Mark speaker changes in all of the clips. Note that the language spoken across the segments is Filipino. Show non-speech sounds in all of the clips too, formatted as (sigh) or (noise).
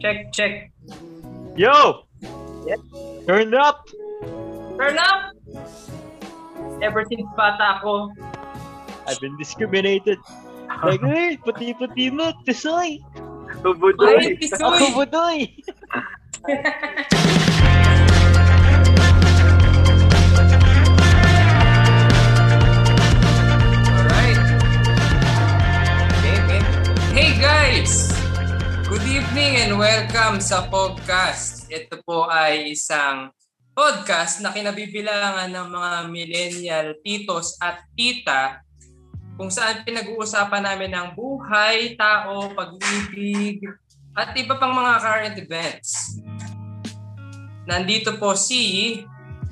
Speaker 1: Check, check.
Speaker 2: Yo! Turn up!
Speaker 1: Turn up! Ever since bata ako,
Speaker 2: I've been discriminated. (laughs) Like, hey, puti-puti mo, tisoy!
Speaker 1: ay,
Speaker 3: Tubudoy.
Speaker 1: pisoy!
Speaker 2: Ako budoy!
Speaker 1: Alright. Okay, okay. Hey guys! Good evening and welcome sa podcast. Ito po ay isang podcast na kinabibilangan ng mga millennial titos at tita kung saan pinag-uusapan namin ang buhay, tao, pag-ibig, at iba pang mga current events. Nandito po si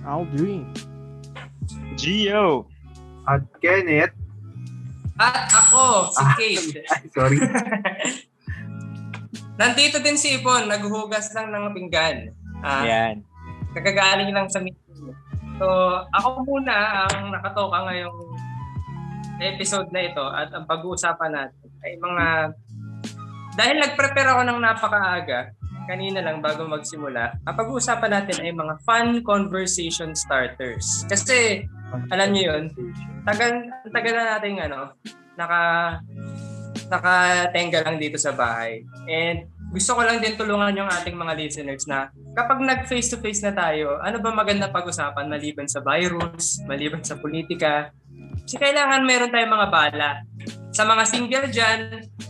Speaker 4: Aldrin.
Speaker 2: Gio!
Speaker 3: At Kenneth.
Speaker 1: at ako, si Kate.
Speaker 3: Ay, (laughs) sorry.
Speaker 1: Nandito din si Ipon, naghuhugas lang ng pinggan. Ah,
Speaker 2: Yan.
Speaker 1: Kagagaling lang sa meeting. So, ako muna ang nakatoka ngayong episode na ito at ang pag-uusapan natin ay mga dahil nag-prepare ako ng napakaaga kanina lang bago magsimula, ang pag-uusapan natin ay mga fun conversation starters. Kasi Alam niyo yun? tagal tagal na natin ano, naka nakatenga lang dito sa bahay. And gusto ko lang din tulungan yung ating mga listeners na kapag nag face to face na tayo, ano ba maganda pag-usapan maliban sa virus, maliban sa politika? Kasi kailangan meron tayong mga bala. Sa mga single dyan,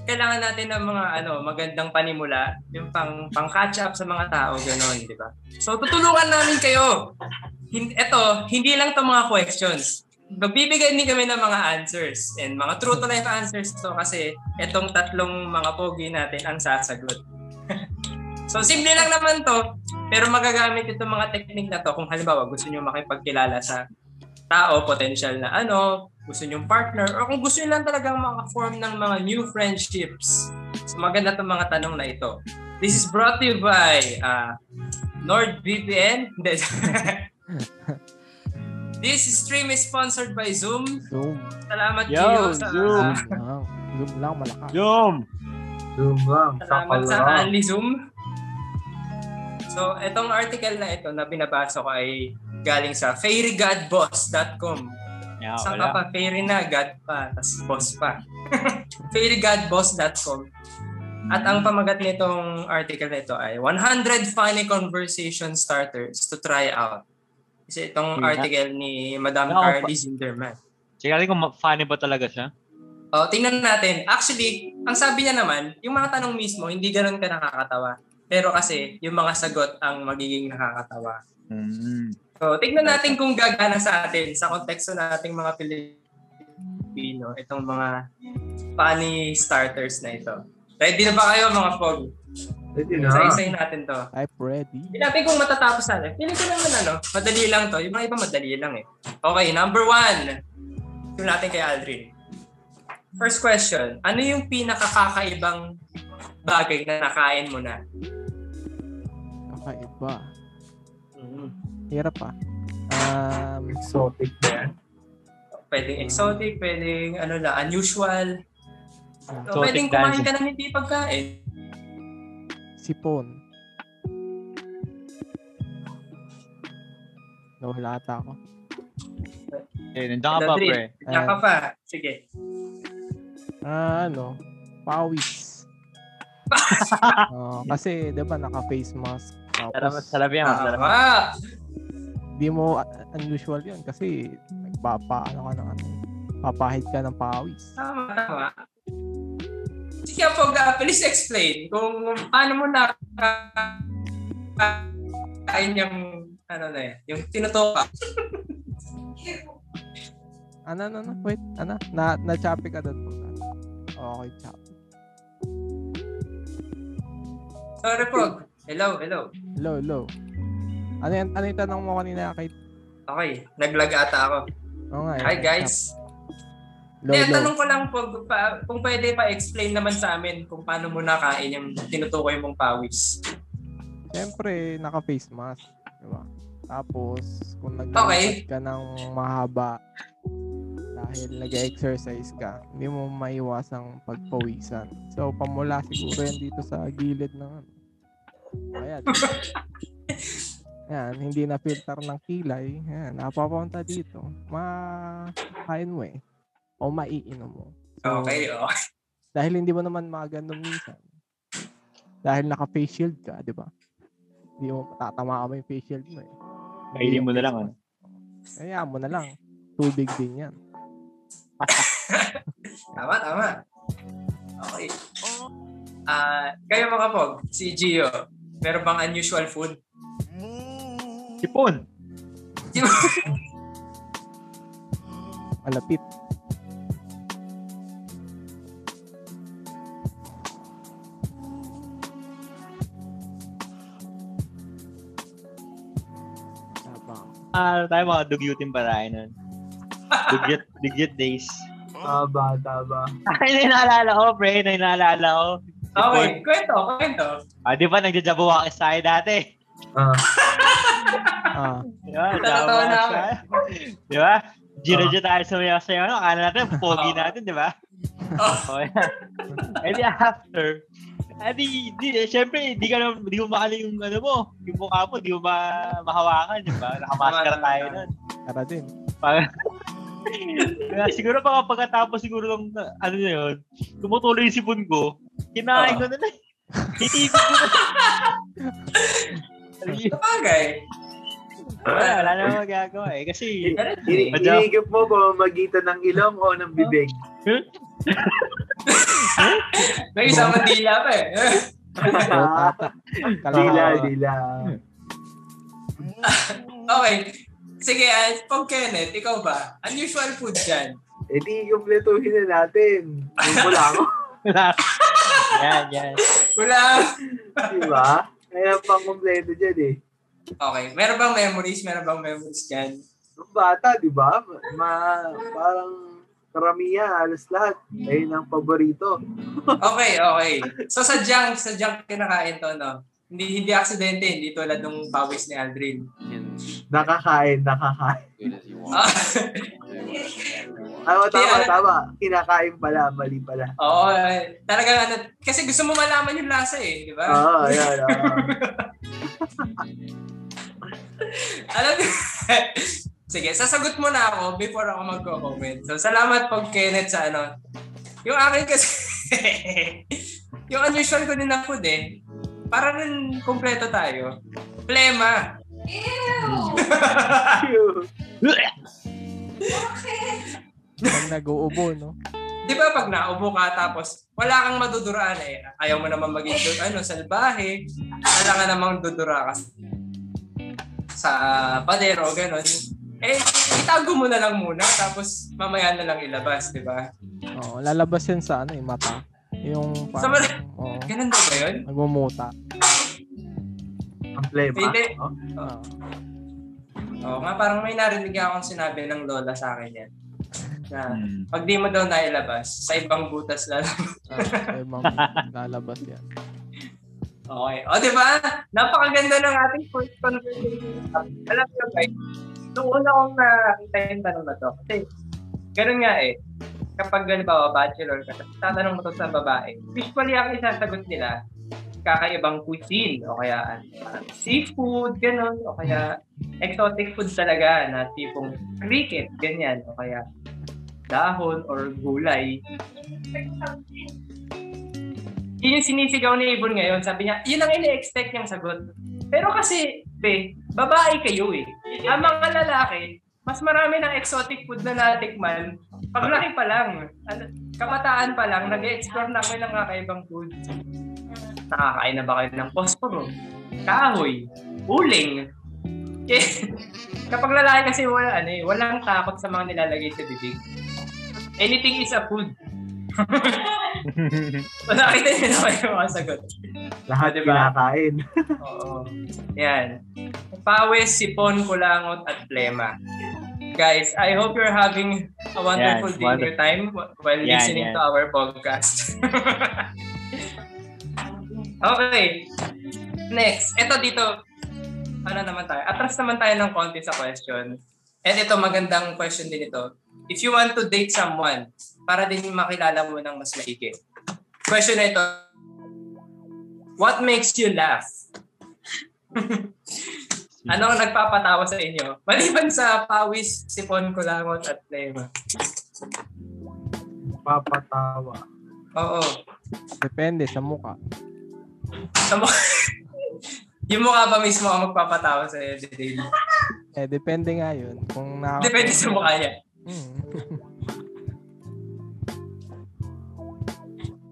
Speaker 1: kailangan natin ng mga ano, magandang panimula, yung pang, pang catch up sa mga tao, gano'n, di ba? So, tutulungan namin kayo. Hin- eto, hindi lang to mga questions magbibigay din kami ng mga answers and mga true to life answers to kasi itong tatlong mga pogi natin ang sasagot. so simple lang naman to pero magagamit itong mga technique na to kung halimbawa gusto niyo makipagkilala sa tao, potential na ano, gusto niyong partner, o kung gusto niyo lang talagang maka-form ng mga new friendships. So maganda itong mga tanong na ito. This is brought to you by ah, NordVPN. (laughs) Hindi. This stream is sponsored by Zoom.
Speaker 4: Zoom.
Speaker 1: Salamat
Speaker 2: Yo,
Speaker 1: Gio sa
Speaker 2: Zoom.
Speaker 4: Wow. Zoom lang, malakas.
Speaker 2: Yum!
Speaker 3: Zoom lang.
Speaker 1: salamat
Speaker 3: Sakal
Speaker 1: sa
Speaker 3: lang.
Speaker 1: Anli Zoom. So, itong article na ito na binabasa ko ay galing sa fairygodboss.com.
Speaker 2: Yeah,
Speaker 1: Saan ka
Speaker 2: Ah, wala.
Speaker 1: pa? Fairy na, god pa, tas boss pa. (laughs) fairygodboss.com. At ang pamagat nitong article na ito ay 100 funny conversation starters to try out. Kasi itong
Speaker 2: Yeah.
Speaker 1: article ni Madam
Speaker 2: Ako pa.
Speaker 1: Carly Zinderman.
Speaker 2: Check natin kung ma- funny ba talaga siya.
Speaker 1: Oh, tingnan natin. Actually, ang sabi niya naman, yung mga tanong mismo, hindi ganun ka nakakatawa. Pero kasi, yung mga sagot ang magiging nakakatawa.
Speaker 2: Mm.
Speaker 1: So, tingnan natin kung gagana sa atin sa konteksto nating mga Pilipino, itong mga funny starters na ito. Ready na ba kayo mga pog?
Speaker 3: Pwede na.
Speaker 1: Isa-isayin natin to.
Speaker 4: Type ready.
Speaker 1: Hindi natin kung matatapos natin. Feeling ko naman ano, madali lang to. Yung mga iba madali lang eh. Okay, number one. Ito natin kay Aldrin. First question, ano yung pinakakakaibang bagay na nakain mo na?
Speaker 4: Kakaiba.
Speaker 1: Mm,
Speaker 4: Hirap pa. Um,
Speaker 3: Exotic ba yan?
Speaker 1: Pwedeng exotic, pwedeng ano na, unusual. So,
Speaker 2: Exotic
Speaker 1: pwedeng kumain ka ng hindi pagkain.
Speaker 4: sipon. Nawala ata ako.
Speaker 2: Eh, nandiyan ka pa,
Speaker 1: Aldrin,
Speaker 2: pre.
Speaker 1: bigyan ka pa. Sige.
Speaker 4: Ah, ano? Pawis. Oo, kasi, di ba, naka-face mask.
Speaker 2: Tara,
Speaker 4: Tapos,
Speaker 2: masarap yan,
Speaker 1: Ah,
Speaker 2: masarap.
Speaker 1: Tama.
Speaker 4: di mo uh, unusual yun kasi nagpapa, ano ka ng ano, papahid ka ng pawis.
Speaker 1: Tama, tama. Sige po, ga- please explain kung paano mo na kain yung ano na yan, yung tinutupa.
Speaker 4: Ano, ano, ano, wait, ano, na, na-choppy ka doon. Okay, chop.
Speaker 1: (laughs) Sorry po. Hello, hello.
Speaker 4: Low, low. Ano yan, ano yung tanong mo kanina kay...
Speaker 1: Okay, naglag ata ako.
Speaker 4: Oo nga.
Speaker 1: Hi
Speaker 4: yun, chop.
Speaker 1: guys.
Speaker 4: Low,
Speaker 1: Hindi, ang
Speaker 4: low.
Speaker 1: tanong ko lang po, pa, kung pwede pa-explain naman sa amin kung paano mo nakain yung tinutukoy mong pawis.
Speaker 4: Siyempre, naka-face mask. Diba? Tapos, kung
Speaker 1: Okay.
Speaker 4: naglalakad ka ng mahaba, dahil nag-exercise ka, hindi mo maiwasang pagpawisan. So, pamula siguro yan dito sa gilid ng ano,
Speaker 1: (laughs)
Speaker 4: Ayan. Ayan, hindi na filter ng kilay. Ayan, napapunta dito. Makain mo eh. O maiinom mo. So,
Speaker 1: Okay, oh. okay.
Speaker 4: Dahil hindi mo naman magandang minsan. Dahil naka-face shield ka, di ba? Hindi mo tatama mo yung face shield mo eh.
Speaker 2: Kainin mo na lang, ano?
Speaker 4: Kaya mo na lang. Tubig din yan.
Speaker 1: Tama, tama. Okay. Ah, kayo mga pog, si Gio, meron bang unusual food?
Speaker 2: Sipon!
Speaker 4: Malapit. Tama.
Speaker 2: Ano tayo mga dugyutin para nun? Dugyut, dugyut days.
Speaker 3: Taba, taba.
Speaker 2: Ay, na inaalala ko, pre. Na inaalala ko.
Speaker 1: Okay, kwento, kwento.
Speaker 2: Ah, di ba nagjajabuwakis tayo dati?
Speaker 3: Ah,
Speaker 4: Ah,
Speaker 2: Di ba?
Speaker 1: Totoo na ako.
Speaker 2: Di ba? Gino-gino tayo sumayaw sa'yo. Ano? Akala natin, pogi
Speaker 1: Oo.
Speaker 2: natin, di ba?
Speaker 1: Oh,
Speaker 2: Oh, yeah. And then after, adi, di, syempre, di ka na, di mo maano yung ano mo, yung mukha mo, di mo ma, mahawakan, di ba? Nakamaskara tayo nun.
Speaker 4: tara din.
Speaker 2: Pag, Kaya siguro baka pagkatapos siguro ng ano na yun, tumutuloy yung sipon ko, kinain ko na na. Titipid ko na.
Speaker 1: sabagay.
Speaker 2: wala, wala na magagawa eh. Kasi,
Speaker 3: ini-
Speaker 2: Adya.
Speaker 3: iniigip mo ba magitan ng ilong o ng
Speaker 1: (laughs)
Speaker 3: bibig?
Speaker 1: May isang mandila pa eh.
Speaker 3: Ah, dila, dila.
Speaker 1: Okay. Sige, ah, Pog Kenneth, ikaw ba? Unusual food dyan.
Speaker 3: Eh di, kumpletuhin na natin. Yung pula
Speaker 1: (laughs)
Speaker 3: ko,
Speaker 2: yan, yan.
Speaker 1: Wala.
Speaker 3: di ba? Kaya pang kumpleto dyan eh.
Speaker 1: Okay. Meron bang memories? Meron bang memories dyan?
Speaker 3: Nung bata, di ba? Ma, parang karamihan, halos lahat. Ayun ang paborito.
Speaker 1: Okay, okay. So, sadyang, sadyang kinakain to, no? Hindi, hindi aksidente, hindi tulad nung pawis ni Aldrin.
Speaker 5: Can do
Speaker 3: Nakakain, nakakain.
Speaker 5: as you want.
Speaker 1: Ah,
Speaker 3: Tama, tama,
Speaker 1: Kaya-
Speaker 3: tama. Kinakain pala, mali pala.
Speaker 1: Oo, eh, talagang ano, kasi gusto mo malaman yung lasa eh, di ba?
Speaker 3: Oo, ayan, oo.
Speaker 1: (laughs) Alam (laughs) Sige, sasagot mo na ako before ako magko-comment. So, salamat po Kenneth sa ano. Yung akin kasi, (laughs) yung unusual ko din na food eh, para rin kumpleto tayo. Plema.
Speaker 4: Pag nag-uubo, no?
Speaker 1: Di ba pag naubo ka tapos wala kang maduduraan eh, ayaw mo naman maging du- ano, salbahe, wala ka namang dudura ka sa pader o ganun. Eh, itago mo na lang muna tapos mamaya na lang ilabas, di ba?
Speaker 4: Oo, lalabas yan sa ano, yung mata. Yung
Speaker 1: Sa mata?
Speaker 4: parang, oo,
Speaker 1: Ganun daw ba yun?
Speaker 4: nagmumuta.
Speaker 3: Ang plema.
Speaker 1: Hindi.
Speaker 3: oh.
Speaker 4: Oo.
Speaker 1: Oo nga, parang may narinig akong sinabi ng lola sa akin yan. Na,
Speaker 4: Mm.
Speaker 1: pag di mo daw nailabas, sa ibang butas lang. (laughs)
Speaker 4: Ah, yung mga lalabas yan.
Speaker 1: okay. O, di ba? Napakaganda ng ating first conversation. Alam niyo, guys, nung una kong nakita yung tanong na to, kasi ganun nga eh, kapag halimbawa bachelor ka, tapos tatanong mo to sa babae, usually ang isasagot nila, kakaibang cuisine, o kaya ano, parang seafood, ganun, o kaya exotic food talaga na tipong cricket, ganyan, o kaya dahon or gulay. Yun yung sinisigaw ni Ibon ngayon. Sabi niya, yun ang ini-expect niyang sagot. Pero kasi, be, babae kayo eh. Ang mga lalaki, mas marami ng exotic food na natikman. Paglaki pa lang, ano- kabataan pa lang, nag-explore na kayo ng kakaibang food. Nakakain na ba kayo ng posporo? Kahoy? Uling? Eh, (laughs) Kapag lalaki kasi wala, ano, eh, walang takot sa mga nilalagay sa bibig. Anything is a food. Wala (laughs) kita yun naman yung mga sagot.
Speaker 3: Lahat
Speaker 1: Diba?
Speaker 3: kinakain.
Speaker 1: Oo. Yan. Pawis, sipon, kulangot, at plema. Guys, I hope you're having a wonderful
Speaker 2: Yan,
Speaker 1: day in your time wh- while
Speaker 2: Yan,
Speaker 1: listening
Speaker 2: yan.
Speaker 1: to our podcast. (laughs) okay. Next. Ito dito. Ano naman tayo? Atras naman tayo ng konti sa question. And ito, magandang question din ito. If you want to date someone, para din makilala mo ng mas maigi. Question na ito. What makes you laugh? (laughs) ano ang nagpapatawa sa inyo? Maliban sa pawis, sipon, kulangot at lema.
Speaker 3: Papatawa.
Speaker 1: Oo.
Speaker 4: Depende sa mukha.
Speaker 1: Sa mukha. (laughs) yung mukha ba mismo ang magpapatawa sa iyo, Dave?
Speaker 4: Eh, depende nga yun. Kung na...
Speaker 1: Depende sa mukha niya.
Speaker 4: Mm.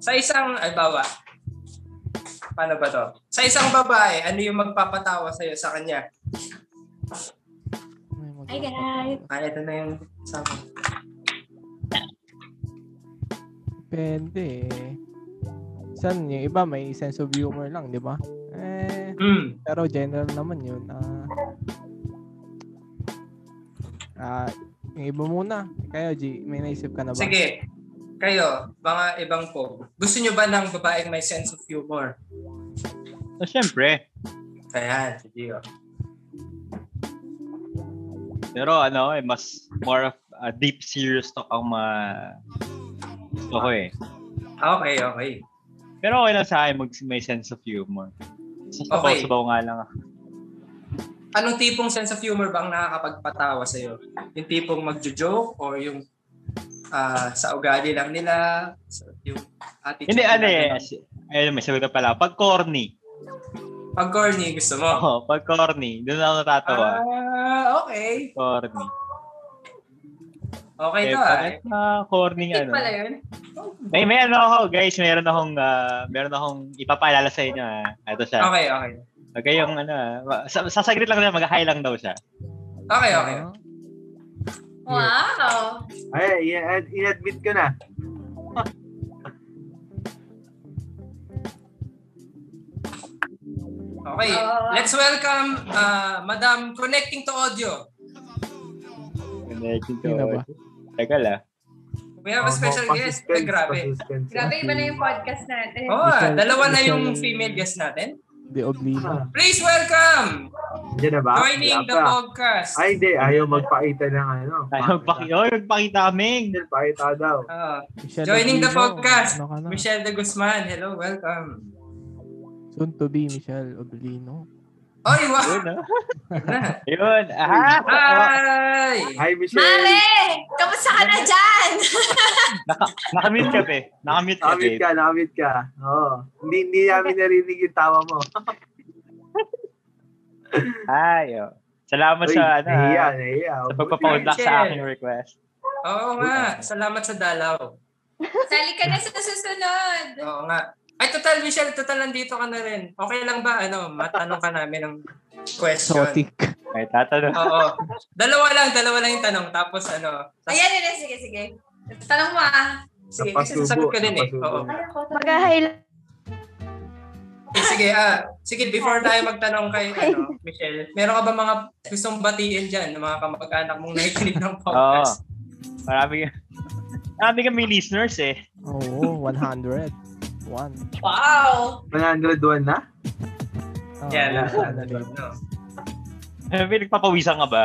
Speaker 1: Sa isang, albawa, paano ba to? Sa isang babae, ano yung magpapatawa sa iyo sa kanya?
Speaker 4: May mag-
Speaker 5: Hi guys!
Speaker 1: Ah, ito na yung sama.
Speaker 4: Depende eh. San, yung iba may sense of humor lang, di ba? Eh,
Speaker 1: Hmm.
Speaker 4: pero general naman yun. Ah, Ah, yung iba muna. Kayo, G, may naisip ka na ba?
Speaker 1: Sige. Kayo, mga ibang po. Gusto nyo ba ng babaeng may sense of humor?
Speaker 2: So, syempre.
Speaker 1: Ayan, sige. oh.
Speaker 2: Pero ano, eh, mas more of a deep serious talk ang mga gusto ko eh.
Speaker 1: Ah, Okay, okay.
Speaker 2: Pero okay lang sa akin, mag, may sense of humor. Sa
Speaker 1: Okay.
Speaker 2: sabaw-sabaw nga lang ako.
Speaker 1: Anong tipong sense of humor ba ang nakakapagpatawa sa'yo? Yung tipong magjo-joke or yung ah, sa ugali lang nila? Sa, yung attitude
Speaker 2: Hindi, ano eh.
Speaker 1: nila?
Speaker 2: si- Ayun, may sabi ka pala. Pag corny.
Speaker 1: Pag corny, gusto mo?
Speaker 2: Oo, pag corny. Doon ako natatawa.
Speaker 1: Ah, okay.
Speaker 2: corny.
Speaker 1: Okay
Speaker 2: Eh,
Speaker 1: to ah.
Speaker 2: bakit na corny
Speaker 1: Hindi
Speaker 2: ano?
Speaker 1: pala yun.
Speaker 2: May, may ano ako, guys. Meron akong, ah, meron akong ipapaalala sa inyo. ah. Ito siya.
Speaker 1: Okay, okay.
Speaker 2: Okay, yung ano, ah, sa- sasagrit lang na mag-high lang daw siya.
Speaker 1: Okay, okay.
Speaker 4: Ah,
Speaker 5: Wow!
Speaker 3: Ay, in- in-admit ko na.
Speaker 1: Okay.
Speaker 5: Oo.
Speaker 1: Let's welcome ah, Madam Connecting to Audio.
Speaker 4: Sino ba?
Speaker 2: Teka la.
Speaker 1: We have a
Speaker 3: Ah, Oh,
Speaker 1: special guest. Ay, grabe.
Speaker 5: Grabe, iba na yung podcast natin.
Speaker 1: Oh, ah,
Speaker 4: Special-
Speaker 1: dalawa na
Speaker 4: special-
Speaker 1: yung female guest natin.
Speaker 4: The Oblina.
Speaker 1: Please welcome!
Speaker 3: Diyan Ah, na ba?
Speaker 1: Joining
Speaker 3: Wala
Speaker 1: the
Speaker 3: pa.
Speaker 1: podcast.
Speaker 3: Ah, Ay, hindi. Ayaw magpakita ng ano.
Speaker 2: Ay, magpaki oh, magpakita kaming.
Speaker 3: Michelle, pakita daw.
Speaker 1: Ah,
Speaker 4: Michelle
Speaker 1: Joining the
Speaker 4: Oblino.
Speaker 1: podcast.
Speaker 4: Ano ka na?
Speaker 1: Michelle de Guzman, hello, welcome.
Speaker 4: Soon to be Michelle Oblino.
Speaker 1: Oy, wow!
Speaker 2: Yun, ah.
Speaker 1: Na.
Speaker 2: Yun. Ah, ah,
Speaker 1: Hi!
Speaker 3: Hi, Michelle.
Speaker 5: Mare! Kamusta ka na dyan? (laughs)
Speaker 2: naka, nakamute ka, pe. Nakamute ka,
Speaker 3: Nakamit
Speaker 2: pe.
Speaker 3: ka, nakamit ka. Oo. Hindi, hindi namin narinig yung tawa mo.
Speaker 2: Ay, oh. Salamat sa, ano, ah,
Speaker 3: nahiya, nahiya.
Speaker 2: sa pagpapaunlak sa aking request.
Speaker 1: Oo nga, salamat sa dalaw.
Speaker 5: Sali ka na sa susunod.
Speaker 1: Oo nga. Ay, total, Michelle, total, nandito ka na rin. Okay lang ba, ano, matanong ka namin ng question?
Speaker 4: Exotic.
Speaker 2: May tatanong.
Speaker 1: Oo. Dalawa lang, dalawa lang yung tanong. Tapos, ano,
Speaker 5: Ayan, yun, yun, sige, sige. Tanong mo ah.
Speaker 1: sige, kasi sasagot ka din eh. Oo.
Speaker 6: Mag-highlight
Speaker 1: Eh, sige, ah, sige, before tayo magtanong kay, ano, Michelle, meron ka ba mga gustong batiin dyan ng mga kamag-anak mong nakikinig ng podcast?
Speaker 2: Marami, marami kami listeners, eh.
Speaker 4: Oo, 100. One.
Speaker 5: Wow!
Speaker 3: 101 na?
Speaker 4: Ah,
Speaker 1: Yan lang.
Speaker 4: wala na yun.
Speaker 1: No.
Speaker 2: May nagpapawisan ka ba?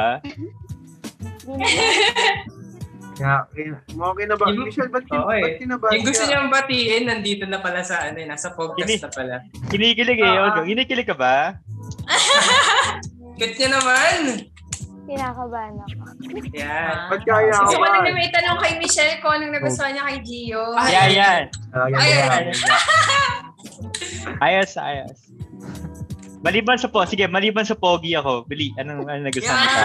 Speaker 3: Kaya, kaya- mo okay na ba?
Speaker 1: Yung-
Speaker 3: Michelle, ba't, kin-
Speaker 1: Okay.
Speaker 3: ba't kinabahan
Speaker 1: Yung gusto
Speaker 3: ka?
Speaker 1: niyang batiin, nandito na pala sa ano, eh, nasa podcast na pala.
Speaker 2: Kinikilig, eh.
Speaker 1: Ah.
Speaker 2: Yun, Kinikilig ka ba?
Speaker 1: Cute niya naman!
Speaker 6: kinakabahan ako.
Speaker 1: Yan.
Speaker 3: Ba't kaya
Speaker 1: Gusto
Speaker 5: Gusto
Speaker 3: ako?
Speaker 5: ko nang na may tanong kay Michelle kung anong nagustuhan niya kay Gio.
Speaker 1: Ay,
Speaker 2: Yan, yan.
Speaker 3: Talaga
Speaker 1: Ay,
Speaker 3: ba?
Speaker 1: ay,
Speaker 2: Ayos, ayos. Maliban sa po, sige, maliban sa pogi ako. Bili, anong, anong nagustuhan mo? pa?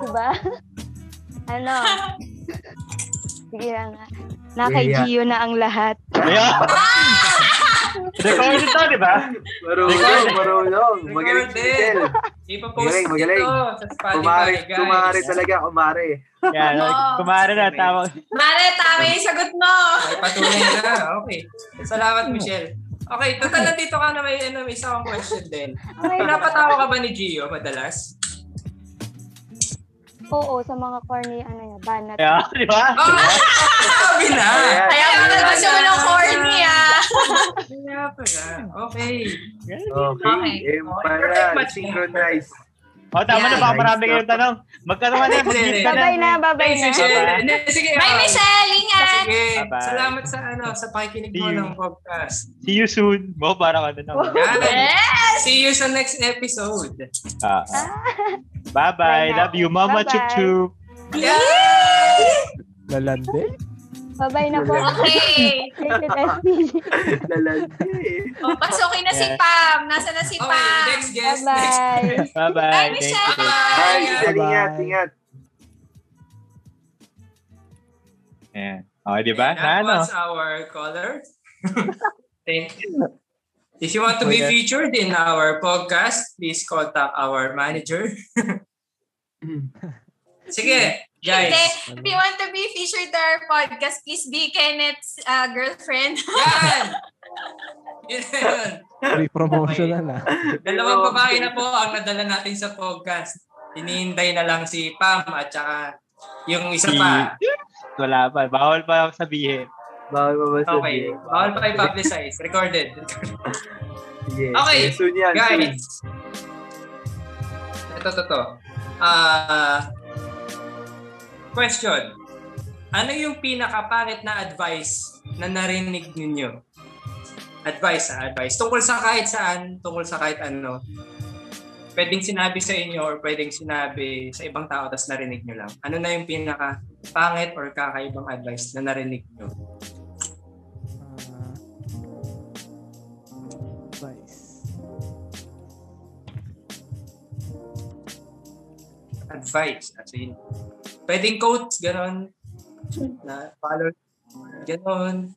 Speaker 6: Diba? (laughs) ano? Sige na nga. Naka-Gio na ang lahat.
Speaker 2: Ayun. Recorded to, di ba?
Speaker 3: Marunong, marunong. Magaling si
Speaker 1: Recorded.
Speaker 3: Michelle.
Speaker 5: Ah.
Speaker 1: Ipapost
Speaker 3: Magaling, magaling.
Speaker 1: ito sa Spotify,
Speaker 3: Kumare,
Speaker 1: guys.
Speaker 3: kumare talaga, kumare.
Speaker 2: Yan,
Speaker 5: Oo.
Speaker 2: kumara na, tawag.
Speaker 5: Mare, tama yung sagot mo!
Speaker 1: Ay, patuloy na. Okay. Salamat, Michelle. Okay, total na dito ka na may, ano, may isang question din.
Speaker 6: Okay.
Speaker 1: Pinapatawa ka ba ni Gio madalas?
Speaker 6: Oo, sa mga corny, ano niya, banat.
Speaker 2: Yeah, Ya, di ba?
Speaker 1: Oh, sabi na!
Speaker 3: Ayan.
Speaker 5: Kaya mo talaga siya mo ng corny ah!
Speaker 1: Kaya pala. Okay.
Speaker 3: Okay,
Speaker 5: Okay.
Speaker 3: okay. para
Speaker 1: Perfect match. (laughs)
Speaker 3: synchronize.
Speaker 2: O, tama na
Speaker 7: Yan.
Speaker 2: ba? Marami kayong tanong. Magkaroon ka na. Mag-give ka na.
Speaker 6: Babay na, babay
Speaker 1: Thanks,
Speaker 6: na.
Speaker 1: Michelle. Hindi, Sige,
Speaker 7: Bye,
Speaker 1: ah.
Speaker 7: Michelle! Ingat!
Speaker 1: Sige.
Speaker 2: Bye-bye.
Speaker 1: Salamat sa ano sa pakikinig mo
Speaker 2: See you.
Speaker 1: ng podcast.
Speaker 2: See you soon. Mo, para ka na naman.
Speaker 7: Ya.
Speaker 1: Yan.
Speaker 5: Eh,
Speaker 7: Yes!
Speaker 1: See you sa next episode.
Speaker 2: Ah, ah. Bye-bye. Love you, Mama
Speaker 6: Bye-bye.
Speaker 2: Chup Chup.
Speaker 7: Yay!
Speaker 4: Lalande?
Speaker 6: Babay na po.
Speaker 7: Okay.
Speaker 6: Rated SPG.
Speaker 3: Lalandi eh.
Speaker 5: Oh,
Speaker 7: O, Pasukin na si
Speaker 2: Yes.
Speaker 7: Pam. Nasa na si
Speaker 1: Okay,
Speaker 7: Pam.
Speaker 1: next guest. Next.
Speaker 7: Bye,
Speaker 6: Bye-bye.
Speaker 2: Bye-bye. Thank you.
Speaker 7: Michelle!
Speaker 1: Bye.
Speaker 3: Ay, ingat, ingat.
Speaker 2: Ayan. O, di Ya. Oh, ba? Na,
Speaker 1: That
Speaker 2: ano?
Speaker 1: was our caller. (laughs) Thank you. If you want to be
Speaker 2: Okay.
Speaker 1: featured in our podcast, please contact our manager. Sige,
Speaker 7: Hindi.
Speaker 1: guys.
Speaker 7: If you want to be featured in our podcast, please be Kenneth's uh, girlfriend.
Speaker 1: Yan! Yun na yun.
Speaker 4: Free promotion na na.
Speaker 1: Dalawang babae na po ang nadala natin sa podcast. Hinihintay na lang si Pam at saka yung isa pa.
Speaker 2: Wala pa. Bawal pa (laughs) sabihin.
Speaker 3: Bawal pa ba
Speaker 1: Okay.
Speaker 3: sabihin?
Speaker 1: Bawal pa i-publicize. Recorded.
Speaker 3: Sige.
Speaker 1: Okay,
Speaker 3: Soon yan, soon.
Speaker 1: Guys! Ito, ito, ito. Ah, question. Ano yung pinakapangit na advice na narinig ninyo? Advice, ah, advice. Tungkol sa kahit saan, tungkol sa kahit ano. Pwedeng sinabi sa inyo or pwedeng sinabi sa ibang tao tapos narinig nyo lang. Ano na yung pinaka pangit or kakaibang advice na narinig nyo?
Speaker 4: Ah, advice.
Speaker 1: advice. As in, pwedeng quotes, ganon. Na follow, ganon.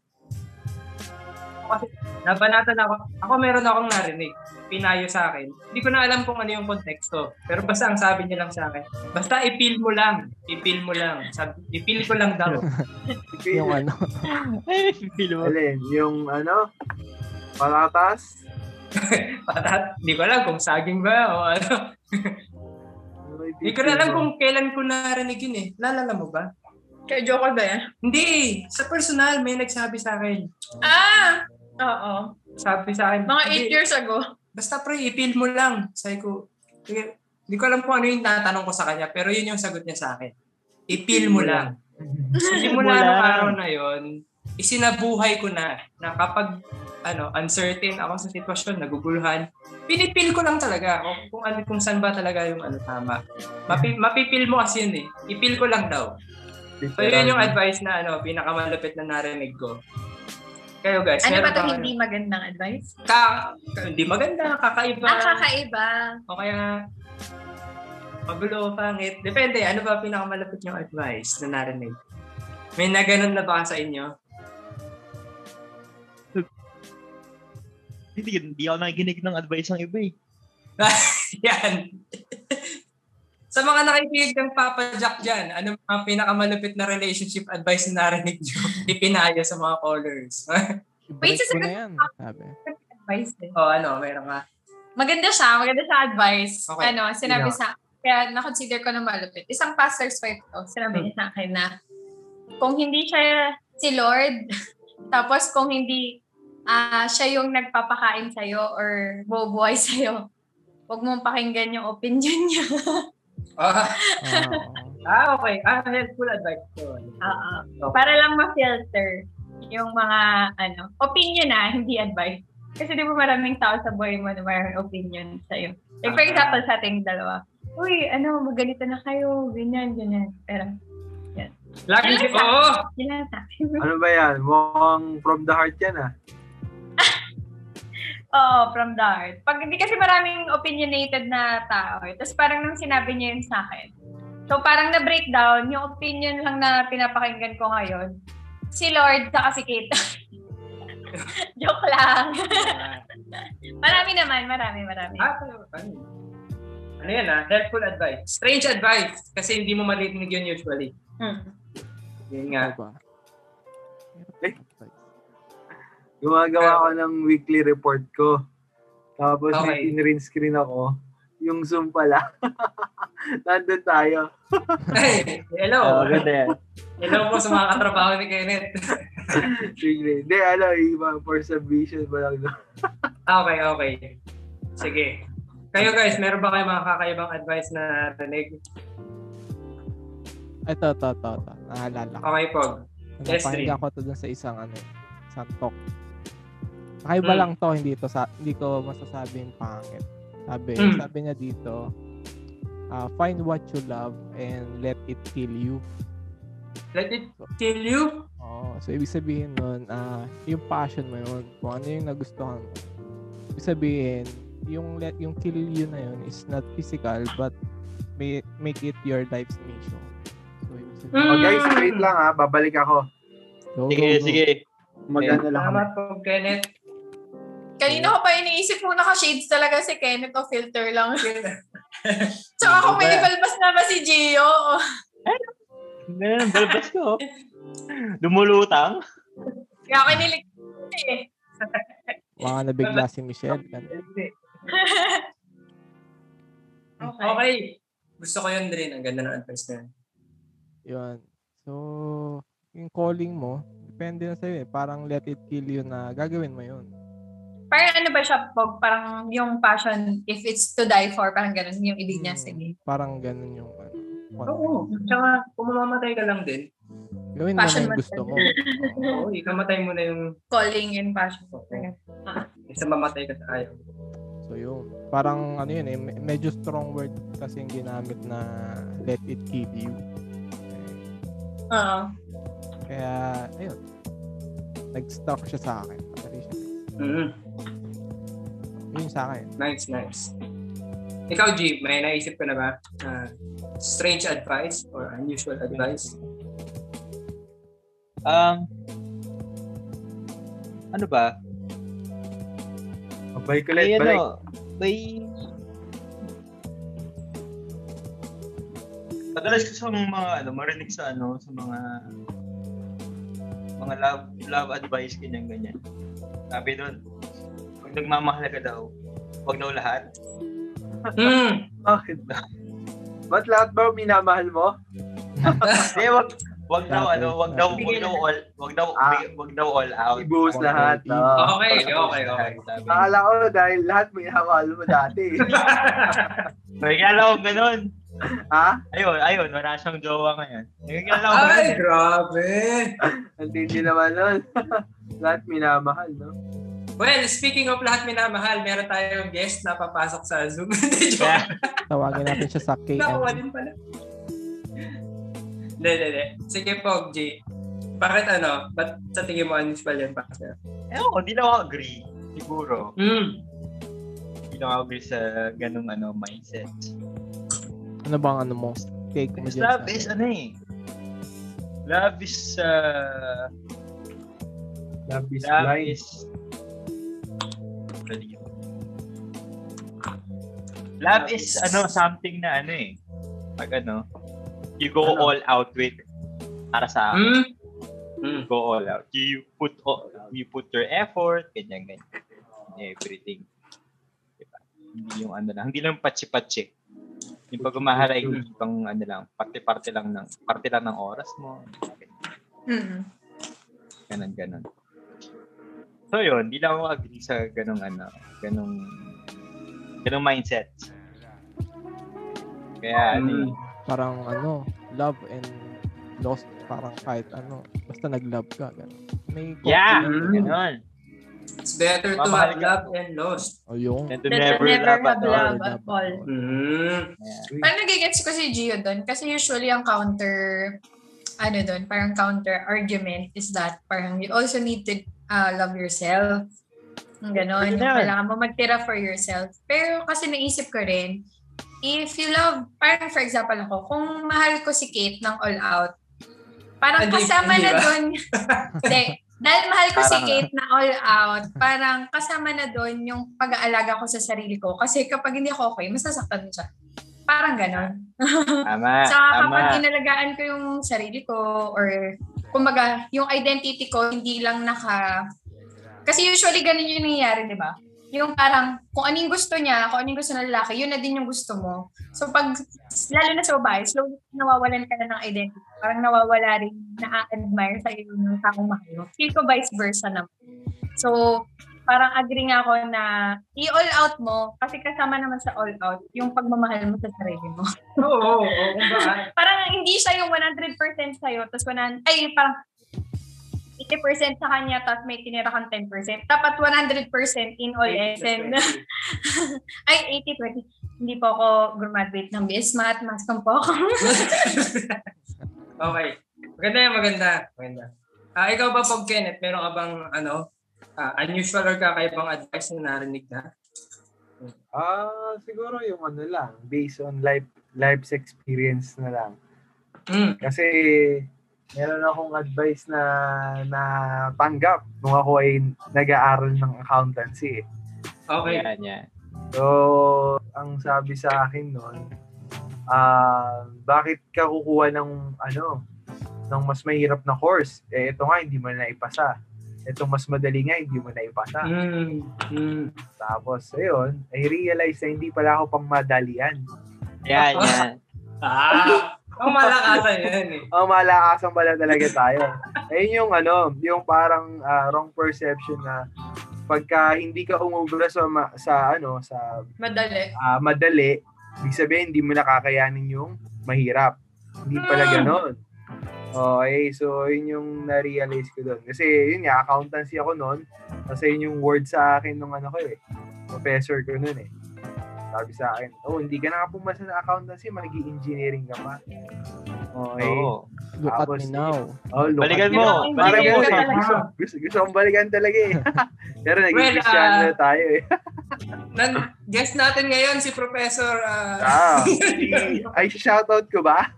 Speaker 1: Kasi, nabanatan ako. Ako meron akong narinig. Pinayo sa akin. Hindi ko na alam kung ano yung konteksto. Pero basta ang sabi niya lang sa akin, basta ipil mo lang. Ipil mo lang. Sabi, ipil ko lang daw.
Speaker 3: Sige.
Speaker 4: Yung ano,
Speaker 2: Ay, feel mo.
Speaker 3: Alin, yung ano? Patatas?
Speaker 1: Patat, hindi ko alam kung saging ba o ano.
Speaker 3: Ano
Speaker 1: Hindi ko na alam kung kailan ko narinig yun eh. Nalala mo ba?
Speaker 7: Kay Joker ba yan?
Speaker 1: Hindi! Sa personal, may nagsabi sa akin.
Speaker 7: (laughs) Ah! Oo.
Speaker 1: Sabi sa akin.
Speaker 7: Mga
Speaker 1: "Hindi,
Speaker 7: 8 years ago.
Speaker 1: basta pre, ipil mo lang. Sabi ko, sige, hindi ko alam kung ano yung tatanong ko sa kanya, pero yun yung sagot niya sa akin. Ipil mo lang. Simula
Speaker 3: Mm-hmm.
Speaker 2: Ipil mo
Speaker 1: nung
Speaker 2: lang.
Speaker 1: araw na yun, isinabuhay ko na na kapag ano, uncertain ako sa sitwasyon, naguguluhan, pinipil ko lang talaga kung, kung ano kung saan ba talaga yung ano tama. Mapi, mapipil mo kasi yun eh. Ipil ko lang daw. So yun yung advice na ano, pinakamalapit na narinig ko. Kayo guys,
Speaker 7: Ano
Speaker 1: meron
Speaker 7: ba ito
Speaker 1: bang
Speaker 7: hindi magandang advice?
Speaker 1: Ka, ka- hindi maganda, kakaiba.
Speaker 7: Ang kakaiba.
Speaker 1: O kaya, magulo o pangit. Depende, ano ba pinakamalapit yung advice na narinig? May na ganun na ba sa inyo? (laughs)
Speaker 2: Hindi, hindi ako nakikinig ng advice ng iba eh.
Speaker 1: Yan. sa mga nakikinig ng Papa Jack dyan, ano ang pinakamalapit na relationship advice na narinig nyo? (laughs) Ipinayo sa mga callers. (laughs)
Speaker 4: break
Speaker 7: sasagot
Speaker 4: mo na yan. Sabi.
Speaker 7: Advice eh.
Speaker 1: o ano, meron ka.
Speaker 7: Maganda siya. Maganda siya advice.
Speaker 1: Okay.
Speaker 7: Ano, sinabi sa kaya na-consider ko na malupit. Isang pastor's wife to, sinabi niya sa akin na kung hindi siya si Lord, (laughs) tapos kung hindi ah siya yung nagpapakain sa'yo or bubuhay (laughs) sa'yo, huwag mong pakinggan yung opinion niya.
Speaker 1: Ah,
Speaker 4: Ah,
Speaker 1: ah, okay. Ah, helpful advice. to.
Speaker 7: Oo. Para lang ma-filter yung mga ano opinion na, hindi advice. Kasi di ba maraming tao sa buhay mo na may opinion sa'yo. Like for
Speaker 1: Ah.
Speaker 7: example, sa ating dalawa, Uy, ano, magalita na kayo, ganyan, ganyan. Pero,
Speaker 1: Lagi
Speaker 7: Ano
Speaker 1: ko,
Speaker 7: sa- (laughs)
Speaker 1: oo.
Speaker 7: yun lang (laughs) sa akin.
Speaker 3: Ano ba yan? Mukhang from the heart yan ah.
Speaker 7: Oo, from the heart. Pag hindi kasi maraming opinionated na tao, eh. tapos parang nung sinabi niya yun sa akin. So parang na-breakdown, yung opinion lang na pinapakinggan ko ngayon, si Lord sa si Kate. (laughs) Joke lang. (laughs) marami naman, marami, marami.
Speaker 1: Ah, ano? Ano yan ah? Helpful advice. Strange advice. Kasi hindi mo marinig yun usually.
Speaker 7: Hmm.
Speaker 1: Yun
Speaker 4: ano
Speaker 1: nga.
Speaker 4: ba?
Speaker 3: Eh. Gumagawa ako ng weekly report ko. Tapos
Speaker 1: Okay.
Speaker 3: okay. green screen ako. Yung Zoom pala. (laughs) Nandun tayo.
Speaker 1: Hey,
Speaker 2: (laughs) Oh,
Speaker 1: hello.
Speaker 2: ganda
Speaker 7: (laughs)
Speaker 2: yan.
Speaker 1: hello po sa mga katrabaho ni Kenneth. (laughs)
Speaker 3: Sige. Hindi, ano, iba. For submission ba lang.
Speaker 1: Ah, okay, okay. Sige. Kayo guys, meron ba kayong mga kakaibang advice na narinig?
Speaker 4: Ito, ito, ito, ito. Naalala ko.
Speaker 1: Okay po. Yes,
Speaker 4: Napakinggan ko to dun sa isang ano, isang talk. Kakaiba
Speaker 2: Hmm.
Speaker 1: Mm.
Speaker 4: lang to, hindi to sa hindi ko masasabing pangit. Sabi,
Speaker 2: Hmm.
Speaker 1: Mm.
Speaker 4: sabi niya dito, ah, find what you love and let it kill you.
Speaker 1: Let it kill you.
Speaker 4: Oo. So, ibig sabihin nun, ah, yung passion mo yun, kung ano yung nagustuhan mo. Ibig sabihin, yung, let, yung kill you na yun is not physical, but may, make it your life's mission. So, ibig sabihin,
Speaker 3: Oh, guys,
Speaker 1: Mm.
Speaker 3: wait lang ha. Babalik ako.
Speaker 4: go,
Speaker 2: Hmm. Sige,
Speaker 4: go, go.
Speaker 2: sige.
Speaker 3: Maganda lang kami.
Speaker 1: Tama po, Kenneth.
Speaker 7: Kanina ko pa iniisip mo naka-shades talaga si Kenneth o filter lang. Tsaka ako may balbas na ba si Gio? (laughs)
Speaker 2: Ganun, balbas ko. Lumulutang.
Speaker 7: Kaya kinilig eh.
Speaker 4: Baka nabigla si Michelle. ano? ganun.
Speaker 1: Hindi.
Speaker 7: Okay.
Speaker 1: Okay. Gusto ko yun rin. Ang ganda ng advice na yun.
Speaker 4: Yun. So, yung calling mo, depende na sa'yo eh. Parang let it kill you na gagawin mo yun.
Speaker 5: Parang ano ba siya, Pog? Parang yung passion.
Speaker 7: If it's to die for, parang ganun yung ibig niya.
Speaker 4: Mm.
Speaker 7: Sige.
Speaker 4: Parang ganun yung ano. concept.
Speaker 1: Oo. Tsaka, kung mamamatay ka lang din,
Speaker 4: Gawin mo na
Speaker 7: Passion
Speaker 4: yung
Speaker 7: mo.
Speaker 4: gusto mo.
Speaker 1: oo, ikamatay mo na yung
Speaker 7: Calling in passion.
Speaker 1: isa mamatay ka sa ayaw.
Speaker 4: So yun. Parang ano yun eh, me- medyo strong word kasi yung ginamit na let it kill you.
Speaker 7: Oo.
Speaker 4: Kaya, ayun. Nag-stuck siya sa akin. Patali siya.
Speaker 1: mm
Speaker 4: Yun sa akin.
Speaker 1: Nice, nice. Ikaw, G, may naisip ka na ba? Ah, strange advice or unusual advice?
Speaker 2: Ang... Um, ano ba?
Speaker 3: Babalik
Speaker 2: May
Speaker 3: ulit. Balik.
Speaker 2: ano, may... Madalas ko sa mga ano, marinig sa ano, sa mga mga love love advice ganyan ganyan. Sabi doon, pag nagmamahal ka daw, wag daw lahat.
Speaker 1: Mm.
Speaker 3: Bakit ba? Ba't lahat ba minamahal mo?
Speaker 2: Hindi, wag wag daw ano, wag daw wag daw all, wag daw
Speaker 3: Ah.
Speaker 2: wag daw all out.
Speaker 3: Ibuhos
Speaker 4: Okay.
Speaker 3: lahat. Oh.
Speaker 1: Okay, okay, okay.
Speaker 2: Sabi.
Speaker 3: Akala ko dahil lahat minamahal mo dati.
Speaker 1: (laughs)
Speaker 2: Nagkala ko ganun.
Speaker 3: ha?
Speaker 2: Ayun, ayun, wala siyang jowa ngayon. Nagkala ko
Speaker 1: Ay,
Speaker 2: ganun.
Speaker 1: grabe!
Speaker 3: Ang tindi naman nun. (laughs) lahat minamahal, no?
Speaker 1: Well, speaking of lahat minamahal, meron tayong guest na papasok sa Zoom. (laughs) Hindi, joke.
Speaker 2: Yeah.
Speaker 4: Tawagin natin siya sa
Speaker 1: Nakuha
Speaker 4: KM.
Speaker 1: din pala. Hindi, hindi, hindi. Sige po, G. Bakit ano? Ba't sa tingin mo unusual yan, partner?
Speaker 2: (laughs) Ewan ko, hindi lang ako agree. Siguro.
Speaker 1: Mm.
Speaker 2: Hindi lang ako agree sa ganung ano, mindset.
Speaker 4: Ano bang ano mo? Take mo
Speaker 2: Because
Speaker 4: dyan
Speaker 2: love
Speaker 4: sa-
Speaker 2: is ano eh. Love is, uh,
Speaker 3: Love is
Speaker 2: love
Speaker 3: blind.
Speaker 2: is, Mali yun. Love is, ano, something na ano eh. Pag ano, you go
Speaker 1: Ano?
Speaker 2: all out with, para sa akin,
Speaker 1: Mm. Mm.
Speaker 2: you go all out. You put all, you put your effort, ganyan, ganyan. in Everything. Diba? Hindi yung ano lang, hindi lang patsi-patsi. Yung pag umaharay, hindi pang ano lang, parte-parte lang ng, parte lang ng oras mo.
Speaker 7: Mm.
Speaker 2: Ganun, ganun. So yun, hindi lang ako agree sa ganung ano, ganung, ganung mindset. Kaya, ano,
Speaker 1: Mm.
Speaker 2: yun,
Speaker 4: Parang ano, love and lost. Parang kahit ano. Basta nag-love ka. Ganun. May
Speaker 2: yeah,
Speaker 1: Mm.
Speaker 3: Mm-hmm.
Speaker 2: ganun.
Speaker 1: It's better to
Speaker 2: Mamahal
Speaker 1: have
Speaker 2: ka.
Speaker 1: loved and lost.
Speaker 4: O Oh, yung.
Speaker 2: And to
Speaker 5: That
Speaker 2: never,
Speaker 5: never
Speaker 2: love
Speaker 5: have
Speaker 2: at all.
Speaker 5: love. at all.
Speaker 1: Mm.
Speaker 2: Yeah.
Speaker 7: Parang nagigets ko si Gio doon kasi usually ang counter ano doon, parang counter argument is that parang you also need to uh, love yourself. Ang Ganon.
Speaker 2: Yun
Speaker 7: Yung
Speaker 2: na.
Speaker 7: kailangan mo magtira for yourself. Pero kasi naisip ko rin, if you love, parang for example ako, kung mahal ko si Kate ng all out, parang
Speaker 1: Hindi-
Speaker 7: kasama
Speaker 1: hindi
Speaker 7: na
Speaker 1: ba? (laughs)
Speaker 7: doon. Hindi. Dahil mahal ko si
Speaker 2: Parang-
Speaker 7: Kate na all out, parang kasama na doon yung pag-aalaga ko sa sarili ko. Kasi kapag hindi ako okay, masasaktan siya. Parang ganon.
Speaker 2: Tama,
Speaker 7: Saka
Speaker 2: tama.
Speaker 7: kapag inalagaan ko yung sarili ko or kumbaga, yung identity ko hindi lang naka... Kasi usually ganun yung nangyayari, di ba? Yung parang kung anong gusto niya, kung anong gusto ng lalaki, yun na din yung gusto mo. So pag, lalo na sa babae, slowly nawawalan ka na ng identity. Parang nawawala rin, na-admire sa iyo yung taong mahal mo. Feel ko vice versa naman. So,
Speaker 5: parang agree nga ako na i-all out mo kasi kasama naman sa all out yung pagmamahal mo sa sarili mo.
Speaker 1: Oo, oo, oo. Kung baka,
Speaker 5: parang hindi siya yung 100% sa'yo, tapos 100, ay, parang 80% sa kanya, tapos may tinira kang 10%. Dapat 100% in all essence. ay, 80-20. Hindi po ako graduate ng BS Math, mas kang po ako.
Speaker 1: (laughs) okay. Maganda yan, maganda. Maganda. Ah, ikaw ba, Pog Kenneth, meron ka bang ano, ah, unusual or kakaibang advice na narinig na?
Speaker 3: Ah, siguro yung ano lang, based on life life's experience na lang.
Speaker 1: Mm.
Speaker 3: Kasi meron akong advice na na tanggap nung ako ay nag-aaral ng accountancy. eh.
Speaker 1: Okay.
Speaker 2: Yan, yan.
Speaker 3: So, ang sabi sa akin noon, ah, bakit ka kukuha ng ano, ng mas mahirap na course? Eh ito nga hindi mo na ipasa. Ito mas madali nga hindi mo na ipasa.
Speaker 1: Mm. Mm.
Speaker 3: Tapos ayun, I realize na hindi pala ako pang madalian.
Speaker 2: Yan, yan.
Speaker 1: Ah, ang malakasan yan eh.
Speaker 3: Oh, malakasang pala talaga tayo. Ayun yung ano, yung parang ah, wrong perception na pagka hindi ka umubra sa ma- sa ano, sa
Speaker 7: Madali.
Speaker 3: ah, madali, ibig sabihin hindi mo nakakayanin yung mahirap. Hindi pala ganoon. Okay, so yun yung na-realize ko doon. Kasi yun nga, accountancy ako noon. Kasi yun yung word sa akin nung ano ko eh. Professor ko noon eh. Sabi sa akin, oh, hindi ka na nga pumasa sa accountancy, mag-engineering ka pa. Okay.
Speaker 2: Oo.
Speaker 4: Look at
Speaker 3: Tapos,
Speaker 4: me now.
Speaker 3: Oh, look
Speaker 2: Balikan
Speaker 3: at
Speaker 2: mo.
Speaker 3: that. Parang
Speaker 2: Balikan mo.
Speaker 3: gusto, gusto, gusto, gusto kong balikan talaga eh. (laughs) Pero naging
Speaker 1: Well, ah,
Speaker 3: Christiano na tayo eh.
Speaker 1: Nan- guest natin ngayon si Professor ah,
Speaker 3: Ah, (laughs) ay, shoutout ko ba?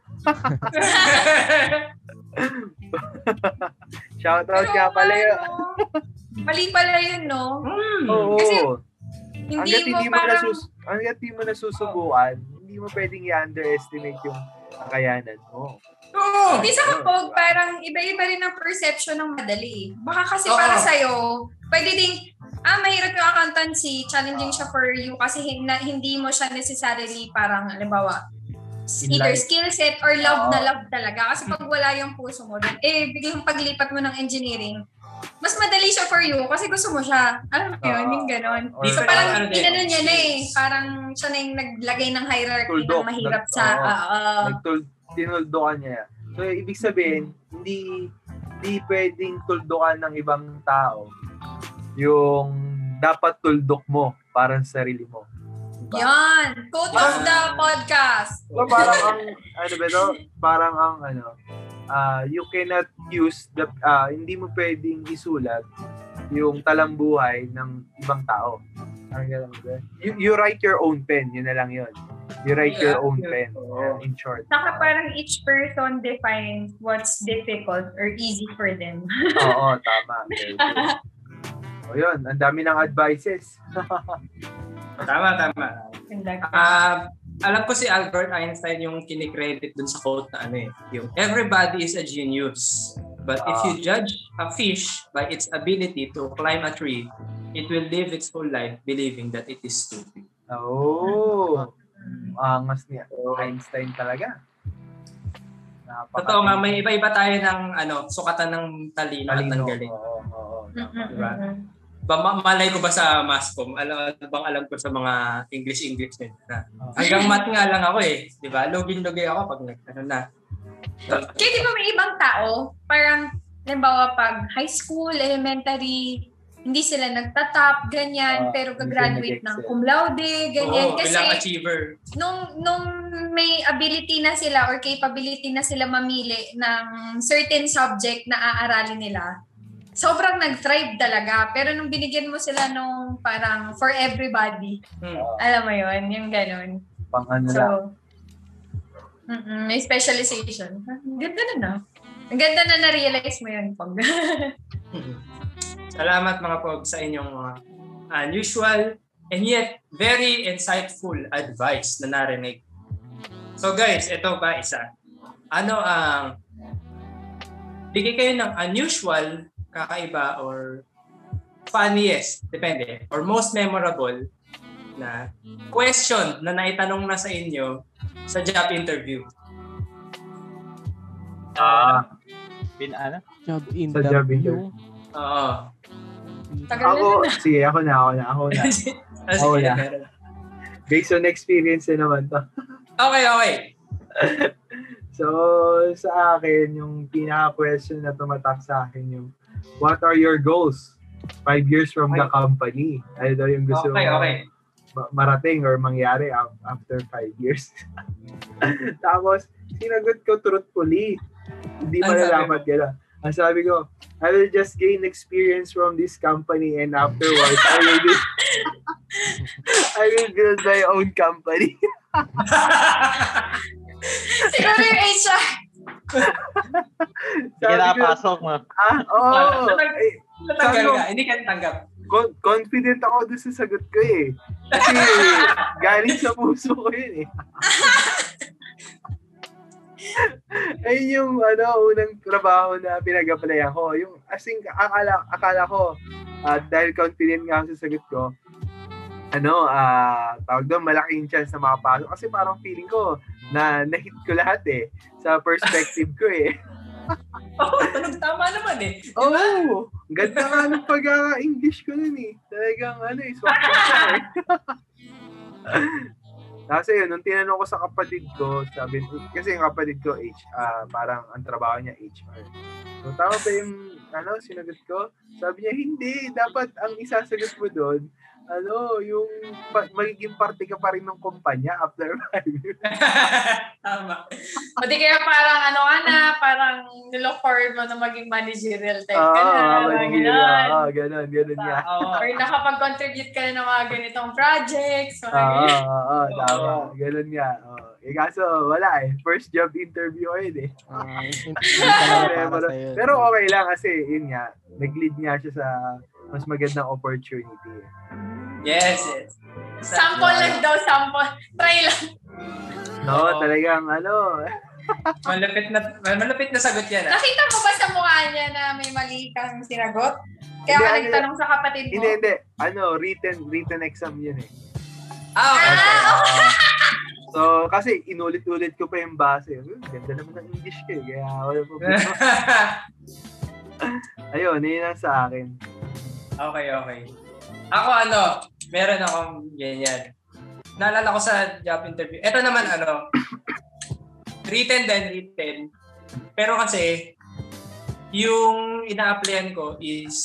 Speaker 3: Shoutout
Speaker 7: Pero
Speaker 3: ka pala yun.
Speaker 7: ano, Mali pala yun, no?
Speaker 1: (laughs) Hmm.
Speaker 3: Oo.
Speaker 7: Kasi- Hindi
Speaker 3: Hanggat
Speaker 7: mo
Speaker 3: hindi mo,
Speaker 7: parang...
Speaker 3: nasus hanggat hindi mo nasusubukan, hindi mo pwedeng i-underestimate yung kakayanan mo.
Speaker 1: Oo.
Speaker 7: Hindi sa
Speaker 3: Oh.
Speaker 7: kapog, parang iba-iba rin ang perception ng madali. Baka kasi
Speaker 1: Oo.
Speaker 7: para sa'yo, pwede ding, ah, mahirap yung accountancy, challenging siya for you kasi hin- na- hindi mo siya necessarily parang, halimbawa,
Speaker 3: In
Speaker 7: either
Speaker 3: life.
Speaker 7: skill set or love
Speaker 3: Oo.
Speaker 7: na love talaga. Kasi pag wala yung puso mo, dun, eh, biglang paglipat mo ng engineering, mas madali siya for you kasi gusto mo siya. Alam mo yun,
Speaker 3: Oo.
Speaker 7: yung ganon.
Speaker 3: Or-
Speaker 1: Dito
Speaker 7: So parang
Speaker 1: Ano din,
Speaker 7: inanon niya na eh.
Speaker 1: skills.
Speaker 7: Parang siya na yung naglagay ng hierarchy
Speaker 3: Tuldok.
Speaker 7: ng mahirap
Speaker 3: Nag-
Speaker 7: sa...
Speaker 3: oo.
Speaker 7: ah, ah.
Speaker 3: Nagtul- tinuldukan niya. So, ibig sabihin, hindi hindi pwedeng tuldukan ng ibang tao yung dapat tuldok mo para sa sarili mo.
Speaker 7: Yan! Quote of the podcast!
Speaker 3: So, parang ang, ano ba ito? Parang ang, ano, ah you cannot use the, ah, hindi mo pwedeng isulat yung talambuhay ng ibang tao. Parang ganun ba? You, you write your own pen, yun na lang yun. You write your
Speaker 1: Yeah.
Speaker 3: own
Speaker 1: Yeah.
Speaker 3: pen,
Speaker 1: Oo.
Speaker 3: in short.
Speaker 5: Saka parang each person defines what's difficult or easy for
Speaker 7: (laughs)
Speaker 5: them.
Speaker 3: Oo, tama. Very good. O yun, ang dami ng advices.
Speaker 1: Tama, tama.
Speaker 5: Ganda ka.
Speaker 1: Ah, alam ko si Albert Einstein yung kinikredit dun sa quote na ano eh. Yung, everybody is a genius. But if you judge a fish by its ability to climb a tree, it will live its whole life believing that it is stupid.
Speaker 3: Oo. Oh, angas niya. Einstein talaga. Napaka-
Speaker 1: Totoo nga, may iba-iba tayo ng ano, sukatan ng talino, at ng
Speaker 3: Talino.
Speaker 1: galing.
Speaker 3: Oo, oo, oo.
Speaker 7: Mm-mm.
Speaker 1: Diba? Ba, ma- malay ko ba sa mascom? Alam, ano bang alam ko sa mga English-English nila na hanggang math nga lang ako eh. Di ba? Lugin-lugi ako pag nag, ano na.
Speaker 7: Kaya di ba may ibang tao, parang, halimbawa pag high school, elementary, hindi sila nagtatap,
Speaker 3: Oo,
Speaker 7: ganyan, pero
Speaker 3: hindi sila
Speaker 7: gagraduate ng
Speaker 3: nag-excel.
Speaker 7: cum laude, ganyan.
Speaker 1: Oo,
Speaker 7: Kasi
Speaker 1: bilang achiever.
Speaker 7: nung, nung may ability na sila or capability na sila mamili ng certain subject na aaralin nila, sobrang nag-thrive talaga. Pero nung binigyan mo sila nung parang for everybody,
Speaker 1: Hmm.
Speaker 3: Oo,
Speaker 7: alam mo yun, yung ganun.
Speaker 3: Ah, pang ano lang.
Speaker 7: So, mm may specialization. Ang Ganda na na. Ang ganda na na-realize mo yun, Pog. (laughs)
Speaker 1: Salamat mga pog sa inyong mga unusual and yet very insightful advice na narinig. So guys, ito pa isa. Ano ang bigay kayo ng unusual, kakaiba or funniest, depende, or most memorable na question na naitanong na sa inyo sa job interview.
Speaker 3: Ah,
Speaker 2: Pin, ano?
Speaker 4: Job
Speaker 3: Sa job
Speaker 4: interview.
Speaker 1: Oo.
Speaker 7: Tagal na
Speaker 3: Ako,
Speaker 7: nun.
Speaker 3: sige, ako na, ako na, ako
Speaker 7: (laughs)
Speaker 1: (laughs)
Speaker 3: na.
Speaker 1: Ah, sige,
Speaker 3: Oh, yeah.
Speaker 1: meron.
Speaker 3: Based on experience na naman to.
Speaker 1: Okay, okay.
Speaker 3: So, sa akin, yung pinaka-question na tumatak sa akin yung, what are your goals? Five years from the company. Ano daw yung gusto
Speaker 1: Okay,
Speaker 3: mo
Speaker 1: okay.
Speaker 3: ma- marating or mangyari af- after five years? (laughs) Tapos, sinagot ko truthfully. Hindi
Speaker 1: Ano sabi
Speaker 3: malalamat gano'n. Ang sabi ko, I will just gain experience from this company and afterwards, I will, be- I will build my own company.
Speaker 7: Siguro yung age siya.
Speaker 2: Sige,
Speaker 3: Sabi ko,
Speaker 2: nakapasok mo.
Speaker 3: ah, oo.
Speaker 1: Natang-
Speaker 3: Eh,
Speaker 1: Natanggal
Speaker 3: Ano?
Speaker 1: ka, hindi ka natanggap.
Speaker 3: con- confident ako doon sa sagot ko eh. Kasi galing sa puso ko yun eh. (laughs) Ayun yung ano, unang trabaho na pinag-applyan ko. Yung, as in, akala, akala ko, ah, dahil confident nga ako sa sagot ko, ano, ah tawag doon, malaking chance na makapasok. Kasi parang feeling ko na na-hit ko lahat eh. Sa perspective ko eh.
Speaker 1: Oo, tanong tama naman eh.
Speaker 3: Oo! Oh, ganda nga ng pagka-English ko nun eh. Talagang ano eh, swak ko siya eh. Tapos yun, nung tinanong ko sa kapatid ko, sabi, kasi yung kapatid ko, H, ah, parang ang trabaho niya, HR. So, tama ba yung, ano, sinagot ko? Sabi niya, hindi, dapat ang isasagot mo doon, ano, yung pa- magiging parte ka pa rin ng kumpanya after five years.
Speaker 1: (laughs) tama.
Speaker 7: O di kaya parang ano ka na, parang nilook forward mo na maging managerial type
Speaker 3: Oo,
Speaker 7: ka na. mga
Speaker 3: Ah, ganun,
Speaker 7: ganun.
Speaker 3: oo, ganun, ganun niya.
Speaker 1: Oo.
Speaker 7: Or nakapag-contribute ka na ng mga ganitong projects.
Speaker 1: Ah. (laughs)
Speaker 7: Mga
Speaker 3: Oo,
Speaker 7: ganyan.
Speaker 3: oo, oo, tama. Ganun nga. oo. Eh, kaso wala eh. First job interview ko yun eh.
Speaker 4: Ah, hindi talaga para
Speaker 3: (laughs) Pero-
Speaker 4: sa'yo.
Speaker 3: Pero okay lang kasi yun nga, nag-lead nga siya sa mas magandang opportunity. eh.
Speaker 1: Yes, yes.
Speaker 7: Sample
Speaker 1: Ah.
Speaker 7: lang daw, sample. Try lang.
Speaker 3: No,
Speaker 1: Oo.
Speaker 3: talagang
Speaker 1: (laughs)
Speaker 3: ano,
Speaker 1: Malapit na, malapit na sagot yan ah.
Speaker 7: Nakita mo ba sa mukha niya na may mali kang sinagot?
Speaker 3: Hindi,
Speaker 7: Kaya ka
Speaker 3: ano-
Speaker 7: nagtanong sa kapatid mo.
Speaker 3: hindi, hindi. Ano, written, written exam yun eh.
Speaker 1: Ah, okay.
Speaker 3: Oo. so, kasi inulit-ulit ko pa yung base. Hmm, Ganda naman ng English ko eh, kaya wala problema. Ayun, yun lang sa akin.
Speaker 1: (laughs) okay, okay. Ako ano, meron akong ganyan. Naalala ko sa job interview. Ito naman ano, written then written. Pero kasi, yung ina-applyan ko is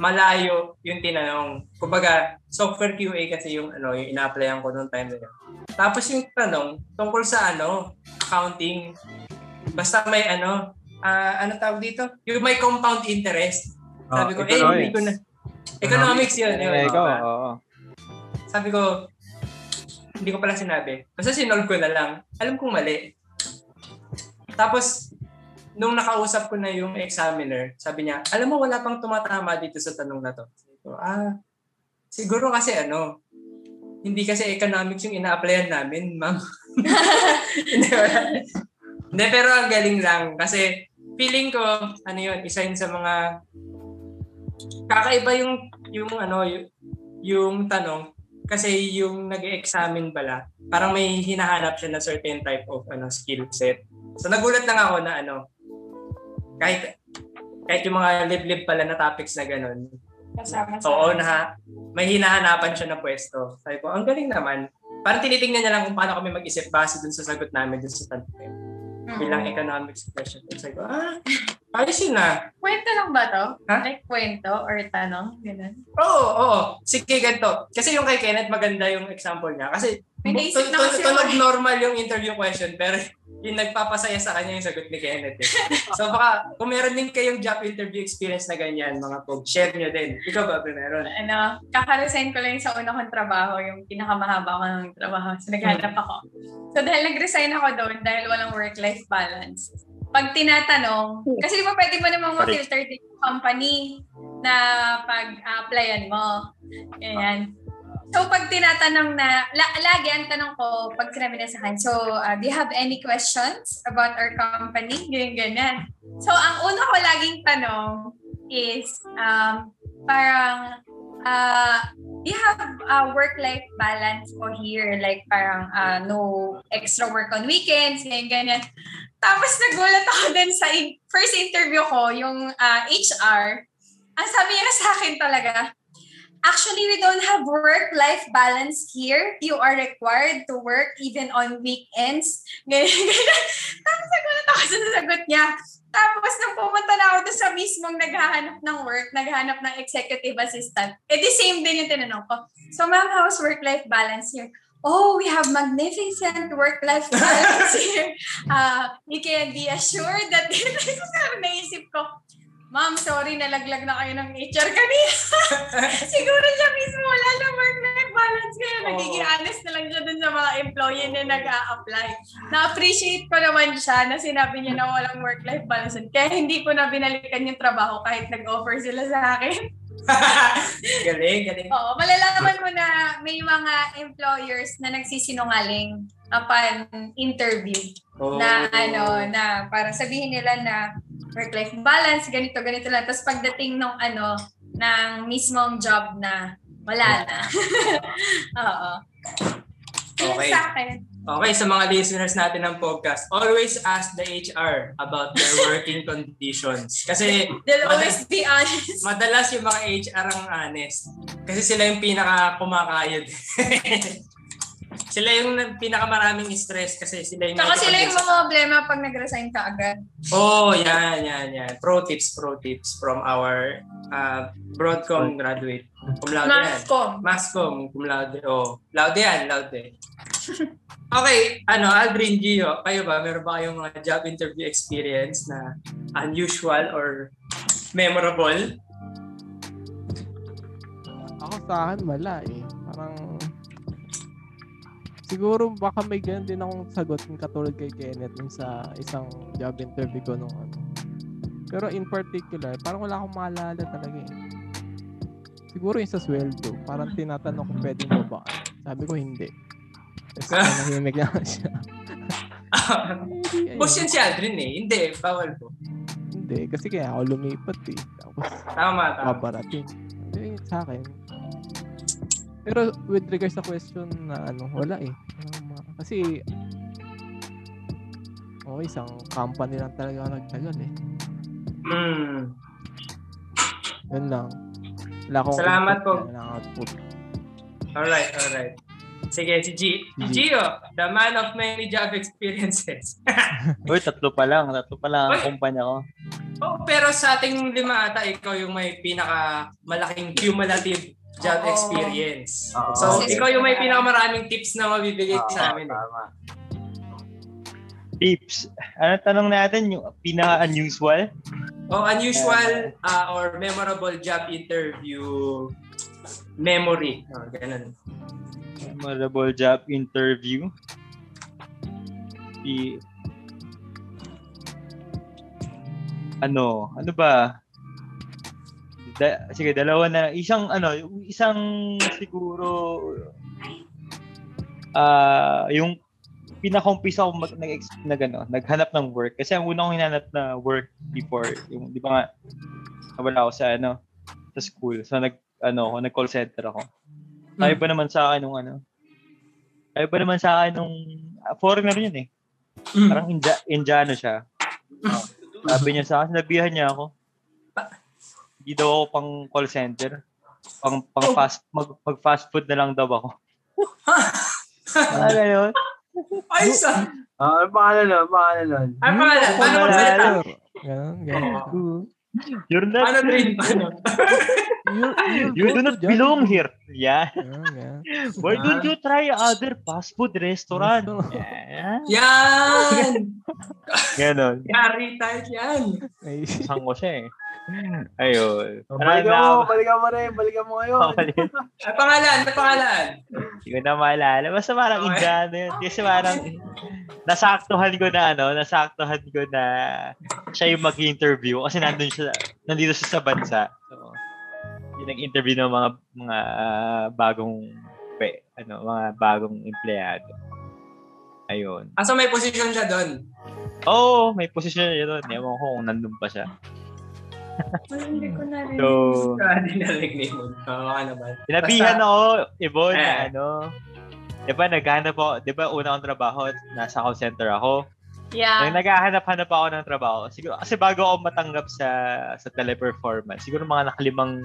Speaker 1: malayo yung tinanong. Kumbaga, software QA kasi yung ano, yung ina-applyan ko noong time na yun. Tapos yung tanong tungkol sa ano, accounting. Basta may ano, ah, ano tawag dito? Yung may compound interest. Sabi ko, eh,
Speaker 3: Oh,
Speaker 1: hindi
Speaker 2: Ah, economics.
Speaker 1: ko na. Economics yun. yun.
Speaker 2: Eh, ikaw, oo.
Speaker 1: Sabi ko, hindi ko pala sinabi. Basta sinolve ko na lang. Alam kong mali. Tapos, nung nakausap ko na yung examiner, sabi niya, alam mo, wala pang tumatama dito sa tanong na to. Sabi ko, ah, siguro kasi ano, hindi kasi economics yung ina-applyan namin, ma'am. (laughs) Hindi, wala. Hindi, pero ang galing lang. Kasi feeling ko, ano yun, isa yun sa mga kakaiba yung, yung ano, yung, yung tanong kasi yung nag-examine pala, parang may hinahanap siya na certain type of ano skill set. So nagulat lang ako na ano, kahit kahit yung mga liblib pala na topics na ganun.
Speaker 7: (laughs) Kasama sa...
Speaker 1: Oo, na may hinahanapan siya na pwesto. Sabi ko, ang galing naman. Parang tinitingnan niya lang kung paano kami mag-isip base dun sa sagot namin dun sa tanong. na yun.
Speaker 7: Mm.
Speaker 1: Bilang economics question. Sabi ko, ah, ayos yun ah.
Speaker 7: Kwento lang ba to?
Speaker 1: Ha?
Speaker 7: Like kwento or tanong? Ganun.
Speaker 1: Oo, oo. Sige, ganito. Kasi yung kay Kenneth, maganda yung example niya. Kasi
Speaker 7: May naisip na
Speaker 1: tun-
Speaker 7: kasi
Speaker 1: tunog
Speaker 7: ako. eh.
Speaker 1: normal yung interview question, pero (laughs) yung nagpapasaya sa kanya yung sagot ni Kenneth.
Speaker 7: (laughs)
Speaker 1: eh. so baka, kung meron din kayong job interview experience na ganyan, mga pog, share nyo din. Ikaw ba, Pe, meron? (laughs)
Speaker 7: ano, kaka-resign ko lang sa una kong trabaho, yung pinakamahaba ko ng trabaho. So, naghanap ako. So, dahil nag-resign ako doon, dahil walang work-life balance, pag tinatanong, kasi di ba pwede mo namang
Speaker 2: Sorry.
Speaker 7: ma-filter din yung company na pag-applyan mo. Ganyan. So, pag tinatanong na, la- lagi ang tanong ko, pag sinabi na sa akin, so, uh, do you have any questions about our company? Ganyan, ganyan. So, ang una ko laging tanong is, um, parang, uh, do you have uh, work-life balance po here? Like, parang uh, no extra work on weekends, ganyan, ganyan. Tapos nagulat ako din sa in- first interview ko, yung uh, HR. Ang sabi niya sa akin talaga, actually, we don't have work-life balance here. You are required to work even on weekends. (laughs) Ganyan, ganyan. Tapos nagulat ako sa sagot niya. Tapos nung pumunta na ako doon sa mismong naghahanap ng work, naghahanap ng executive assistant, eh the same din yung tinanong ko. So ma'am, how's work-life balance here? Oh, we have magnificent work-life (laughs) balance here. Uh, you can be assured that... (laughs) Tapos parang naisip ko, Ma'am, sorry, nalaglag na kayo ng HR kanina. (laughs) Siguro siya mismo, wala na work-life balance kaya
Speaker 1: Oo.
Speaker 7: nagiging honest na lang siya dun sa mga employee na nag-a-apply. Na-appreciate ko naman siya na sinabi niya na walang work-life balance. Kaya hindi ko na binalikan yung trabaho kahit nag-offer sila sa akin.
Speaker 1: galing, galing.
Speaker 7: Oo, malalaman mo na may mga employers na nagsisinungaling upon interview
Speaker 1: Oo.
Speaker 7: na
Speaker 2: Oh.
Speaker 7: ano na parang sabihin nila na work-life balance ganito ganito lang tapos pagdating nung ano ng mismong job na wala na (laughs) oo Yun
Speaker 1: Okay.
Speaker 7: sa akin
Speaker 1: Okay, sa mga listeners natin ng podcast, always ask the HR about their working conditions. Kasi
Speaker 7: they'll
Speaker 1: Mada-
Speaker 7: always be honest
Speaker 1: madalas yung mga HR ang honest. Kasi sila yung pinaka kumakayod. (laughs) sila yung na- pinakamaraming stress kasi sila yung...
Speaker 7: Tsaka sila yung
Speaker 1: nakikipag-
Speaker 7: mga problema pag nag-resign ka agad.
Speaker 1: Oh, yan, yan, yan. Pro tips, pro tips from our uh, Broadcom graduate. Cum laude yan.
Speaker 7: Mascom.
Speaker 1: Mascom, cum laude. Oh, laude yan, laude. (laughs) Okay, ano, Aldrin, Gio, kayo ba? Meron ba kayong mga job interview experience na unusual or memorable? (laughs)
Speaker 4: Ako sa akin, wala eh. Parang, siguro baka may ganun din akong sagot yung katulad kay Kenneth dun sa isang job interview ko nung ano. Pero in particular, parang wala akong maalala talaga eh. Siguro yung sa sweldo, parang tinatanong kung pwede mo ba. Sabi ko hindi. Tapos nahimik naman siya. Ayun,
Speaker 1: Boss yun si Aldrin eh. Hindi, bawal po.
Speaker 4: Hindi, kasi kaya ako lumipat eh. Tapos
Speaker 1: Tama, tama.
Speaker 4: babarating. Ah, Yun yung sa akin. Pero with regards sa question na ano, wala eh. Walang ma- Kasi oh, isang company lang talaga ako nagtagal eh.
Speaker 1: Mm.
Speaker 4: Yun lang. Wala akong
Speaker 1: Salamat
Speaker 4: input
Speaker 1: po.
Speaker 4: na, Wala akong output.
Speaker 1: Alright, alright. Sige, si G. Si Gio, the man of many job experiences. (laughs)
Speaker 2: Uy, tatlo pa lang. Tatlo pa lang ang
Speaker 1: Uy.
Speaker 2: kumpanya ko.
Speaker 1: oh, pero sa ating lima ata, ikaw yung may pinaka malaking cumulative job
Speaker 7: Oo.
Speaker 1: experience.
Speaker 3: Oo.
Speaker 1: So,
Speaker 7: Yes.
Speaker 1: ikaw yung may pinakamaraming tips na mabibigay
Speaker 3: Oo,
Speaker 1: sa amin. eh.
Speaker 3: Tama.
Speaker 2: Tips. Ano tanong natin? Yung pinaka-unusual?
Speaker 1: Oh, unusual ah, or memorable job interview memory. Oh, ganun.
Speaker 2: Memorable job interview. I... Ano? Ano ba? Da- sige, dalawa na. Isang ano, isang siguro ah yung pinakumpisa ako mag, nag, nag, ano, naghanap ng work. Kasi ang una kong hinanap na work before, yung, di ba nga, nawala ako sa ano, sa school. So, nag, ano, ako, nag-call center ako. Sabi pa naman sa akin nung ano. Sabi pa naman sa akin nung ah, foreigner yun eh.
Speaker 1: Mm.
Speaker 2: Parang India, Indiano siya. Sabi niya sa akin, sinabihan niya ako. Hindi daw ako pang call center. Pang, pang
Speaker 1: Oh.
Speaker 2: fast, mag, mag fast food na lang daw ako. ano yun?
Speaker 1: Ay, sa...
Speaker 3: Ah, ano pangalan nun? Pangalan nun?
Speaker 1: Ay, pangalan. Paano
Speaker 2: Pangalan.
Speaker 1: magsalita?
Speaker 4: Ganun, ganun.
Speaker 2: You're
Speaker 1: Paano
Speaker 2: not,
Speaker 1: rin? (laughs) Paano?
Speaker 4: You,
Speaker 2: you do not belong here. Yeah.
Speaker 4: Ganun, ganun.
Speaker 1: Ah.
Speaker 2: Why don't you try other fast food restaurant? Yeah.
Speaker 1: Yan!
Speaker 2: Ganon.
Speaker 1: Yari type yan.
Speaker 4: Ay,
Speaker 2: Isang ko siya eh. Ayun.
Speaker 3: Oh,
Speaker 2: Marami
Speaker 3: balikan
Speaker 2: na
Speaker 3: mo,
Speaker 2: ako.
Speaker 3: balikan mo rin, balikan mo
Speaker 1: (laughs)
Speaker 3: ngayon.
Speaker 2: Papalit.
Speaker 1: Ay, pangalan, ay, pangalan.
Speaker 2: Hindi ko na maalala. Basta parang
Speaker 1: Okay.
Speaker 2: Indiano yun. Kasi parang nasaktuhan ko na ano, nasaktuhan ko na siya yung mag-interview kasi nandun siya, nandito siya sa bansa. So, yung nag-interview ng mga mga ah, bagong pe, ano, mga bagong empleyado. Ayun.
Speaker 1: Ah, so may position siya doon.
Speaker 2: Oo, oh, may posisyon niya doon. Ewan ko kung nandun pa siya.
Speaker 7: Parang Hindi ko na rin.
Speaker 1: (laughs)
Speaker 2: So,
Speaker 1: Cardinal name mo. Oo, ka naman.
Speaker 2: Sinabihan
Speaker 1: Basta-
Speaker 2: ako, Ibon, na
Speaker 1: Eh.
Speaker 2: ano, di ba naghanap ako, di ba una akong trabaho, nasa call center ako,
Speaker 5: Yeah.
Speaker 7: Ah.
Speaker 2: Nang naghahanap-hanap ako ng trabaho, siguro, kasi bago ako matanggap sa sa teleperformance, siguro mga nakalimang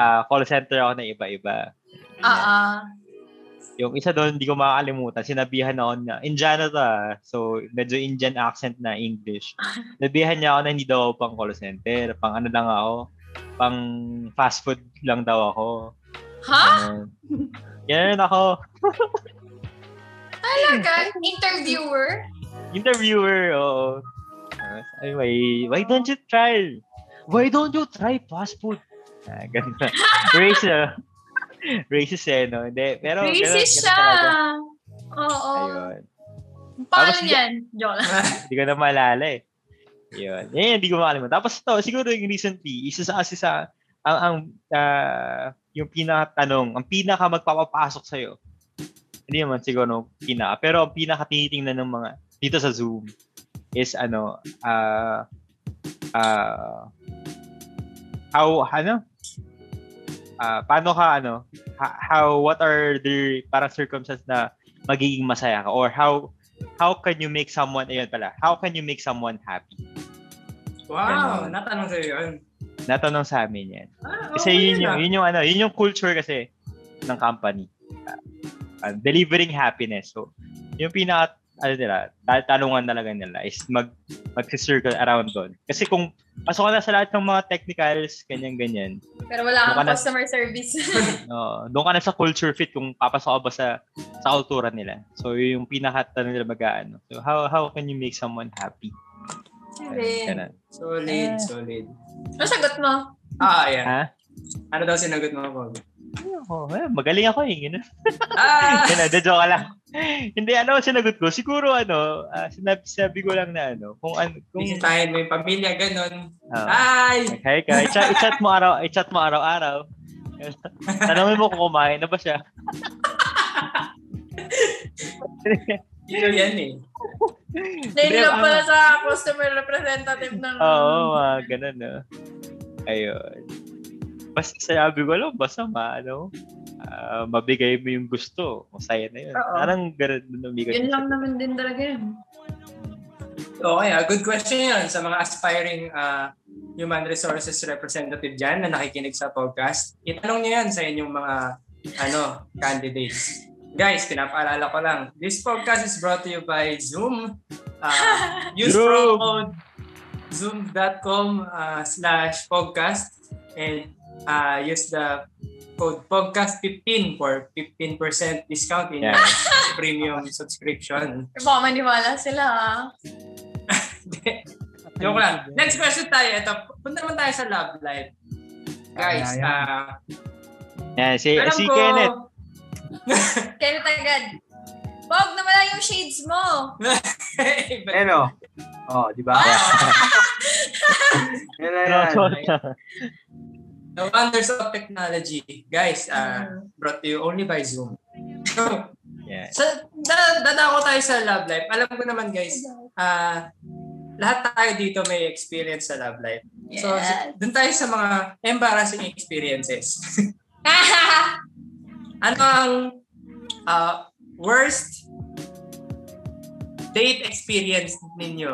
Speaker 2: ah, call center ako na iba-iba.
Speaker 7: Oo.
Speaker 2: Yung isa doon, hindi ko makakalimutan, sinabihan ako na, Indiana to ah. so medyo Indian accent na English. Sinabihan niya ako na hindi daw ako pang call center, pang ano lang ako, pang fast food lang daw ako.
Speaker 7: Ha?
Speaker 2: Ganun. Ganun ako.
Speaker 7: Talaga? Interviewer?
Speaker 2: Interviewer, oo. Ah, Anyway, why don't you try? Why don't you try fast food? Ah, ganun. Racist. ah. Racist eh, no? Hindi, pero... ganun- ganun
Speaker 7: Racist siya.
Speaker 2: talaga.
Speaker 7: Oo.
Speaker 2: Ayun.
Speaker 7: Paano
Speaker 2: Tapos-
Speaker 7: niyan? Joke lang.
Speaker 2: Hindi ko na maalala eh. Yun. Yan, hindi ko makalimutan. Tapos ito, siguro yung recently, isa sa kasi sa, ang, ang ah, yung pinakatanong, ang pinaka magpapapasok sa'yo. Hindi naman siguro pinaka, pero ang pinaka tinitingnan ng mga, dito sa Zoom, is ano, ah, ah, how, ano, Ah, paano ka, ano, ha- how, what are the parang circumstances na magiging masaya ka or how how can you make someone ayun pala how can you make someone happy
Speaker 1: Wow,
Speaker 2: Ganun.
Speaker 1: natanong sa'yo yun.
Speaker 2: natanong sa amin yan
Speaker 1: Ah,
Speaker 2: kasi
Speaker 1: okay
Speaker 2: yun, yung,
Speaker 1: ah.
Speaker 2: yun yung ano yun yung culture kasi ng company Uh, delivering happiness so yung pinaka ano nila ta- tanungan talaga nila is mag mag-circle around doon kasi kung pasok ka na sa lahat ng mga technicals ganyan ganyan
Speaker 7: Pero wala
Speaker 2: Mukha
Speaker 7: kang
Speaker 2: na-
Speaker 7: customer service. (laughs)
Speaker 2: Oo, doon ka na sa culture fit kung papasok ka ba sa sa kultura nila. So yun yung pinakatanong nila mag-aano. So how how can you make someone happy?
Speaker 7: Rin.
Speaker 2: Ganun.
Speaker 1: Solid,
Speaker 7: Eh.
Speaker 1: solid.
Speaker 7: Ano sagot mo?
Speaker 1: Ah, ayan.
Speaker 2: Ha?
Speaker 1: Ano daw sinagot mo, Pogi?
Speaker 2: Ako, eh, magaling ako eh. Ganun. (laughs)
Speaker 1: Ah!
Speaker 2: Ganun, de joke lang. Hindi, ano ang sinagot ko? Siguro ano, ah, sinabi, sabi ko lang na ano, kung ano, kung...
Speaker 1: Bisitahin mo yung pamilya, ganun.
Speaker 2: ah,
Speaker 1: Hi!
Speaker 2: okay ka, i-chat, i-chat mo araw, i-chat mo araw-araw. (laughs) Tanongin mo kung kumain na ba siya.
Speaker 1: Ito yan eh.
Speaker 7: Dahil lang
Speaker 2: ang-
Speaker 7: pala sa customer representative ng...
Speaker 2: Hmm. ah. Oo, mga ganun, no? Ayun. Basta sabi ko, alam, basta maano, ah, mabigay mo yung gusto. Masaya na yun.
Speaker 7: Oo.
Speaker 2: Parang ganun na namigay.
Speaker 7: Yun
Speaker 2: ko
Speaker 7: lang
Speaker 2: sa-
Speaker 7: naman din talaga yun.
Speaker 1: Okay, ah, good question yun sa mga aspiring ah, human resources representative dyan na nakikinig sa podcast. Itanong nyo yan sa inyong mga ano candidates. Guys, pinapaalala ko lang, this podcast is brought to you by Zoom. Ah, use
Speaker 2: Zoom!
Speaker 1: promo code zoom.com ah, slash podcast and ah, use the code podcast15 for 15% discount in your
Speaker 2: Yeah.
Speaker 1: premium subscription.
Speaker 7: Baka maniwala sila ah.
Speaker 1: (laughs) Joke lang. Next question tayo. Ito, punta naman tayo sa love life. Guys,
Speaker 3: Ayan,
Speaker 1: ah,
Speaker 2: Yan, si,
Speaker 1: alam
Speaker 2: Eh, si
Speaker 1: ko,
Speaker 2: Kenneth.
Speaker 7: Kenneth agad. Bog na wala yung shades mo.
Speaker 1: Iba-
Speaker 3: Ano? Oh, di
Speaker 1: Ah!
Speaker 3: ba? Yan na yan.
Speaker 2: Ano,
Speaker 1: (laughs) the wonders of technology. Guys, ah, brought to you only by Zoom. So,
Speaker 2: (laughs) Yan.
Speaker 1: sa, da, dadako tayo sa love life. Alam ko naman guys, (laughs) ah, lahat tayo dito may experience sa love life. So,
Speaker 7: Mm, Yes.
Speaker 1: dun tayo sa mga embarrassing experiences. ano ang ah, worst date experience ninyo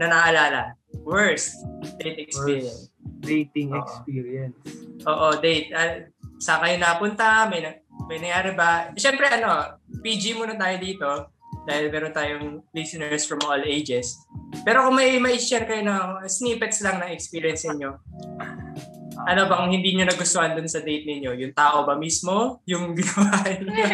Speaker 1: na naalala? Worst date experience.
Speaker 3: Worst dating
Speaker 1: Oo.
Speaker 3: experience.
Speaker 1: Oo, date. Ah, saan kayo napunta? May, na- may nangyari ba? Siyempre, ano, PG muna tayo dito dahil meron tayong listeners from all ages. Pero kung may ma-share kayo ng snippets lang ng experience ninyo, ano bang hindi nyo nagustuhan dun sa date ninyo? Yung tao ba mismo? Yung ginawa ninyo?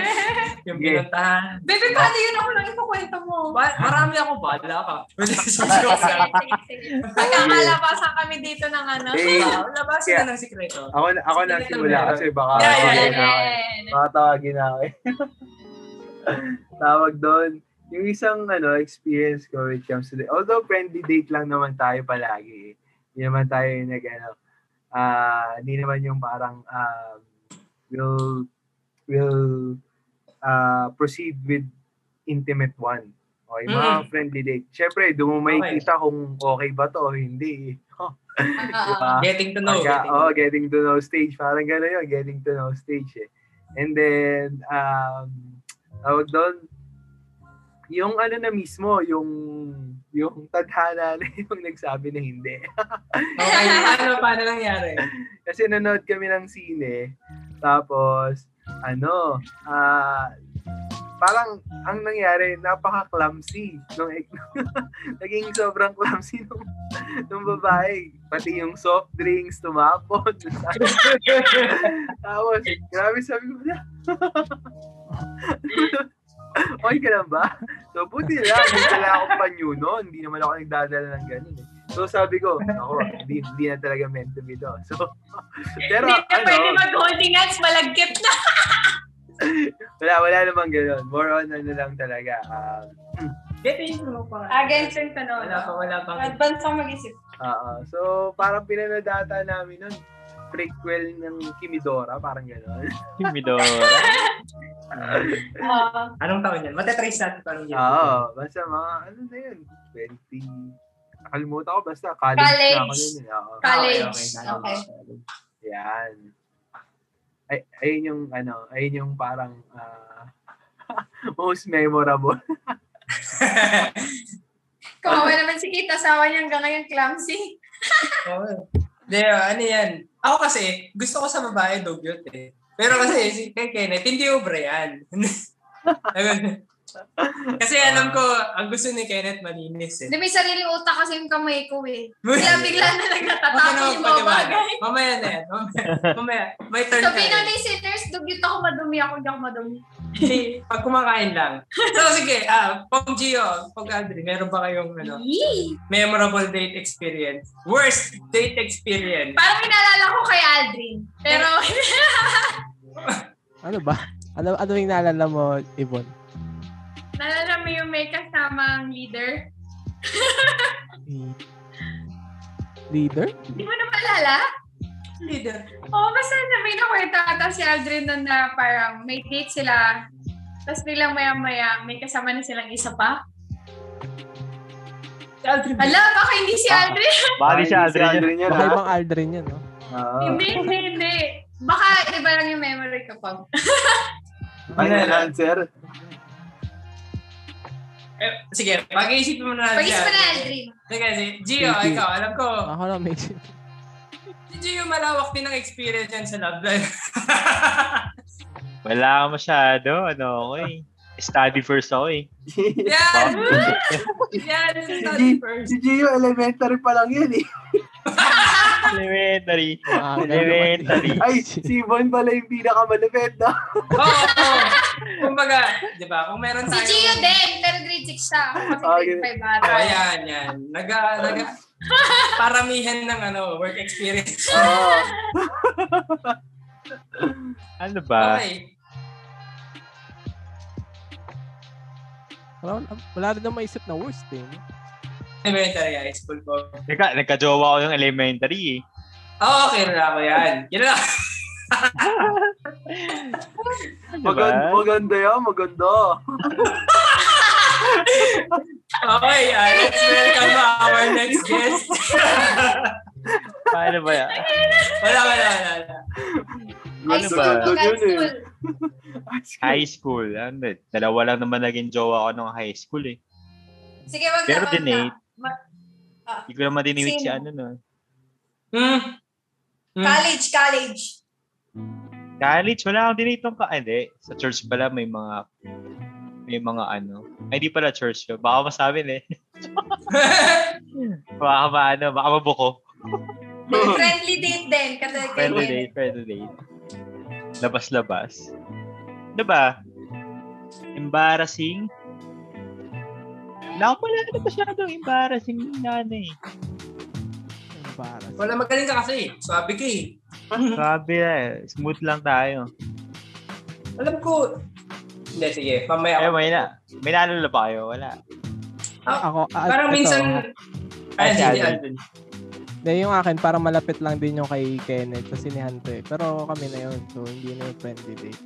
Speaker 1: yung
Speaker 3: Sige.
Speaker 1: pinuntahan?
Speaker 7: (laughs) Baby, paano yun ako lang ipakwento mo?
Speaker 1: Ba- marami ako bala
Speaker 3: (laughs)
Speaker 1: ka.
Speaker 7: Sige, sige, sige,
Speaker 2: (laughs)
Speaker 7: sige. Magkakalabasan kami dito ng ano.
Speaker 3: Eh,
Speaker 1: Labas na ng sikreto.
Speaker 3: Ako, na- ako
Speaker 1: Sige,
Speaker 3: na simula
Speaker 1: meron.
Speaker 3: kasi baka
Speaker 1: Yeah, yeah,
Speaker 3: tawagin
Speaker 1: yeah.
Speaker 3: ako eh. Baka tawagin ako (laughs) eh. Tawag doon. Yung isang ano, experience ko when it comes to date. Although friendly date lang naman tayo palagi eh. Hindi naman tayo yung nag ano. ah, hindi naman yung parang um, will will uh, proceed with intimate one. Okay, mga
Speaker 1: Mm.
Speaker 3: friendly date. Siyempre, doon mo makikita kung okay ba to o (laughs) hindi. eh. Di ba?
Speaker 1: Getting to know.
Speaker 3: Pagka-
Speaker 1: Ano, getting to
Speaker 3: oh, getting to know stage. Parang gano'n yun, getting to know stage eh. And then, um, tawag doon, yung ano na mismo, yung yung tadhana na (laughs) yung nagsabi na hindi.
Speaker 1: Okay, ano, paano nangyari?
Speaker 3: Kasi nanood kami ng sine. Tapos, ano, ah, parang ang nangyari, napaka-clumsy. Nung, (laughs) naging sobrang clumsy nung, nung babae. Pati yung soft drinks tumapon. Tapos, Ah, grabe sabi ko na. (laughs) okay ka lang ba? So, buti lang. Hindi pala akong panyo noon. Hindi naman ako nagdadala ng ganun. eh. So, sabi ko, ako, hindi, hindi na talaga meant to be to.
Speaker 5: (laughs)
Speaker 3: So, pero
Speaker 5: Hindi na pwede
Speaker 3: ano,
Speaker 5: mag-holding hands, malagkit na.
Speaker 3: wala, wala namang ganun. More on ano lang talaga. Um,
Speaker 1: Getting through pa.
Speaker 5: Against yung tanong.
Speaker 1: Wala pa, wala pa.
Speaker 5: Advance ako mag-isip.
Speaker 3: ah, ah. so, parang pinanadata namin nun prequel ng Kimidora, parang gano'n.
Speaker 2: Midora.
Speaker 5: Oo.
Speaker 1: Anong taon yan? Matetrace natin kung anong year.
Speaker 3: Oo, basta mga, ano na yun, 20, nakalimutan ko, basta college,
Speaker 5: College.
Speaker 3: na ako nun. eh. Oo.
Speaker 5: College.
Speaker 1: Okay, okay.
Speaker 5: Okay.
Speaker 3: Yan. Ay, ayun yung, ano, ayun yung parang, ah, (laughs) most memorable.
Speaker 7: Kawawa naman si Kit, asawa niya hanggang ngayon clumsy.
Speaker 1: Oo. Hindi, ano yan. Ako kasi, gusto ko sa babae dugyot eh. Pero kasi, si kay Kenneth, hindi obra yan. (laughs) kasi alam ko, ang gusto ni Kenneth malinis eh.
Speaker 7: Hindi, may sariling utak kasi yung kamay ko eh. Bigla-bigla na nagtatatapo
Speaker 1: Huwag ka
Speaker 7: yung
Speaker 1: naman
Speaker 7: mga
Speaker 1: paniwala.
Speaker 7: bagay.
Speaker 1: Mamaya na yan.
Speaker 4: (laughs)
Speaker 1: Mamaya, mamaya. May turn
Speaker 7: So,
Speaker 1: tayo.
Speaker 7: pinang listeners, dugyot ako madumi ako, hindi ako madumi.
Speaker 1: Hindi, pag kumakain lang. So, sige. Ah, Pong Gio, Pong Adri, meron ba kayong ano,
Speaker 7: Yee!
Speaker 1: memorable date experience? Worst date experience?
Speaker 7: Parang inaalala ko kay Aldrin. Pero,
Speaker 4: (laughs)
Speaker 7: (laughs)
Speaker 4: Ano ba? Ano, ano yung naalala mo, Ibon?
Speaker 7: naalala mo yung may kasamang leader?
Speaker 4: Lead- Leader?
Speaker 7: Di mo na maalala?
Speaker 1: Leader.
Speaker 7: Oo, basta na may nakwenta ata si Aldrin nun na parang may date sila. Tapos bilang maya-maya, may kasama na silang isa pa.
Speaker 1: Si Aldrin.
Speaker 7: Ala, baka hindi si
Speaker 4: Ah.
Speaker 7: Aldrin. (laughs)
Speaker 2: Bali siya,
Speaker 3: Ay, si
Speaker 2: Adrian.
Speaker 3: Aldrin yun,
Speaker 4: Baka
Speaker 3: ha?
Speaker 4: ibang Aldrin yan, no?
Speaker 3: ah. Oo.
Speaker 7: Hindi, hindi, hindi. Baka iba lang yung memory ko pa.
Speaker 3: Ano yan, answer? (laughs)
Speaker 1: Eh, sige, pag-iisipin mo na lang
Speaker 7: Pag-isip
Speaker 1: siya.
Speaker 7: mo na Aldrin.
Speaker 1: Sige, si Gio,
Speaker 4: Thank you. Ah.
Speaker 1: ikaw, alam ko,
Speaker 4: Ako lang may isip.
Speaker 1: si Gio malawak din ang experience yan sa love life.
Speaker 4: (laughs)
Speaker 2: Wala masyado. Ano ako eh. Study first ako eh.
Speaker 1: yan! yan! Study first.
Speaker 3: si Gio, elementary pa lang yun eh.
Speaker 2: Elementary.
Speaker 4: Ah,
Speaker 2: Elementary.
Speaker 3: (laughs) Ay, si Von pala yung pinakamalapit, no?
Speaker 1: Oo, oo. Kumbaga, di ba, kung meron
Speaker 7: Si
Speaker 1: tayo...
Speaker 7: Gio din, pero grade 6 siya. Ako
Speaker 3: Ah,
Speaker 7: kasi
Speaker 3: ganun.
Speaker 7: grade 5
Speaker 1: Oh,
Speaker 7: ata. (laughs)
Speaker 1: yan, yan. Naga, naga, paramihan ng ano, work experience.
Speaker 3: Oo.
Speaker 2: Ano ba?
Speaker 1: Okay.
Speaker 4: Wala, wala rin na maisip na worst eh. no?
Speaker 1: Elementary high school po.
Speaker 2: Nagka, nagka-jowa ko ng elementary eh.
Speaker 1: Oo, Oh, okay na ako yan. Yun lang. (laughs)
Speaker 4: Ano
Speaker 3: Maganda,
Speaker 2: Diba?
Speaker 3: maganda yan, maganda.
Speaker 1: Okay, yan. Let's welcome our next guest.
Speaker 2: Paano ba yan?
Speaker 1: wala, wala, wala. wala.
Speaker 7: High
Speaker 2: Ano
Speaker 7: school,
Speaker 2: ba?
Speaker 3: eh.
Speaker 7: high school.
Speaker 2: High school. Ano, eh, dalawa lang naman naging jowa ko nung high school eh.
Speaker 7: Sige, wag
Speaker 2: Pero
Speaker 7: na, wag na.
Speaker 2: dinate.
Speaker 7: Ma- ah,
Speaker 2: Hindi ko naman diniwit
Speaker 7: Sino?
Speaker 2: si ano no.
Speaker 1: Hmm. Hmm.
Speaker 7: College, college.
Speaker 2: College, wala akong dinate nung ka. ah, Hindi. Sa church pala may mga may mga ano. Ay, di pala church yun. Baka masabi
Speaker 7: (laughs)
Speaker 2: eh. Baka ma, ano, baka mabuko.
Speaker 7: Friendly date din. Katulad kay
Speaker 2: Friendly
Speaker 7: Gwen.
Speaker 2: date, friendly date. Labas-labas. Diba? Embarrassing. Wala ko pala ano masyadong embarrassing na ano eh.
Speaker 4: Embarrassing.
Speaker 1: wala, magaling ka kasi. Swabe ka eh.
Speaker 2: Grabe eh. Smooth lang tayo.
Speaker 1: Alam ko. Hindi, sige. Pamaya
Speaker 2: Eh,
Speaker 1: ako.
Speaker 2: may na. May naalala pa kayo? Wala.
Speaker 4: Ah, ako, ah,
Speaker 1: Parang
Speaker 4: ito,
Speaker 1: minsan...
Speaker 2: Ah,
Speaker 1: Ay,
Speaker 2: si
Speaker 1: sige,
Speaker 2: Alvin.
Speaker 1: Alvin.
Speaker 4: Hindi, yung akin, para malapit lang din yung kay Kenneth sa sinihan to eh. Pero kami na yun, so hindi na yung friendly date.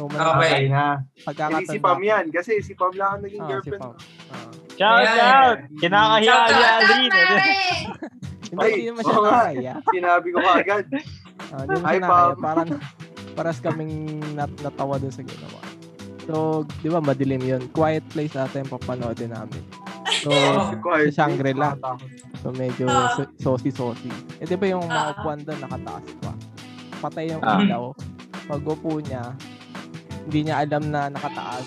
Speaker 4: So,
Speaker 1: Okay.
Speaker 3: Ay na.
Speaker 4: Pagkakatanda.
Speaker 3: Hindi si Pam yan, kasi si Pam lang ang naging
Speaker 4: Ah, si
Speaker 3: girlfriend.
Speaker 4: Pam. Ah.
Speaker 2: Shout
Speaker 1: Ayan.
Speaker 2: out! Kinakahiya
Speaker 1: Shout
Speaker 2: ni
Speaker 1: out,
Speaker 2: Aldrin. eh.
Speaker 7: Mare!
Speaker 4: Hindi,
Speaker 3: Ay,
Speaker 4: hindi naman siya
Speaker 3: oo nga.
Speaker 4: nakakaya.
Speaker 3: Sinabi ko agad.
Speaker 4: Ah, hindi naman
Speaker 3: Hi,
Speaker 4: siya nakakaya.
Speaker 3: Pam.
Speaker 4: Parang, paras kaming nat natawa dun sa ginawa. So, di ba madilim yun? Quiet place ata yung papanoodin namin.
Speaker 1: (laughs)
Speaker 4: So,
Speaker 3: Quiet
Speaker 4: Sa Shangri-La.
Speaker 3: Nakatakot.
Speaker 4: so medyo
Speaker 5: Ah.
Speaker 4: so- sosi-sosi. Eh, di ba yung mga
Speaker 5: Ah.
Speaker 4: upuan doon nakataas pa? Patay yung
Speaker 2: Ah.
Speaker 4: ilaw. Pag upo niya, hindi niya alam na
Speaker 5: (laughs)
Speaker 4: nakataas.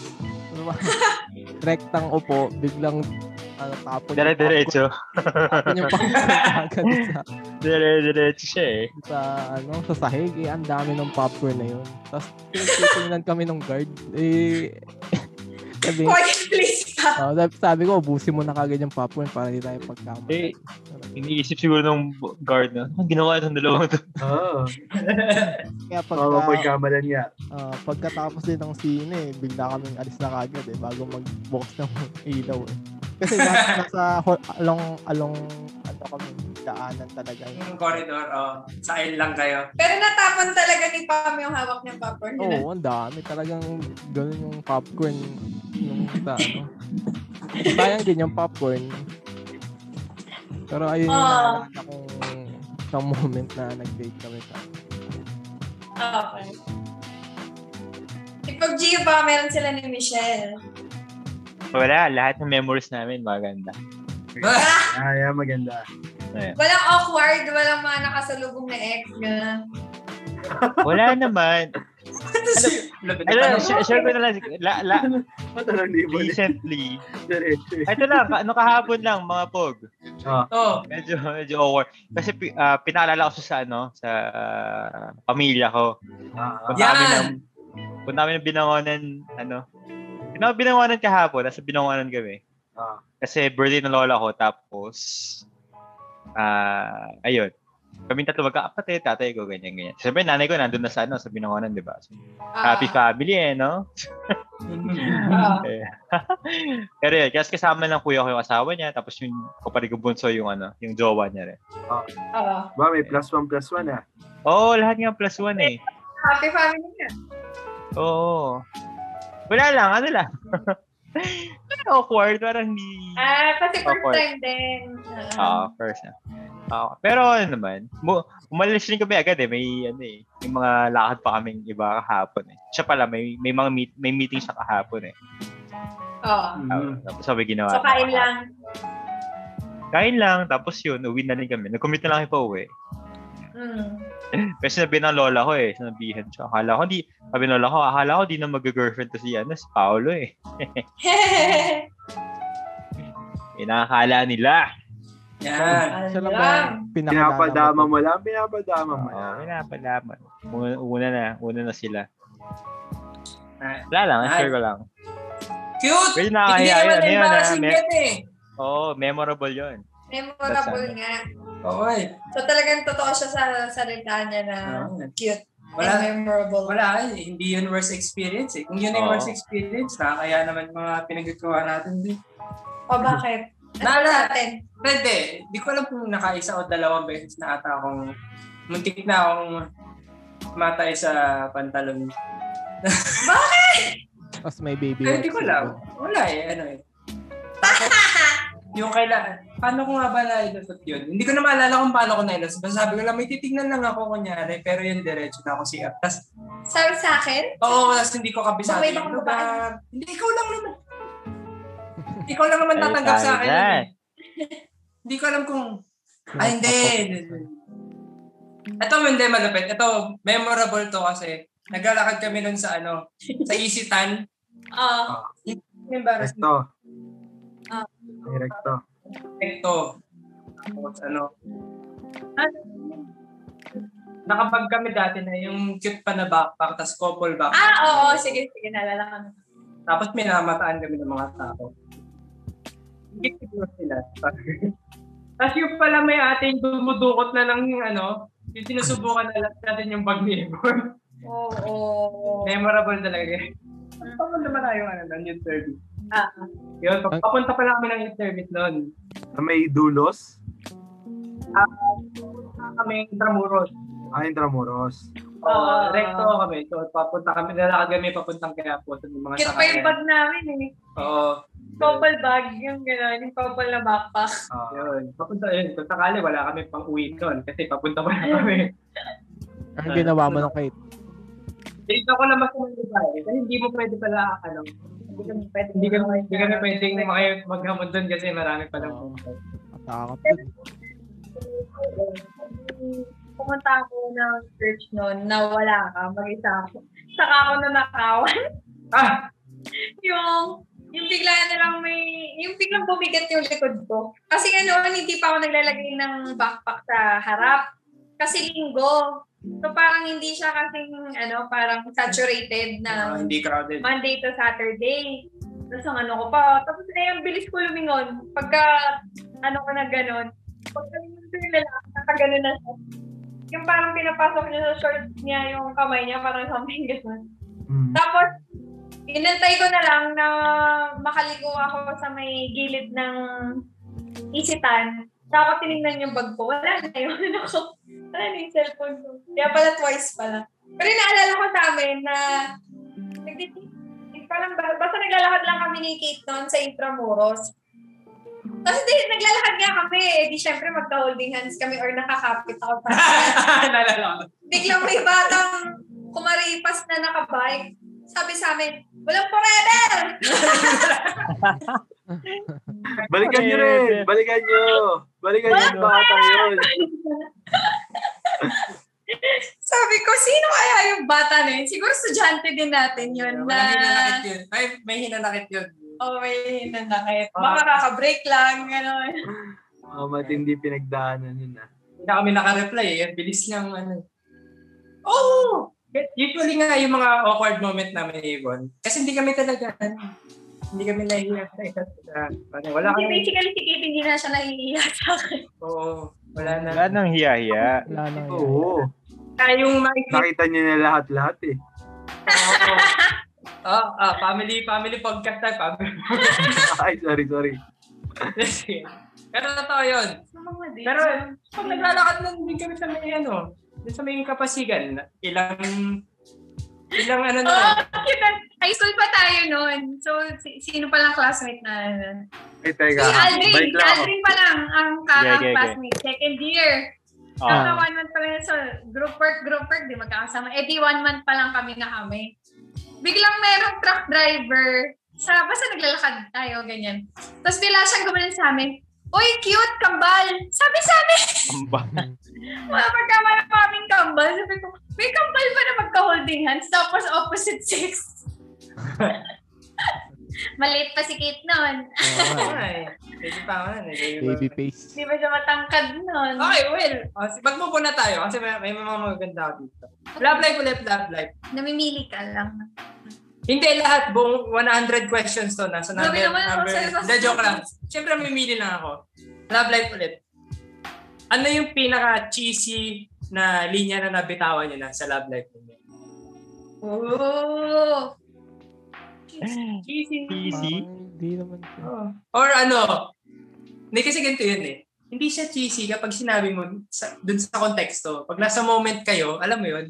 Speaker 4: Rektang upo, biglang ano, tapon yung
Speaker 2: Dire-diretso.
Speaker 4: tapon yung popcorn agad sa
Speaker 2: Dire-diretso siya eh.
Speaker 4: sa ano sa sahig eh ang dami ng popcorn na yun tapos tinitingnan kami ng guard eh (laughs) sabi
Speaker 5: Quiet place pa.
Speaker 4: oh, sabi- sabi ko ubusin mo na kagad yung popcorn para hindi tayo pagkama
Speaker 2: Eh, iniisip siguro ng guard na, ang ginawa itong dalawang to.
Speaker 3: Oo.
Speaker 4: kaya pagka,
Speaker 3: Oo, pagkamalan niya.
Speaker 4: ah, pagkatapos din ng sine eh, bigla kaming alis na kagad eh bago magbukas ng (laughs) ilaw eh kasi nasa, nasa ho- along along ano kami daanan talaga eh.
Speaker 1: Yung corridor, oh, sa aisle lang kayo. (laughs)
Speaker 5: Pero natapon talaga ni Pam yung hawak niyang popcorn.
Speaker 4: Oo,
Speaker 1: eh.
Speaker 4: oh, ang dami. Talagang ganun yung popcorn. Yung
Speaker 1: (laughs)
Speaker 4: sa ano. Sayang din yung popcorn. Pero ayun yung
Speaker 5: Oo.
Speaker 1: Ah.
Speaker 4: naalala kong sa moment na nag-date kami sa
Speaker 5: Okay. Si Pag Gio pa, meron sila ni Michelle.
Speaker 2: Wala, lahat ng memories namin maganda.
Speaker 3: Ah, yeah, maganda.
Speaker 5: Walang awkward, walang mga nakasalubong na ex. Ganun.
Speaker 2: Wala naman.
Speaker 1: Lapit
Speaker 2: Ano,
Speaker 1: na
Speaker 2: sh- share ko na lang. La,
Speaker 3: (laughs)
Speaker 2: la,
Speaker 3: Matalang di mo ulit.
Speaker 2: recently.
Speaker 3: Diretso eh.
Speaker 2: Ito lang, ano kahapon lang, mga pog.
Speaker 1: Oh,
Speaker 2: Medyo, medyo awkward. Kasi pi- ah, pinaalala ko siya sa, ano, sa ah, pamilya ko.
Speaker 3: Ah, ah.
Speaker 2: Punta kami
Speaker 1: Yan!
Speaker 2: ng, punta kami ng binangonan, ano, Pina- binangonan kahapon, nasa binangonan kami.
Speaker 3: Ah.
Speaker 2: Kasi birthday ng lola ko, tapos, ah, ayun. Kami tatlo magkakapatid, tatay ko, ganyan, ganyan. Sabi, nanay ko, nandun na sa, ano, sa binangonan, di ba? So,
Speaker 5: Ah.
Speaker 7: Ah.
Speaker 2: Happy family, eh, no?
Speaker 1: Hmm,
Speaker 2: Pero yun, kasi kasama ng kuya ko yung asawa niya, tapos yung kapatid ko bunso yung, ano, yung jowa niya rin.
Speaker 5: ah.
Speaker 3: Ba, may plus one, plus one ah.
Speaker 2: Oo, oh, lahat nga plus one, eh.
Speaker 5: Happy family na.
Speaker 2: Oo. Wala lang, ano lang. (laughs) Parang awkward, parang hindi...
Speaker 5: Ah, kasi first
Speaker 2: Awkward.
Speaker 5: time din.
Speaker 2: Ah, first na. Ah, pero ano naman, mu- umalis rin kami agad eh. May ano eh, may mga lakad pa kaming iba kahapon eh. Siya pala may may mga meet, may meeting siya kahapon eh.
Speaker 5: Oo.
Speaker 3: Mm.
Speaker 2: Ah, Tapos sabi ginawa.
Speaker 5: So,
Speaker 2: na-
Speaker 5: kain lang.
Speaker 2: Kain lang tapos yun, uwi na rin kami. Nag-commute na lang kami pa uwi.
Speaker 5: (laughs) Mm.
Speaker 2: Kasi sinabi ng lola ko eh, sinabihan siya. Akala ko di, sabi ng lola ko, akala ko di na mag-girlfriend to si ano, si Paolo eh. Inakala nila.
Speaker 1: yan.
Speaker 4: Siya lang ba
Speaker 5: lang.
Speaker 4: yung pinakilala mo?
Speaker 3: Pinapadama mo lang, pinapadama mo
Speaker 2: Oo,
Speaker 3: lang.
Speaker 2: pinapalaman. Una, una na, una na sila.
Speaker 1: Ah,
Speaker 2: Wala lang,
Speaker 1: nice.
Speaker 2: share ko lang.
Speaker 1: Cute!
Speaker 2: Well,
Speaker 1: Hindi
Speaker 2: nakakahiya
Speaker 1: naman
Speaker 2: yun. Ano yun,
Speaker 1: embarrassing
Speaker 2: ah, me-
Speaker 1: yun eh.
Speaker 2: Oo, memorable yun.
Speaker 5: Memorable
Speaker 2: That's
Speaker 5: nga.
Speaker 1: Oo eh.
Speaker 5: So, talagang totoo siya sa salita niya na
Speaker 2: Ah.
Speaker 1: Oo.
Speaker 5: cute and
Speaker 1: Wala,
Speaker 5: memorable.
Speaker 1: wala eh. Hindi yun worst experience eh. Kung yun yung
Speaker 2: Oo.
Speaker 1: worst experience, nakakaya naman yung mga pinagkagawa natin eh. din.
Speaker 5: O, bakit? Ano
Speaker 1: Naalala-
Speaker 5: natin? (laughs)
Speaker 1: Pwede. eh. Di ko alam kung nakaisa o dalawang beses na ata akong muntik na akong matay sa pantalon.
Speaker 4: Tapos may baby.
Speaker 1: Ay, di ko alam. Wala eh. Ano eh. Tapos, yung kailan, paano ko nga ba nailusot yun? Hindi ko na maalala kung paano ko nailusot. Basta sabi ko lang, may titignan lang ako kunyari, pero yun, diretso na ako si Up. Tapos,
Speaker 5: Sabi sa akin?
Speaker 1: oo, oh, tapos hindi ko kabisado Ano
Speaker 5: Bumay lang
Speaker 1: yung
Speaker 5: ako ba?
Speaker 1: lugar. Hindi, ikaw lang naman. ikaw lang naman
Speaker 2: Ay,
Speaker 1: tatanggap sa akin.
Speaker 2: tayo na.
Speaker 1: eh. (laughs) Hindi ko alam kung Ay, hindi. Ito hindi malupit. Ito, memorable to kasi naglalakad kami nun sa ano, sa Isitan.
Speaker 5: Oo.
Speaker 1: Embarrassing
Speaker 3: Direkto.
Speaker 5: Ah.
Speaker 3: Direkto.
Speaker 1: to. Tapos ano, nakapag kami dati na yung cute pa na backpack, tas couple backpack.
Speaker 5: Ah, oo. Sige, sige. Naalala ko na.
Speaker 1: Tapos minamataan kami ng mga tao. Hindi siguro sila. Tapos yung pala may ating dumudukot na ng ano, yung sinusubukan na lang natin yung bag ni Ebon. (laughs)
Speaker 5: Oo.
Speaker 1: Memorable talaga. Papunta ba tayo ano, doon, yung service?
Speaker 5: Ah.
Speaker 1: Yun, pap- papunta pa lang kami ng youth service noon.
Speaker 3: Na may dulos.
Speaker 1: Ah, Papunta kami ng Intramuros.
Speaker 3: Ah, Intramuros.
Speaker 1: Oo,
Speaker 5: Ah.
Speaker 1: recto kami. So, papunta kami, lalakad kami papuntang kaya po sa mga
Speaker 5: Cute pa yung bag namin eh.
Speaker 1: Oo.
Speaker 5: Couple bag. Yung gano'n. Yung couple na backpack.
Speaker 3: Ah,
Speaker 1: Yun. Papunta yun. Kung sakali, wala kami pang uwi noon kasi papunta pa lang kami.
Speaker 4: Ang ginawa mo ng Kate.
Speaker 1: Dito ko lang mas yung iba eh. Ay, hindi mo pwede pala, ano,
Speaker 7: Hindi kami pwede.
Speaker 1: hindi ka, hindi ka na pwedeng maki- maghamon doon kasi marami pa lang.
Speaker 4: Oo. Matakot dun.
Speaker 7: Pumunta ako ng church noon na wala ka, mag-isa ako. Saka ako na nakawan.
Speaker 1: Ah!
Speaker 7: yung, yung bigla na lang may, yung biglang bumigat yung likod ko. Kasi nga noon, hindi pa ako naglalagay ng backpack sa harap. Kasi linggo. So parang hindi siya kasing, ano, parang saturated
Speaker 1: ah,
Speaker 7: ng
Speaker 1: hindi crowded. (laughs)
Speaker 7: Monday to Saturday. Tapos ang ano ko pa, tapos na yung bilis ko lumingon. Pagka, ano ko na ganun. Pagka lumingon ko yung lalaki, nakagano na siya. Yung parang pinapasok niya sa shorts niya, yung kamay niya, parang something ganun.
Speaker 3: Mm.
Speaker 7: Tapos, inantay ko na lang na makaligo ako sa may gilid ng isitan. Tapos tinignan yung bag ko. Wala na yun. (laughs) Ano ko? Wala na yung cellphone ko. Kaya pala twice pala. Pero naalala ko sa amin na nagtitig parang ba- basta naglalakad lang kami ni Kate noon sa Intramuros. Tapos di, naglalakad nga kami. Eh, di syempre magka-holding hands kami or nakakapit ako sa
Speaker 1: Nalala ko.
Speaker 7: biglang may batang kumaripas na nakabike. Sabi sa amin, walang forever!
Speaker 3: Balikan nyo rin! Balikan nyo! Balikan nyo yung bata yun!
Speaker 7: Sabi ko, sino kaya yung bata na yun? Siguro estudyante din natin yun na,
Speaker 1: May hinanakit yun. Ay, may hinanakit yun.
Speaker 7: oh, may nanakit.
Speaker 1: Ah.
Speaker 7: Baka kakabreak lang, gano'n.
Speaker 3: Oh, matindi pinagdaanan yun ah.
Speaker 1: Hindi na kami nakareply eh. Ang bilis niyang ano.
Speaker 7: Oh!
Speaker 1: Usually nga yung mga awkward moment namin ni Yvonne. Kasi hindi kami talaga, ano, hindi kami nahihiya sa isa't isa. (laughs) Parang Wala
Speaker 7: Kasi
Speaker 1: kami,
Speaker 7: basically si Kate hindi na siya nahihiya sa akin.
Speaker 1: oo, wala na.
Speaker 2: Wala nang hiya-hiya.
Speaker 4: Wala lang yun.
Speaker 3: Oo.
Speaker 1: Kaya yung makikita,
Speaker 3: Nakita nyo na lahat-lahat eh. (laughs)
Speaker 1: oo. (laughs) Ah, ah, family, family podcast tayo, family.
Speaker 3: Ay, sorry, sorry.
Speaker 1: Sige. Pero totoo yun.
Speaker 7: Mga dates.
Speaker 1: Pero, kung naglalakad lang din kami sa may ano, dun sa may kapasigan, ilang, ilang ano na
Speaker 7: Oo,
Speaker 1: lang.
Speaker 7: kita. Oh, High school pa tayo noon. So, si- sino palang classmate na?
Speaker 3: Ay,
Speaker 7: Si
Speaker 3: teka.
Speaker 7: Aldrin.
Speaker 3: ah, Balik lang
Speaker 7: Si
Speaker 3: ako.
Speaker 7: Aldrin pa lang ang, ka-
Speaker 2: Okay,
Speaker 7: ang
Speaker 2: okay, okay.
Speaker 7: classmate. Second year.
Speaker 2: Ah,
Speaker 7: Tama, one month pa lang. So, group work, group work, di magkakasama. Eh, di one month pa lang kami na kami. Biglang merong truck driver. Sa, basta naglalakad tayo, ganyan. Tapos bigla siyang gumanin sa amin. Uy, cute, kambal! Sabi sa amin, (laughs)
Speaker 2: ang ba-
Speaker 7: mga magkama na kaming kambal. Sabi ko, may kambal ba na magka-holding hands? Tapos opposite sex. (laughs) Maliit pa si Kate noon.
Speaker 4: Oo nga
Speaker 1: Ay,
Speaker 4: eh.
Speaker 1: Baby pa ako nun. eh.
Speaker 4: Baby
Speaker 1: pa.
Speaker 4: face.
Speaker 7: Di ba siya matangkad noon?
Speaker 1: Okay, well, uh, magmupo na tayo kasi may, may mga magaganda ako dito. Love life ulit, love life.
Speaker 7: Namimili ka lang.
Speaker 1: Hindi lahat, buong 100 questions to. Nasa
Speaker 7: Grabe
Speaker 1: number,
Speaker 7: naman,
Speaker 1: number.
Speaker 7: masaya-
Speaker 1: Hindi, joke lang. Siyempre, mamimili lang ako. Love life ulit. Ano yung pinaka-cheesy na linya na nabitawan niyo na sa love life niyo?
Speaker 7: Oo.
Speaker 1: Cheesy.
Speaker 2: Easy.
Speaker 4: Parang hindi naman siya.
Speaker 1: Oo. Oh. Or ano, hindi kasi ganito yun eh. Hindi siya cheesy kapag sinabi mo sa, dun sa konteksto. Pag nasa moment kayo, alam mo yun,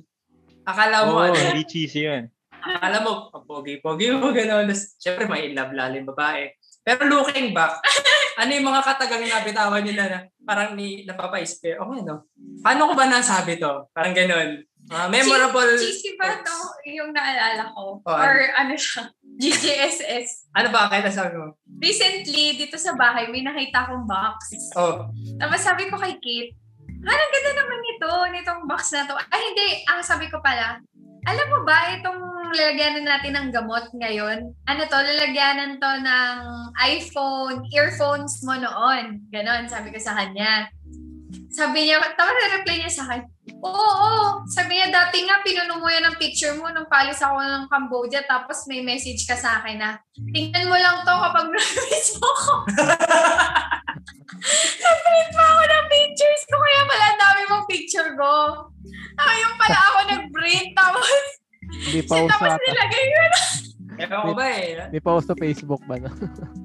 Speaker 1: akala mo,
Speaker 2: Oo,
Speaker 1: ano,
Speaker 2: Oh, hindi cheesy yun.
Speaker 1: akala mo, ang pogi-pogi mo, (laughs) gano'n. Tapos, syempre, may in love lalo yung babae. Pero looking back, ano yung mga katagang nabitawan nila na parang ni napapaispe. O ano, paano ko ba nasabi to? Parang gano'n. Ah, memorable.
Speaker 7: Cheesy ba to yung naalala ko?
Speaker 1: Oh,
Speaker 7: Or ano siya? (laughs) GGSS.
Speaker 1: Ano ba? Kaya sabi mo?
Speaker 7: Recently, dito sa bahay, may nakita akong box.
Speaker 1: Oh,
Speaker 7: Tapos sabi ko kay Kate, ah, ang ganda naman nito, nitong box na to. Ay, hindi. Ang sabi ko pala, alam mo ba itong lalagyanan natin ng gamot ngayon? Ano to, lalagyanan to ng iPhone, earphones mo noon. Ganon, sabi ko sa kanya. Sabi niya, tapos na-reply niya sa akin, Oo, oo. Sabi niya, dati nga pinuno mo yan ng picture mo nung palis ako ng Cambodia tapos may message ka sa akin na tingnan mo lang to kapag na-miss mo ako. Nag-print pa ako ng pictures ko kaya pala ang dami mong picture ko. Ah, yung pala ako nag-print tapos,
Speaker 4: Hindi pa uso
Speaker 7: tapos
Speaker 4: ata.
Speaker 7: nilagay ko na.
Speaker 1: ewan ko ba
Speaker 4: (laughs)
Speaker 1: eh.
Speaker 4: Hindi pa uso Facebook ba no?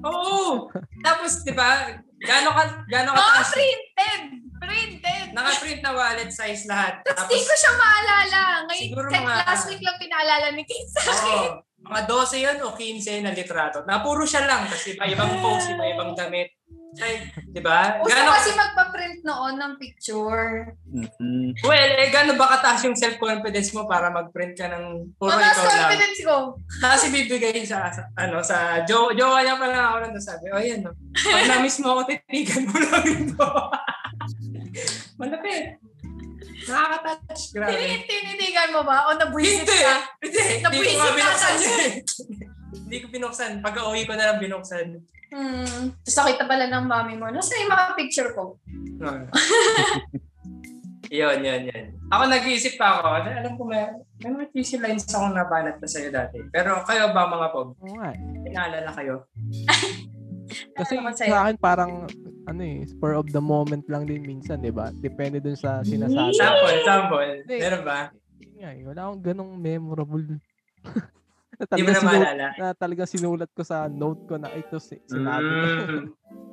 Speaker 1: Oo! Tapos, di ba, gano'n ka, gano'n ka
Speaker 7: Oo,
Speaker 1: taas?
Speaker 7: Ah, printed! Printed!
Speaker 1: Naka-print na wallet size lahat.
Speaker 7: Tapos di ko siya maalala. Ngayon,
Speaker 1: Siguro
Speaker 7: kahit
Speaker 1: mga-
Speaker 7: last week lang pinaalala ni Kate sa akin.
Speaker 1: oo. mga 12 yun o 15 na litrato. Na puro siya lang kasi iba ibang pose, iba ibang damit. Ay, di ba?
Speaker 7: Uso
Speaker 1: Gano'n
Speaker 7: kasi magpa-print noon ng picture.
Speaker 2: Mm-hmm.
Speaker 1: Well, eh, gano'n ba kataas yung self-confidence mo para mag-print ka ng puro
Speaker 7: Mataas
Speaker 1: ikaw lang?
Speaker 7: confidence ko.
Speaker 1: Tapos ibibigay sa, sa- ano, sa jo jowa niya pala ako nandun sabi, oh yan, no. pag na-miss mo ako, titigan mo lang ito. (laughs) Malapit. Nakaka-touch, grabe.
Speaker 7: Tinitinigan mo ba? O nabwisit
Speaker 1: Hindi!
Speaker 7: ka?
Speaker 1: Hindi! Hindi ko
Speaker 7: Nabuisit
Speaker 1: nga
Speaker 7: ka
Speaker 1: binuksan
Speaker 7: kasi.
Speaker 1: yun. (laughs) Hindi ko binuksan. Pag-uwi ko na lang binuksan.
Speaker 7: Hmm. Tapos nakita pala ng mami mo. Nasaan yung mga picture ko?
Speaker 1: Ano? yun, yun, yun. Ako nag-iisip pa ako. Al- Alam ko may, may mga cheesy lines akong nabanat na sa'yo dati. Pero kayo ba mga pog?
Speaker 4: Oo nga. eh.
Speaker 1: Pinaalala kayo?
Speaker 4: Kasi
Speaker 7: Ano naman sa'yo?
Speaker 4: sa akin parang ano eh, spur of the moment lang din minsan, 'di ba? Depende dun sa sinasabi.
Speaker 1: Sample, sample.
Speaker 4: Hindi.
Speaker 1: Meron ba?
Speaker 4: Yun nga eh, wala akong ganong memorable. (laughs) na
Speaker 1: Hindi mo
Speaker 4: talaga,
Speaker 1: na
Speaker 4: sinu-
Speaker 1: maalala.
Speaker 4: na talaga sinulat ko sa note ko na ito si- sinabi ko.
Speaker 1: Mm.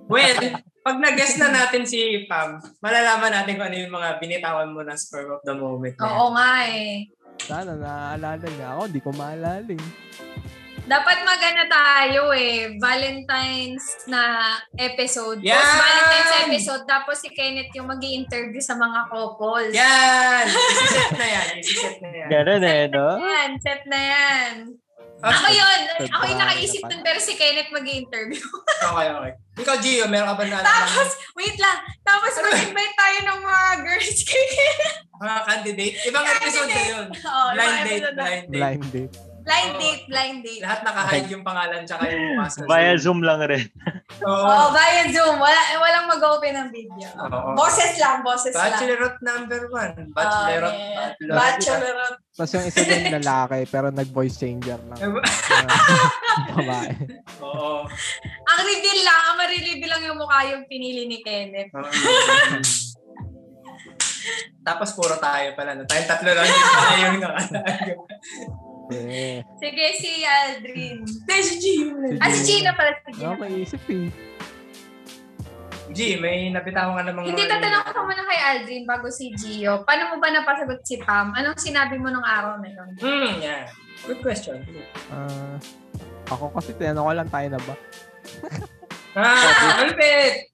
Speaker 1: Well, pag nag-guess na natin si Pam, malalaman natin kung ano yung mga binitawan mo na spur of the moment. na yan.
Speaker 7: Oo nga eh.
Speaker 4: Sana naaalala niya ako, hindi ko maalala eh.
Speaker 7: Dapat magana tayo eh. Valentine's na episode.
Speaker 1: Yan!
Speaker 7: Post Valentine's episode. Tapos si Kenneth yung mag interview sa mga couples.
Speaker 1: Yan! Isiset na yan. Isiset na yan.
Speaker 2: Ganun eh, no?
Speaker 7: Yan, set na yan. Ako
Speaker 1: Okay,
Speaker 7: yun.
Speaker 4: Third
Speaker 7: Ako yung
Speaker 4: round
Speaker 7: nakaisip
Speaker 4: na
Speaker 7: nun pero si Kenneth mag interview
Speaker 1: okay, okay. Ikaw, Gio, meron ka ba na
Speaker 7: (laughs) Tapos, wait lang. Tapos mag-invite tayo ng mga girls (laughs) kay
Speaker 1: mga candidate? Ibang episode na yun.
Speaker 7: Oo,
Speaker 1: Blind date,
Speaker 7: yung mga Oh, episode na-
Speaker 1: blind date.
Speaker 4: Blind date.
Speaker 7: Blind
Speaker 1: Oo.
Speaker 7: date, blind date.
Speaker 1: Lahat naka-hide yung pangalan tsaka yung mukha sa
Speaker 2: Via Zoom lang rin.
Speaker 1: Oo.
Speaker 7: Oh, via Zoom. Wala, walang mag-open ng video.
Speaker 1: Oo.
Speaker 7: Boses lang, boses lang.
Speaker 1: Bachelorette number one. Bachelorette.
Speaker 7: Oh, yeah.
Speaker 1: bachelorette.
Speaker 7: Bachelorette.
Speaker 4: Tapos yung isa din lalaki pero nag-voice changer lang. na babae.
Speaker 1: Oo.
Speaker 7: Ang reveal lang, ang marireveal lang yung mukha yung pinili ni Kenneth.
Speaker 1: (laughs) Oo. Tapos puro tayo pala. No? Tayong tatlo lang
Speaker 7: (laughs)
Speaker 1: yung pala yung nakalaga.
Speaker 4: Eh,
Speaker 7: Sige, si Aldrin.
Speaker 1: si G.
Speaker 7: Ah, si Gina pala. Si
Speaker 4: wala
Speaker 7: Gina.
Speaker 4: akong maisip eh.
Speaker 1: G, may nabitawan ka namang...
Speaker 7: Hindi, tatanong ko muna kay Aldrin bago si Gio. Paano mo ba napasagot si Pam? Anong sinabi mo nung araw na yun?
Speaker 1: Hmm, yeah. Good question.
Speaker 4: Ah, ako kasi tinanong ko lang tayo na ba?
Speaker 1: Ah, malapit!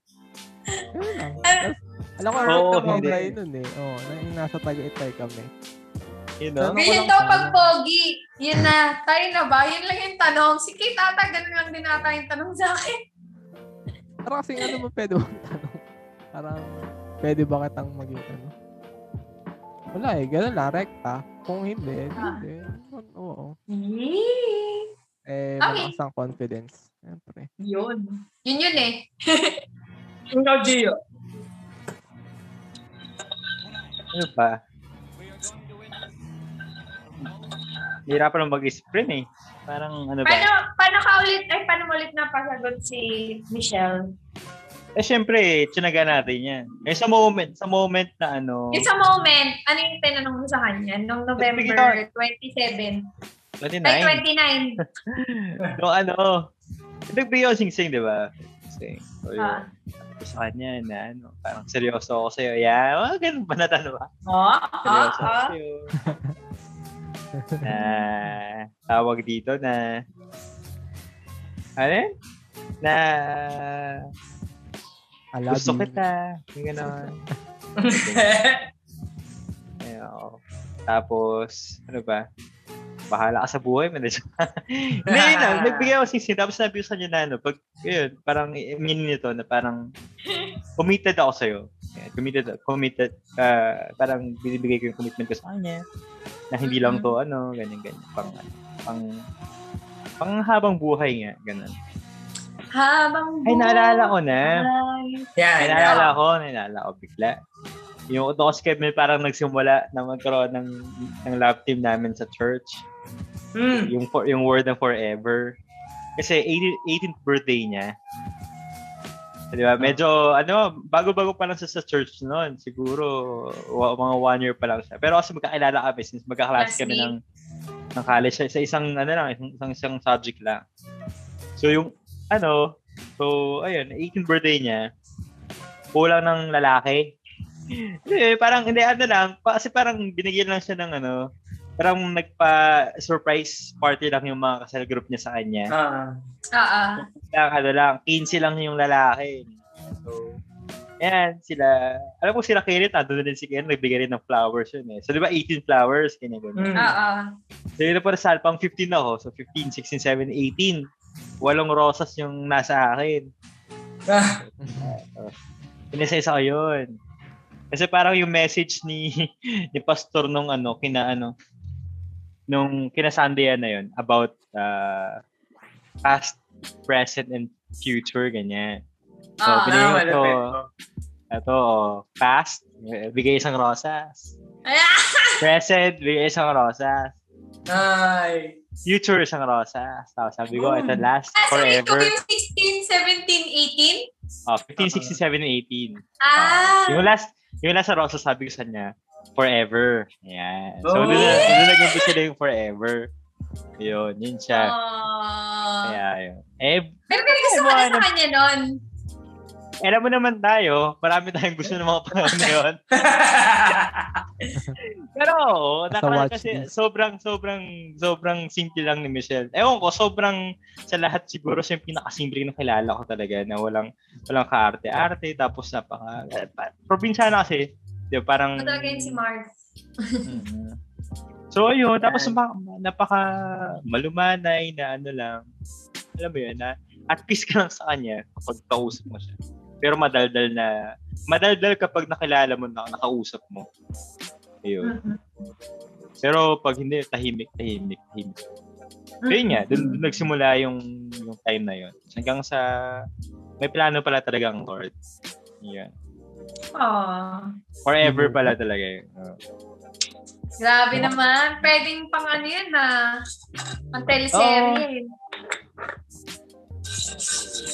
Speaker 4: Yun lang.
Speaker 7: Ah.
Speaker 4: Tas, Alam ko,
Speaker 2: Oo,
Speaker 4: oh, na
Speaker 2: hindi.
Speaker 4: tayo nun eh. Oo, na yung nasa Tagaytay kami.
Speaker 2: You
Speaker 4: Ano
Speaker 2: know?
Speaker 7: Ganyan daw pag pogi. Yun na. Tayo na ba? Yun lang yung tanong. Sige, tata, ganun lang din ata yung tanong sa akin.
Speaker 4: Parang kasi ano mo pwede mong tanong? Parang, pwede ba kitang maging ano? Wala eh, ganun lang, rekta. Kung hindi, eh,
Speaker 7: Ah.
Speaker 4: hindi. Oo.
Speaker 7: Yee.
Speaker 4: Eh,
Speaker 7: Okay.
Speaker 4: malakas ang confidence. Siyempre.
Speaker 1: Yun.
Speaker 7: Yun yun eh.
Speaker 1: Ikaw, Gio.
Speaker 2: Ano pa? Hirap lang mag-isip rin eh. Parang ano ba?
Speaker 7: Paano, paano ka ulit, ay paano mo ulit napasagot si Michelle?
Speaker 2: Eh syempre, tsinaga natin yan. Eh sa moment, sa moment na ano,
Speaker 7: Yung sa moment, ano yung tinanong mo sa kanya? Noong November 27. Ay,
Speaker 2: 29. (laughs)
Speaker 7: 29.
Speaker 2: No, ano, nagbigay ako sing-sing, di ba? Sing. So, yun.
Speaker 7: Ah.
Speaker 2: Sabi sa kanya na ano, parang seryoso ako sa'yo. Yeah, mga ganun ba na tanong ah?
Speaker 7: Oo, oo,
Speaker 2: Seryoso ako
Speaker 7: oo.
Speaker 2: sa'yo. na tawag dito na ano yun? na
Speaker 4: I love
Speaker 2: gusto
Speaker 4: you.
Speaker 2: kita. Yung gano'n. Ayun, oo. Tapos, ano ba? Bahala ka sa buhay mo. Hindi, yun lang. Nagbigay ako sisi. Tapos sabi ko sa niya na ano, pag, yun, parang, I mean nito na parang, committed ako sa'yo. Yeah, committed, committed, ah, parang binibigay ko yung commitment ko sa kanya. Na hindi lang to, ano, ganyan, ganyan. Pang, pang, pang habang buhay nga, ganun.
Speaker 7: Habang
Speaker 2: Ay, naalala ko na.
Speaker 7: Ah, buhay.
Speaker 1: Yan.
Speaker 2: Ay, naalala ko, naalala ko bigla. Yung uto ko si Kevin parang nagsimula na magkaroon ng, ng love team namin sa church.
Speaker 1: Hmm.
Speaker 2: Yung, for, yung word ng forever. Kasi 18, 18th birthday niya. So, Di ba? Medyo, ano, bago-bago pa lang siya sa church noon. Siguro, wa- mga one year pa lang siya. Pero kasi magkakilala kami since magkaklase kami ng, ng college. Sa isang, ano lang, isang, isang, isang subject lang. So, yung, ano, so, ayun, 18th birthday niya. Kulang ng (laughs) lalaki. Eh, parang, hindi, ano lang, pa- kasi parang binigyan lang siya ng, ano, parang nagpa-surprise party lang yung mga kasal group niya sa kanya.
Speaker 1: Ah,
Speaker 7: Oo.
Speaker 2: Lang, ano lang, 15 lang yung lalaki. So, ayan, sila, alam ko sila Kenneth, nandun din si Kenneth, nagbigay rin ng flowers yun eh. So, di ba 18 flowers, kanya ganun.
Speaker 1: mm.
Speaker 7: Oo.
Speaker 2: So, yun na po nasal, pang 15 ako. So, 15, 16, 17, 18. Walong rosas yung nasa akin.
Speaker 1: Ah.
Speaker 2: Pinasa-isa ko yun. Kasi parang yung message ni (laughs) ni pastor nung ano, kina ano, nung kina Sunday na yun, about uh, past, present, and future, ganyan. So,
Speaker 7: Oo.
Speaker 2: Pinili ko
Speaker 1: Ah, malapit.
Speaker 2: to. Ito, oh, past, bigay isang rosas.
Speaker 7: Ah!
Speaker 2: Present, bigay isang rosas.
Speaker 1: Ay. (laughs)
Speaker 2: Future isang rosas. Tapos sabi ko,
Speaker 1: Oh.
Speaker 2: ito last,
Speaker 7: Ah, sorry, ikaw
Speaker 2: forever.
Speaker 7: yung 16, 17, 18?
Speaker 2: Oh, 15, 16, 17, 18.
Speaker 7: Ah!
Speaker 2: Yung last, yung last sa Rosa, sabi ko sa niya, forever. Ayan.
Speaker 1: Oh.
Speaker 2: So, doon na, doon na nag-umpisa na yung forever. Yun, yun siya.
Speaker 7: Aww.
Speaker 2: Kaya yun. Eh,
Speaker 7: Ah. Pero may gusto ko na
Speaker 2: Ewan.
Speaker 7: sa kanya nun.
Speaker 2: eh, alam mo naman tayo, marami tayong gusto ng mga panahon na yun. (laughs) Pero oo,
Speaker 4: Sa
Speaker 2: nakaraan
Speaker 4: watch
Speaker 2: kasi
Speaker 4: list.
Speaker 2: sobrang, sobrang, sobrang simple lang ni Michelle. Ewan ko, sobrang sa lahat siguro siya yung pinakasimple na kilala ko talaga na walang, walang kaarte-arte, tapos napaka, eh, pa- probinsyana kasi, di ba, parang,
Speaker 7: Ito talaga yun si Mars.
Speaker 2: Mm. So ayun, tapos napaka, napaka malumanay na ano lang, alam mo yun, na at peace ka lang sa kanya kapag kausap mo siya. Pero madaldal na, madaldal kapag nakilala mo na nakausap mo.
Speaker 7: Hmm.
Speaker 2: Ayun.
Speaker 7: Mm-hmm.
Speaker 2: Pero pag hindi, tahimik, tahimik, tahimik. So yun nga, dun, dun nagsimula yung, yung time na yun. Hanggang sa, may plano pala talaga ang Lord. Yun.
Speaker 7: Aww.
Speaker 2: Forever pala talaga yun. Oh. Oo.
Speaker 7: Grabe naman. Pwedeng pang ano yun na ang teleserye.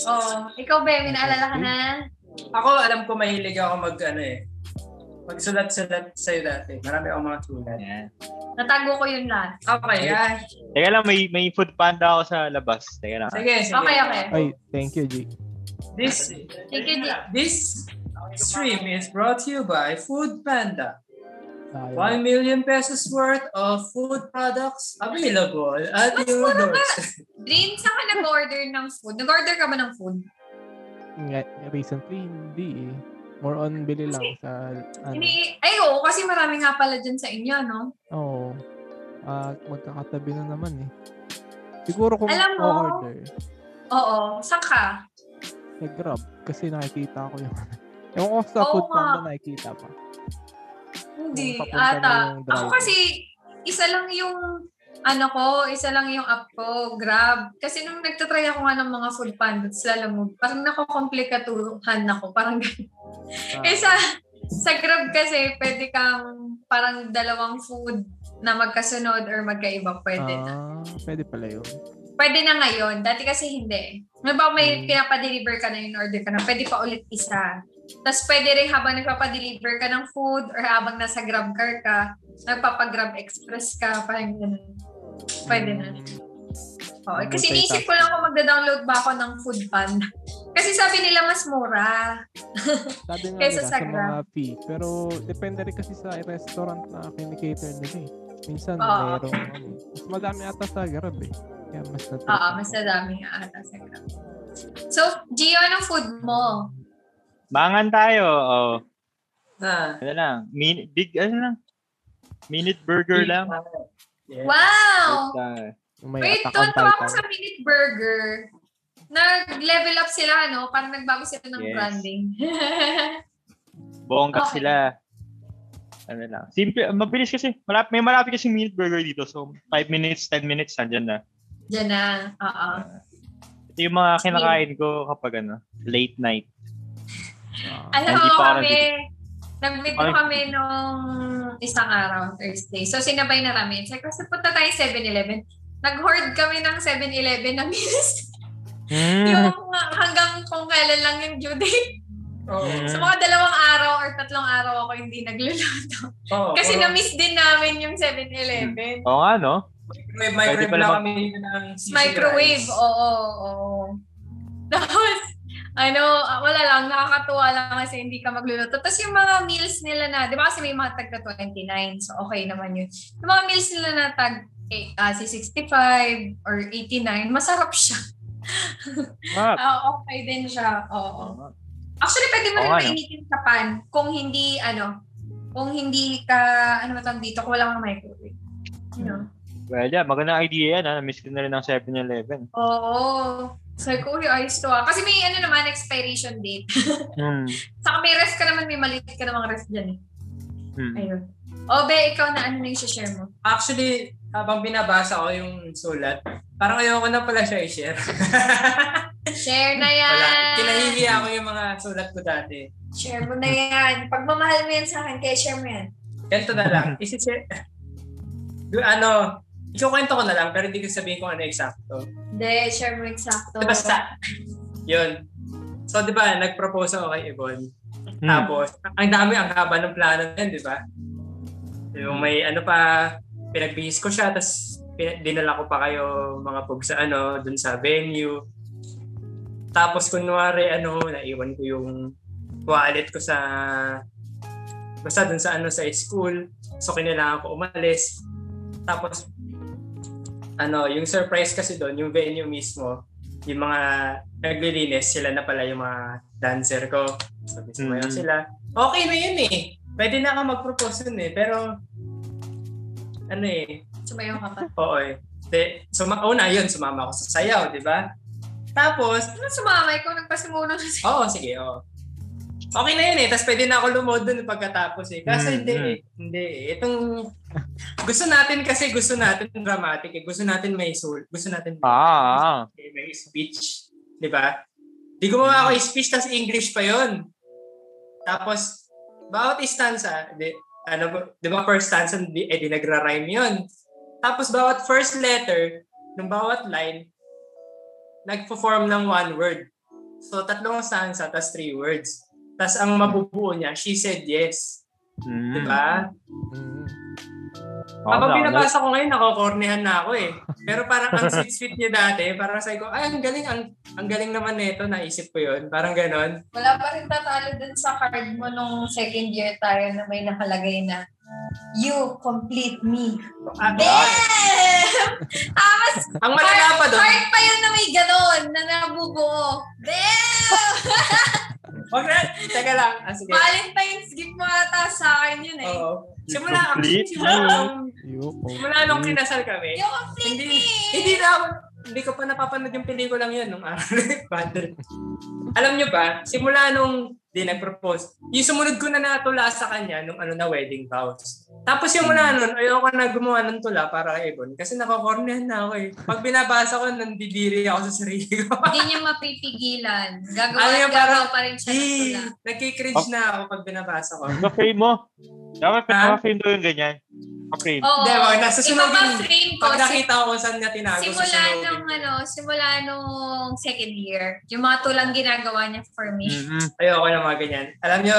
Speaker 7: Oh. Ikaw, Be, may naalala ka na?
Speaker 1: Ako, alam ko mahilig ako mag, ano eh, magsulat-sulat sa'yo dati. Marami akong mga sulat.
Speaker 2: Ayan.
Speaker 7: Natago ko yun lahat.
Speaker 1: Okay, ay.
Speaker 2: Teka lang, may, may food panda ako sa labas. Teka lang.
Speaker 1: Sige, sige.
Speaker 7: Okay, okay.
Speaker 4: Ay, thank you, G.
Speaker 1: This,
Speaker 7: Thank you, G.
Speaker 1: this stream is brought to you by Food Panda.
Speaker 4: Ah,
Speaker 1: 1 million pesos worth of food products available at your doors.
Speaker 7: Dream, saan ka nag-order ng food? Nag-order ka ba ng food?
Speaker 4: nga- recently, hindi eh. More on bili lang sa, ano,
Speaker 7: Hindi. Ay, oo, kasi marami nga pala dyan sa inyo, no?
Speaker 4: oo. Ah, magkakatabi na naman eh. Siguro kung
Speaker 7: Alam mo-
Speaker 4: order,
Speaker 7: Oo. Saan ka?
Speaker 4: nag-grab. Kasi nakikita ko yung, ano. ewan ko sa
Speaker 7: Oo
Speaker 4: food
Speaker 7: nga.
Speaker 4: panda nakikita pa.
Speaker 7: Hindi,
Speaker 4: Kung papunta na
Speaker 7: ata.
Speaker 4: yung
Speaker 7: Ako
Speaker 4: driver.
Speaker 7: kasi, isa lang yung, ano ko, isa lang yung app ko, Grab. Kasi nung nagtatry ako nga ng mga food pandas, lalamog, parang nakokomplikatuhan ako. Parang
Speaker 4: Ah.
Speaker 7: ganun. Kaysa, sa Grab kasi, pwede kang parang dalawang food na magkasunod or magkaiba, pwede na.
Speaker 4: Ah, pwede pala yun.
Speaker 7: Pwede na ngayon. Dati kasi hindi. May ba may
Speaker 4: Hmm.
Speaker 7: pinapadeliver ka na yung order ka na, pwede pa ulit isa. Tapos pwede rin habang nagpapadeliver ka ng food or habang nasa grab car ka, nagpapagrab express ka, parang ganun. Pwede na.
Speaker 4: Hmm. Mm.
Speaker 7: Oh, kasi iniisip ko lang kung magda-download ba ako ng food pan. (laughs) Kasi sabi nila mas mura.
Speaker 4: Sabi nga
Speaker 7: Kaysa
Speaker 4: nila,
Speaker 7: sa
Speaker 4: sa mga fee. Pero depende rin kasi sa restaurant na kinikater nila eh. Minsan
Speaker 7: Oo.
Speaker 4: mayroong ano, eh. mas madami ata sa Grab eh. Kaya mas natrip
Speaker 7: Oo,
Speaker 4: ako.
Speaker 7: mas nadami nga ata sa grab. So, Gio, anong food mo?
Speaker 2: Mangan tayo. Oh,
Speaker 1: Ah.
Speaker 2: ano lang. Min- big, ano lang. Minute burger lang.
Speaker 1: Yeah.
Speaker 7: Wow!
Speaker 2: Uh,
Speaker 4: Yung may
Speaker 7: Wait,
Speaker 4: Attack on
Speaker 7: doon pa ako
Speaker 4: Titan.
Speaker 7: sa Minute Burger. Nag-level up sila, no? Parang nagbago sila ng
Speaker 2: Yes.
Speaker 7: branding. (laughs)
Speaker 2: bongga
Speaker 7: Okay.
Speaker 2: sila. Ano lang. Simple, mabilis kasi. Malap, may malapit kasi minute burger dito. So, 5 minutes, 10 minutes, nandyan na.
Speaker 7: Diyan na. Oo.
Speaker 2: Ito yung mga kinakain ko kapag ano, late night.
Speaker 7: Alam
Speaker 2: Hindi pa
Speaker 7: mo
Speaker 2: ako
Speaker 7: kami, nag-meet
Speaker 2: Ay.
Speaker 7: kami nung isang araw, Thursday. So, sinabay na kami. Sabi ko, "Sa- punta tayo 7-Eleven. Nag-hoard kami ng 7-Eleven na minutes.
Speaker 2: Mm.
Speaker 7: (laughs) yung mga- hanggang kung kailan lang yung due date.
Speaker 1: Oo.
Speaker 2: Mm.
Speaker 7: So, mga dalawang araw or tatlong araw ako hindi nagluluto.
Speaker 1: Oo,
Speaker 7: Kasi
Speaker 1: puro-
Speaker 7: na-miss din namin yung 7-Eleven.
Speaker 2: Oo nga, no?
Speaker 1: Microwave,
Speaker 2: Pwede
Speaker 1: microwave
Speaker 2: pala
Speaker 1: lang
Speaker 2: mag-
Speaker 1: kami ng sisig
Speaker 7: Microwave,
Speaker 1: rice.
Speaker 7: oo, oo. (laughs) Tapos, ano, ah, wala lang, nakakatuwa lang kasi hindi ka magluluto. Tapos yung mga meals nila na, di ba kasi may mga tag na 29, so okay naman yun. Yung mga meals nila na tag eh, ah, si 65 or 89, masarap siya.
Speaker 2: (laughs) Map.
Speaker 7: Ah, okay din siya. Oo. Actually, pwede mo
Speaker 2: Oo
Speaker 7: rin
Speaker 2: nga, no?
Speaker 7: painitin sa pan kung hindi, ano, kung hindi ka, ano ba tawag dito, kung wala kang microwave. You know?
Speaker 2: Well, yeah, magandang idea yan. Ha? Miss ko na rin ang 7-Eleven.
Speaker 7: Oo. Sabi ko, uy, ayos to ah. Kasi may ano naman, expiration date.
Speaker 2: Hmm.
Speaker 7: Saka may rest ka naman, may maliit ka namang rest dyan eh.
Speaker 2: Hmm.
Speaker 7: Ayun. O, be, ikaw na ano na yung share mo?
Speaker 1: Actually, habang binabasa ko yung sulat, parang ayoko na pala siya i-share. (laughs)
Speaker 7: Share na
Speaker 1: Wala.
Speaker 7: yan!
Speaker 1: Kinahihiya ako yung mga sulat ko dati.
Speaker 7: Share mo na yan. Pagmamahal mo yan sa akin, kaya share mo yan.
Speaker 1: Ganito na lang. Isishare. Do- ano, ikukwento ko na lang pero hindi ko sabihin kung ano eksakto.
Speaker 7: Hindi, share mo eksakto.
Speaker 1: Basta, yun. So, di ba, nag-propose ako kay Yvonne.
Speaker 2: Hmm.
Speaker 1: Tapos, ang dami ang haba ng plano na yun, di ba? Yung may ano pa, pinagbihis ko siya, tapos pin- dinala ko pa kayo mga pug sa ano, dun sa venue. Tapos kunwari, ano, naiwan ko yung wallet ko sa, basta dun sa ano, sa school. So, kailangan ko umalis. Tapos, ano, yung surprise kasi doon, yung venue mismo, yung mga naglilinis, sila na pala yung mga dancer ko. So, mismo
Speaker 2: Mm.
Speaker 1: sila. Okay na yun eh. Pwede na ako mag-propose nun eh. Pero, ano eh,
Speaker 7: Sumayo ka pa.
Speaker 1: oo eh. De, suma- una yun, sumama ako sa sayaw, di ba? Tapos,
Speaker 7: Ano sumamay ko? Nagpasimuno na siya.
Speaker 1: oo, sige, oo. Okay na yun eh. Tapos pwede na ako lumod dun pagkatapos eh. Kasi
Speaker 2: Mm,
Speaker 1: hindi
Speaker 2: mm.
Speaker 1: eh. Hindi eh. Itong, gusto natin kasi gusto natin dramatic eh. Gusto natin may soul. Gusto natin
Speaker 2: Ah,
Speaker 1: Okay, may speech, di ba? Di gumawa ako ng speech, tas English pa yon. Tapos, bawat stanza, di, ano, ba- di ba first stanza, di, eh, di nagra-rhyme yun. Tapos, bawat first letter, ng bawat line, nagpo-form ng one word. So, tatlong stanza, tas three words. Tas ang mabubuo niya, she said yes.
Speaker 2: Mm.
Speaker 1: Di ba?
Speaker 4: Mm.
Speaker 2: Oo,
Speaker 1: Habang
Speaker 2: na-
Speaker 1: binabasa ko ngayon, nakokornehan na ako eh. Pero parang ang sweet-sweet niya dati, parang sabi ko, ay, ang galing, ang, ang galing naman nito, naisip ko yun. Parang ganon.
Speaker 7: Wala pa rin tatalo dun sa card mo nung second year tayo na may nakalagay na You complete me.
Speaker 1: Ah,
Speaker 7: Damn! (laughs) Tapos,
Speaker 1: ang malala pa doon,
Speaker 7: card pa yun na may ganon, na nabubuo. Damn!
Speaker 1: wag na, teka lang. Ah, sige.
Speaker 7: (laughs) Valentine's gift mo ata sa akin yun eh.
Speaker 1: Oo. Simula,
Speaker 2: Complete.
Speaker 1: simula, nung-
Speaker 4: You
Speaker 1: simula nung kinasal kami,
Speaker 7: You complete
Speaker 1: Hindi-
Speaker 7: me!
Speaker 1: hindi na ako, hindi ko pa napapanood yung pelikulang yun (laughs) nung araw. Bundle. Alam nyo ba, simula nung di nag-propose, yung sumunod ko na natula sa kanya nung ano na wedding vows. Tapos yung mula nun, ayoko na gumawa ng tula para kay Ebon kasi nakakornehan na ako eh. Pag binabasa ko, nandidiri ako sa sarili ko. (laughs)
Speaker 7: Hindi niya mapipigilan. Gagawa
Speaker 1: Ano
Speaker 7: at
Speaker 1: yung parang,
Speaker 7: gagawa pa rin siya ng
Speaker 1: Eh,
Speaker 7: tula.
Speaker 1: nagkikringe na ako pag binabasa ko.
Speaker 2: Pa-frame mo. Dapat
Speaker 1: Ha?
Speaker 2: pa-frame daw yung ganyan. Pa-frame.
Speaker 7: Oo.
Speaker 1: Hindi, wag na. Susunugin.
Speaker 7: Ipapa-frame ko.
Speaker 1: Pag nakita ko kung saan niya tinago,
Speaker 7: Oh, Simula
Speaker 1: susunugin
Speaker 7: nung
Speaker 1: ko.
Speaker 7: ano, simula nung second year, yung mga tulang ginagawa niya for me.
Speaker 2: Mm-mm.
Speaker 1: ayoko na mga ganyan. Alam nyo,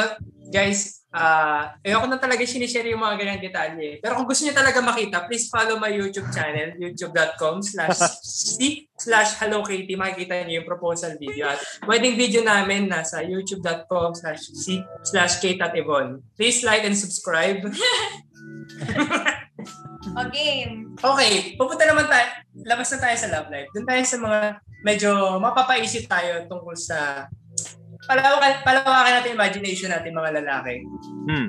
Speaker 1: guys, ah ayoko na talaga sinishare yung mga ganyan detalye. eh. Pero kung gusto nyo talaga makita, please follow my YouTube channel, youtube.com slash c slash hello Katie. Makikita nyo yung proposal video. At wedding video namin nasa youtube.com slash c slash Kate at Yvonne. Please like and subscribe. Mm.
Speaker 7: O Oh, game.
Speaker 1: Okay, pupunta naman tayo, labas na tayo sa love life. Doon tayo sa mga medyo mapapaisip tayo tungkol sa palawakan, palawakan natin yung imagination natin mga lalaki.
Speaker 2: Mm.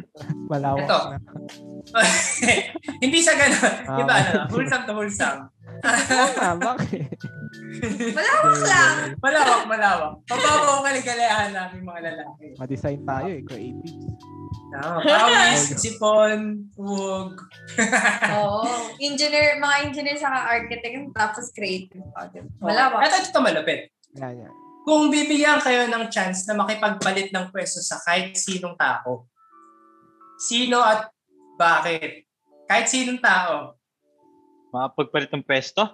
Speaker 1: (laughs)
Speaker 4: Malawak
Speaker 1: Ito.
Speaker 4: na.
Speaker 1: Hindi sa ganun.
Speaker 4: Ah.
Speaker 1: Di ba ano, wholesome to wholesome.
Speaker 4: Oo nga, (laughs) bakit?
Speaker 7: Malawak
Speaker 1: (laughs)
Speaker 7: lang.
Speaker 1: Malawak, malawak. Pababaw ang kaligalayahan namin mga lalaki.
Speaker 4: Ma-design tayo eh, creative.
Speaker 1: Tama.
Speaker 4: (laughs)
Speaker 1: Pawis, sipon, huwag.
Speaker 7: Oo. Engineer, mga engineer sa architect, tapos creative. O, di ba? Malawak.
Speaker 1: At ito malapit.
Speaker 4: Yan, yan.
Speaker 1: Kung bibigyan kayo ng chance na makipagpalit ng pwesto sa kahit sinong tao, sino at bakit? Kahit sinong tao.
Speaker 2: Makapagpalit ng pwesto.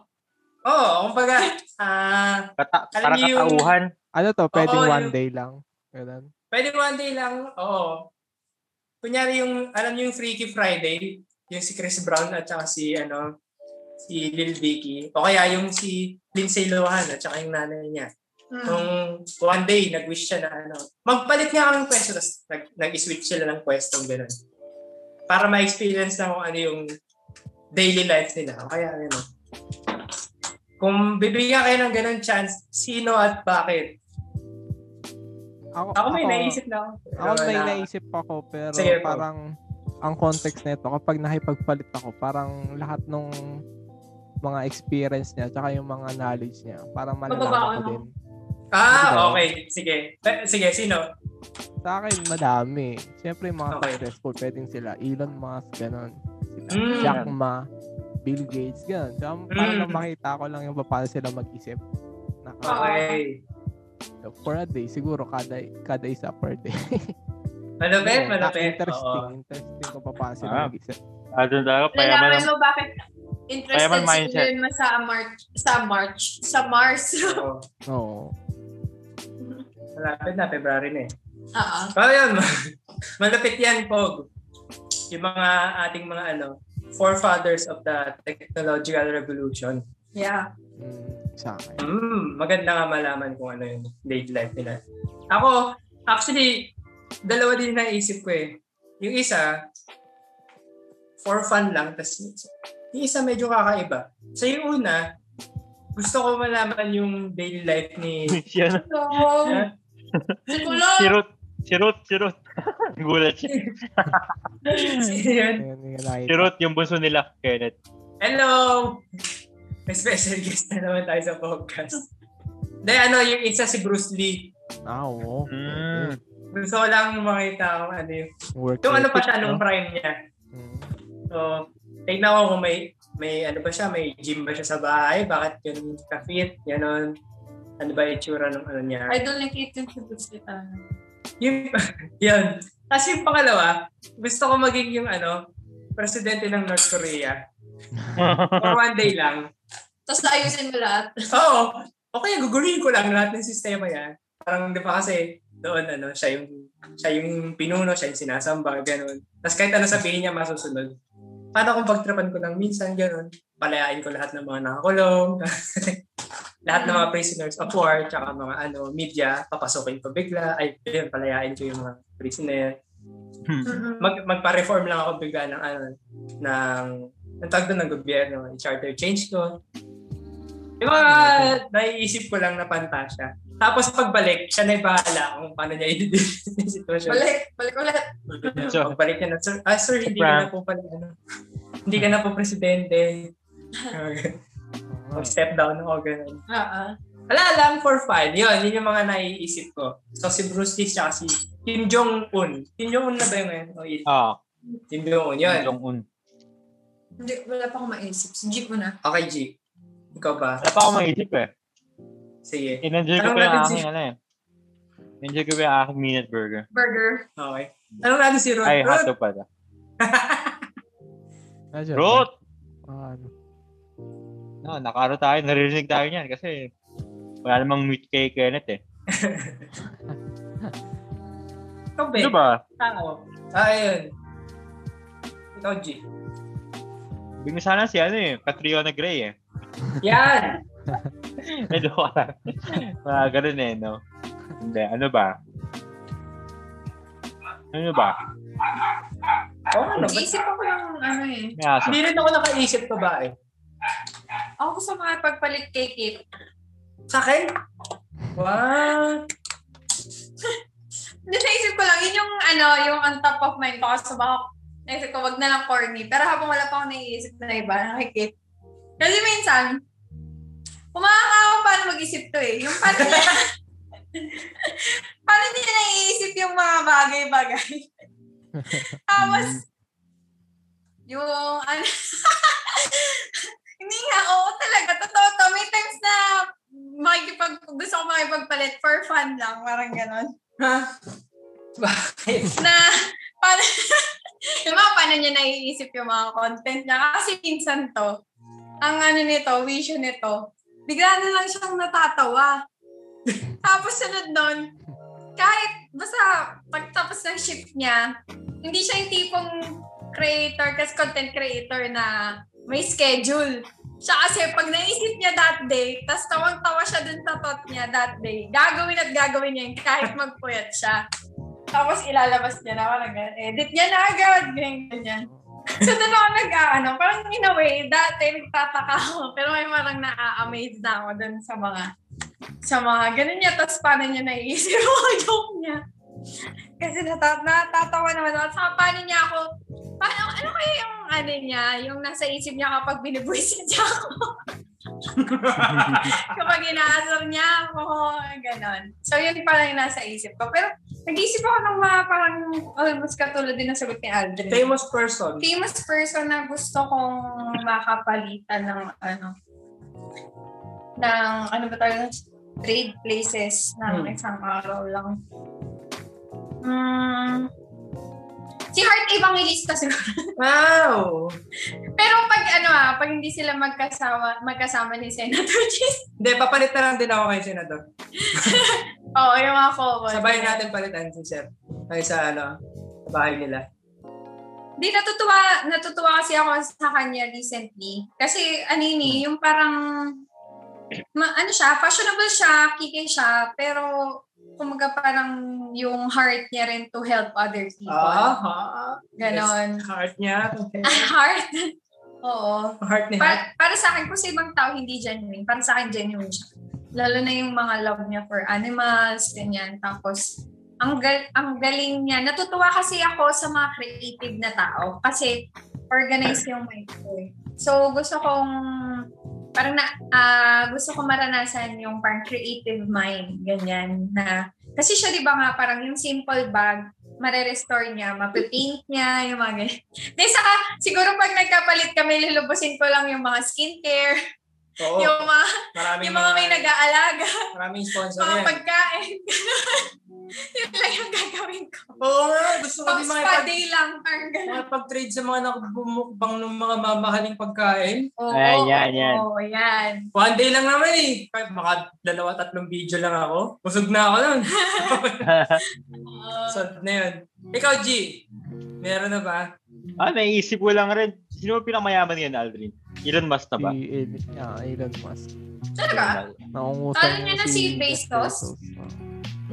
Speaker 1: Oo, kumbaga, ah,
Speaker 2: Kata-
Speaker 1: Alam
Speaker 2: para
Speaker 1: niyo yung-
Speaker 2: katauhan.
Speaker 4: Ano to, pwedeng
Speaker 1: Oo,
Speaker 4: one
Speaker 1: yun.
Speaker 4: day lang. Ganun.
Speaker 1: Pwede one day lang, oo. Kunyari yung, alam niyo yung Freaky Friday, yung si Chris Brown at saka si, ano, si Lil Dicky. O kaya yung si Lindsay Lohan at saka yung nanay niya.
Speaker 7: Mm.
Speaker 1: Nung one day, nag-wish siya na ano, magpalit nga kami ng pwesto, tapos nag- nag-switch sila ng pwesto, gano'n. Para ma-experience na kung ano yung daily life nila. O kaya, ano, kung bibigyan kayo ng gano'ng chance, sino at bakit?
Speaker 4: Ako,
Speaker 1: Ako may naisip na ako.
Speaker 4: Ako
Speaker 1: Ano
Speaker 4: may
Speaker 1: na-
Speaker 4: naisip ako pero
Speaker 1: Sige, go.
Speaker 4: parang ang context nito kapag nakipagpalit ako parang lahat nung mga experience niya tsaka yung mga knowledge niya parang malalaman ko
Speaker 5: ano?
Speaker 4: din.
Speaker 1: Ah, okay. Sige. Pe- Sige, sino?
Speaker 4: Sa akin madami. Siyempre yung mga
Speaker 1: Okay.
Speaker 4: successful pwedeng sila Elon Musk ganun. Sila
Speaker 1: Mm.
Speaker 4: Jack Ma, Bill Gates ganun. Tsaka parang
Speaker 1: Mm.
Speaker 4: nang makita ko lang yung paano sila mag-isip. Naka,
Speaker 1: Okay.
Speaker 4: for a day siguro kada kada isa per day.
Speaker 1: (laughs) Malapit,
Speaker 4: Yun,
Speaker 1: malapit.
Speaker 4: Interesting,
Speaker 1: Oo.
Speaker 4: interesting kung paano sila
Speaker 2: Ah.
Speaker 4: mag-isip.
Speaker 2: Ano talaga,
Speaker 7: Nalaman
Speaker 2: payaman
Speaker 7: mo bakit interested
Speaker 2: Payaman
Speaker 7: si
Speaker 2: mindset.
Speaker 7: Elon Musk sa March, sa March, sa Mars. (laughs)
Speaker 1: Oo.
Speaker 4: Oo.
Speaker 1: Malapit na, February na eh.
Speaker 7: Oo.
Speaker 1: Pero yun, (laughs) malapit yan, Pog. Yung mga ating mga ano, forefathers of the technological revolution.
Speaker 7: Yeah.
Speaker 4: Mm, sa akin.
Speaker 1: Mm, maganda nga malaman kung ano yung late life nila. Ako, actually, dalawa din na isip ko eh. Yung isa, for fun lang, tas yung isa medyo kakaiba. Sa yung una, gusto ko malaman yung daily life ni... (laughs)
Speaker 2: (laughs) siya na.
Speaker 7: So, siguro,
Speaker 2: Si Ruth, si Ruth, si Ruth. (laughs) Gulat siya.
Speaker 1: Yun.
Speaker 4: Ayun, yun yung nakita.
Speaker 2: Si Ruth, yung bunso nila,
Speaker 1: (laughs)
Speaker 2: Kenneth.
Speaker 1: Hello! May special guest na naman tayo sa podcast. Hindi, ano, yung isa si Bruce Lee.
Speaker 4: Ah, oo.
Speaker 2: Mm.
Speaker 1: Gusto ko lang makita kung ano yung...
Speaker 4: Work
Speaker 1: Yung ano pa
Speaker 4: ethic,
Speaker 1: siya nung
Speaker 4: no?
Speaker 1: prime niya.
Speaker 4: Mm.
Speaker 1: So, tignan ko kung may, may ano ba siya, may gym ba siya sa bahay, bakit yun ka-fit, gano'n. Ano ba yung itsura ng ano niya.
Speaker 7: I don't like it yung tubos kita.
Speaker 1: Yung, (laughs) yun. Tapos yung pangalawa, gusto ko maging yung ano, presidente ng North Korea. For one day lang.
Speaker 7: Tapos ayusin mo lahat.
Speaker 1: Oo. O kaya guguluhin ko lang lahat ng sistema yan. Parang di ba kasi doon ano, siya yung siya yung pinuno, siya yung sinasamba, ganun. Tapos kahit ano sabihin niya, masusunod. Paano kung pagtrapan ko lang minsan, ganun? Palayain ko lahat ng mga nakakulong, (laughs) lahat ng mga prisoners of war, tsaka mga ano, media, papasukin ko bigla, ay, yun, palayain ko yung mga prisoner. Mag, magpa-reform lang ako bigla ng ano, ng, ng tag ng gobyerno, yung charter change ko. Yung mga naiisip ko lang na pantasya. Tapos pagbalik, siya na yung bahala kung paano niya i-deal yung sitwasyon.
Speaker 7: Balik, balik ulit.
Speaker 1: So, pagbalik niya na, sir, ah, sir, hindi ka na po pala, ano, hindi ka na po presidente.
Speaker 4: Ah,
Speaker 1: Mag-step down ako, ganun.
Speaker 7: Oo.
Speaker 1: Wala lang, for fun. Yun, yun yung mga naiisip ko. So, si Bruce Lee, siya si Kim Jong-un. Kim Jong-un na ba yung ngayon? Oh, yeah.
Speaker 2: Ah,
Speaker 1: Kim Jong-un, yun.
Speaker 2: Jong-un.
Speaker 7: Hindi, wala pa akong maisip. So, jeep mo na.
Speaker 1: Okay, G. Ikaw ba?
Speaker 2: Wala pa ako maisip eh.
Speaker 1: Sige.
Speaker 2: In-enjoy ko
Speaker 1: Tanong
Speaker 2: pa yung
Speaker 1: natin
Speaker 2: aking, ano eh. Enjoy ko pa yung aking minute burger.
Speaker 7: Burger.
Speaker 1: Okay. Tanong natin si Rod.
Speaker 2: Mm. Ay,
Speaker 1: Rod,
Speaker 2: hotdog pala.
Speaker 4: nasa ba?
Speaker 2: Ruth!
Speaker 4: Ah, ano?
Speaker 2: No, nakaro tayo, naririnig tayo niyan kasi wala namang meet kay Kenneth eh.
Speaker 1: ikaw ba?
Speaker 2: Ano ba?
Speaker 1: Tao. Ah, yun. Ikaw, G.
Speaker 2: Bigyan sana si ano eh, Catriona Gray eh.
Speaker 1: Yan!
Speaker 2: (laughs) Medyo ka lang. Mga ganun eh, no? Hindi, ano ba? Ano ba?
Speaker 1: Oo, oh, ano ba?
Speaker 7: Iisip ako yung ano eh.
Speaker 2: May
Speaker 1: (laughs)
Speaker 2: aso. (laughs)
Speaker 1: Hindi rin ako nakaisip pa ba eh.
Speaker 7: Ako gusto mga pagpalit kay Kate.
Speaker 1: Sa akin? Wow!
Speaker 7: Hindi, naisip ko lang. Yun yung ano, yung on top of mind ko. Kasi baka naisip ko, wag na lang corny. Pero habang wala pa akong naiisip na iba, na kay Kate. Kasi minsan, kumakakawa paano mag-isip to eh. Yung paano niya, paano niya naiisip yung mga bagay-bagay. Tapos, yung ano, (laughs) hindi nga, oo talaga, totoo to. May times na makikipag, gusto ko makipagpalit for fun lang, parang ganon.
Speaker 1: Bakit?
Speaker 2: (laughs)
Speaker 7: Na, paano, (laughs) yung mga paano niya naiisip yung mga content niya. Kasi minsan to, ang ano nito, vision nito, bigla na lang siyang natatawa. Tapos sunod nun, kahit basta pagtapos ng shift niya, hindi siya yung tipong creator, kasi content creator na may schedule. Siya kasi pag naisip niya that day, tas tawang-tawa siya dun sa thought niya that day, gagawin at gagawin niya yun kahit magpuyat siya. Tapos ilalabas niya na, walang ganun. Edit niya na agad, ganyan, ganyan. So doon ako nag ano, parang in a way, dati nagtataka ako, pero may marang na-amaze na ako dun sa mga, sa mga ganun niya, tapos paano niya naiisip yung mga joke niya. Kasi nata- natatawa naman ako. Saka paano niya ako, paano, ano kaya yung ano niya, yung nasa isip niya kapag binibwisit niya ako. kapag inaasar niya ako, ganon. So yun parang yung nasa isip ko. Pero nag-isip ako ng mga parang almost katulad din ng sagot ni Aldrin
Speaker 1: Famous person.
Speaker 7: famous person na gusto kong makapalitan ng ano ng ano ba talaga trade places ng
Speaker 1: Hmm.
Speaker 7: isang araw lang. Mm. Si Heart Evangelista siguro. (laughs)
Speaker 1: Wow!
Speaker 7: Pero pag ano ah, pag hindi sila magkasama, magkasama ni Senator Chis. (laughs)
Speaker 1: Hindi, papalit na lang din ako kay Senador.
Speaker 7: Oo, yung mga cover.
Speaker 1: Sabayan natin palitan si Sir. Ay sa ano, sa bahay nila.
Speaker 7: Di natutuwa, natutuwa kasi ako sa kanya recently. Kasi ano yun eh, yung parang, ma, ano siya, fashionable siya, kiki siya, pero kumaga parang yung heart niya rin to help other people.
Speaker 1: Ah. Aha.
Speaker 7: Ganon.
Speaker 1: Yes, heart niya.
Speaker 7: (laughs) Heart. Oo.
Speaker 1: Heart ni heart.
Speaker 7: Para, para sa akin, kung sa ibang tao hindi genuine, para sa akin genuine siya. Lalo na yung mga love niya for animals, ganyan. Tapos, ang, gal- ang galing niya. Natutuwa kasi ako sa mga creative na tao kasi organized yung mind ko eh. So, gusto kong parang na, ah, gusto kong maranasan yung parang creative mind, ganyan na kasi siya di ba nga parang yung simple bag, mare-restore niya, mapipaint niya, yung mga ganyan. (laughs) Then saka, siguro pag nagkapalit kami, lulubusin ko lang yung mga skincare,
Speaker 1: Oo.
Speaker 2: Oh,
Speaker 7: yung mga,
Speaker 1: maraming,
Speaker 7: yung mga may nag-aalaga,
Speaker 1: Maraming sponsor
Speaker 7: mga
Speaker 1: yan.
Speaker 7: pagkain. (laughs) yun lang yung gagawin ko.
Speaker 1: Oo nga, gusto ko
Speaker 7: Pang
Speaker 1: din
Speaker 7: spa
Speaker 1: makipag-
Speaker 7: day lang, parang ganun.
Speaker 1: makipag-trade sa mga nakabumukbang ng mga mamahaling pagkain.
Speaker 7: Oo,
Speaker 2: Ayan, yan, yan.
Speaker 7: oo, yan.
Speaker 1: One day lang naman eh. Kahit Maka dalawa, tatlong video lang ako. Busog na ako (laughs) nun.
Speaker 2: Mm.
Speaker 7: Oo.
Speaker 1: so, na yun. Ikaw, G. Meron na ba?
Speaker 2: ah, naisip ko lang rin. Sino ba pinakamayaman ngayon, Aldrin? Elon Musk na Ano ba?
Speaker 4: Si Elon, ah, Elon Musk.
Speaker 7: Talaga?
Speaker 1: Ano
Speaker 4: Nakungusan
Speaker 7: Talo niya na si Bezos?
Speaker 4: ah.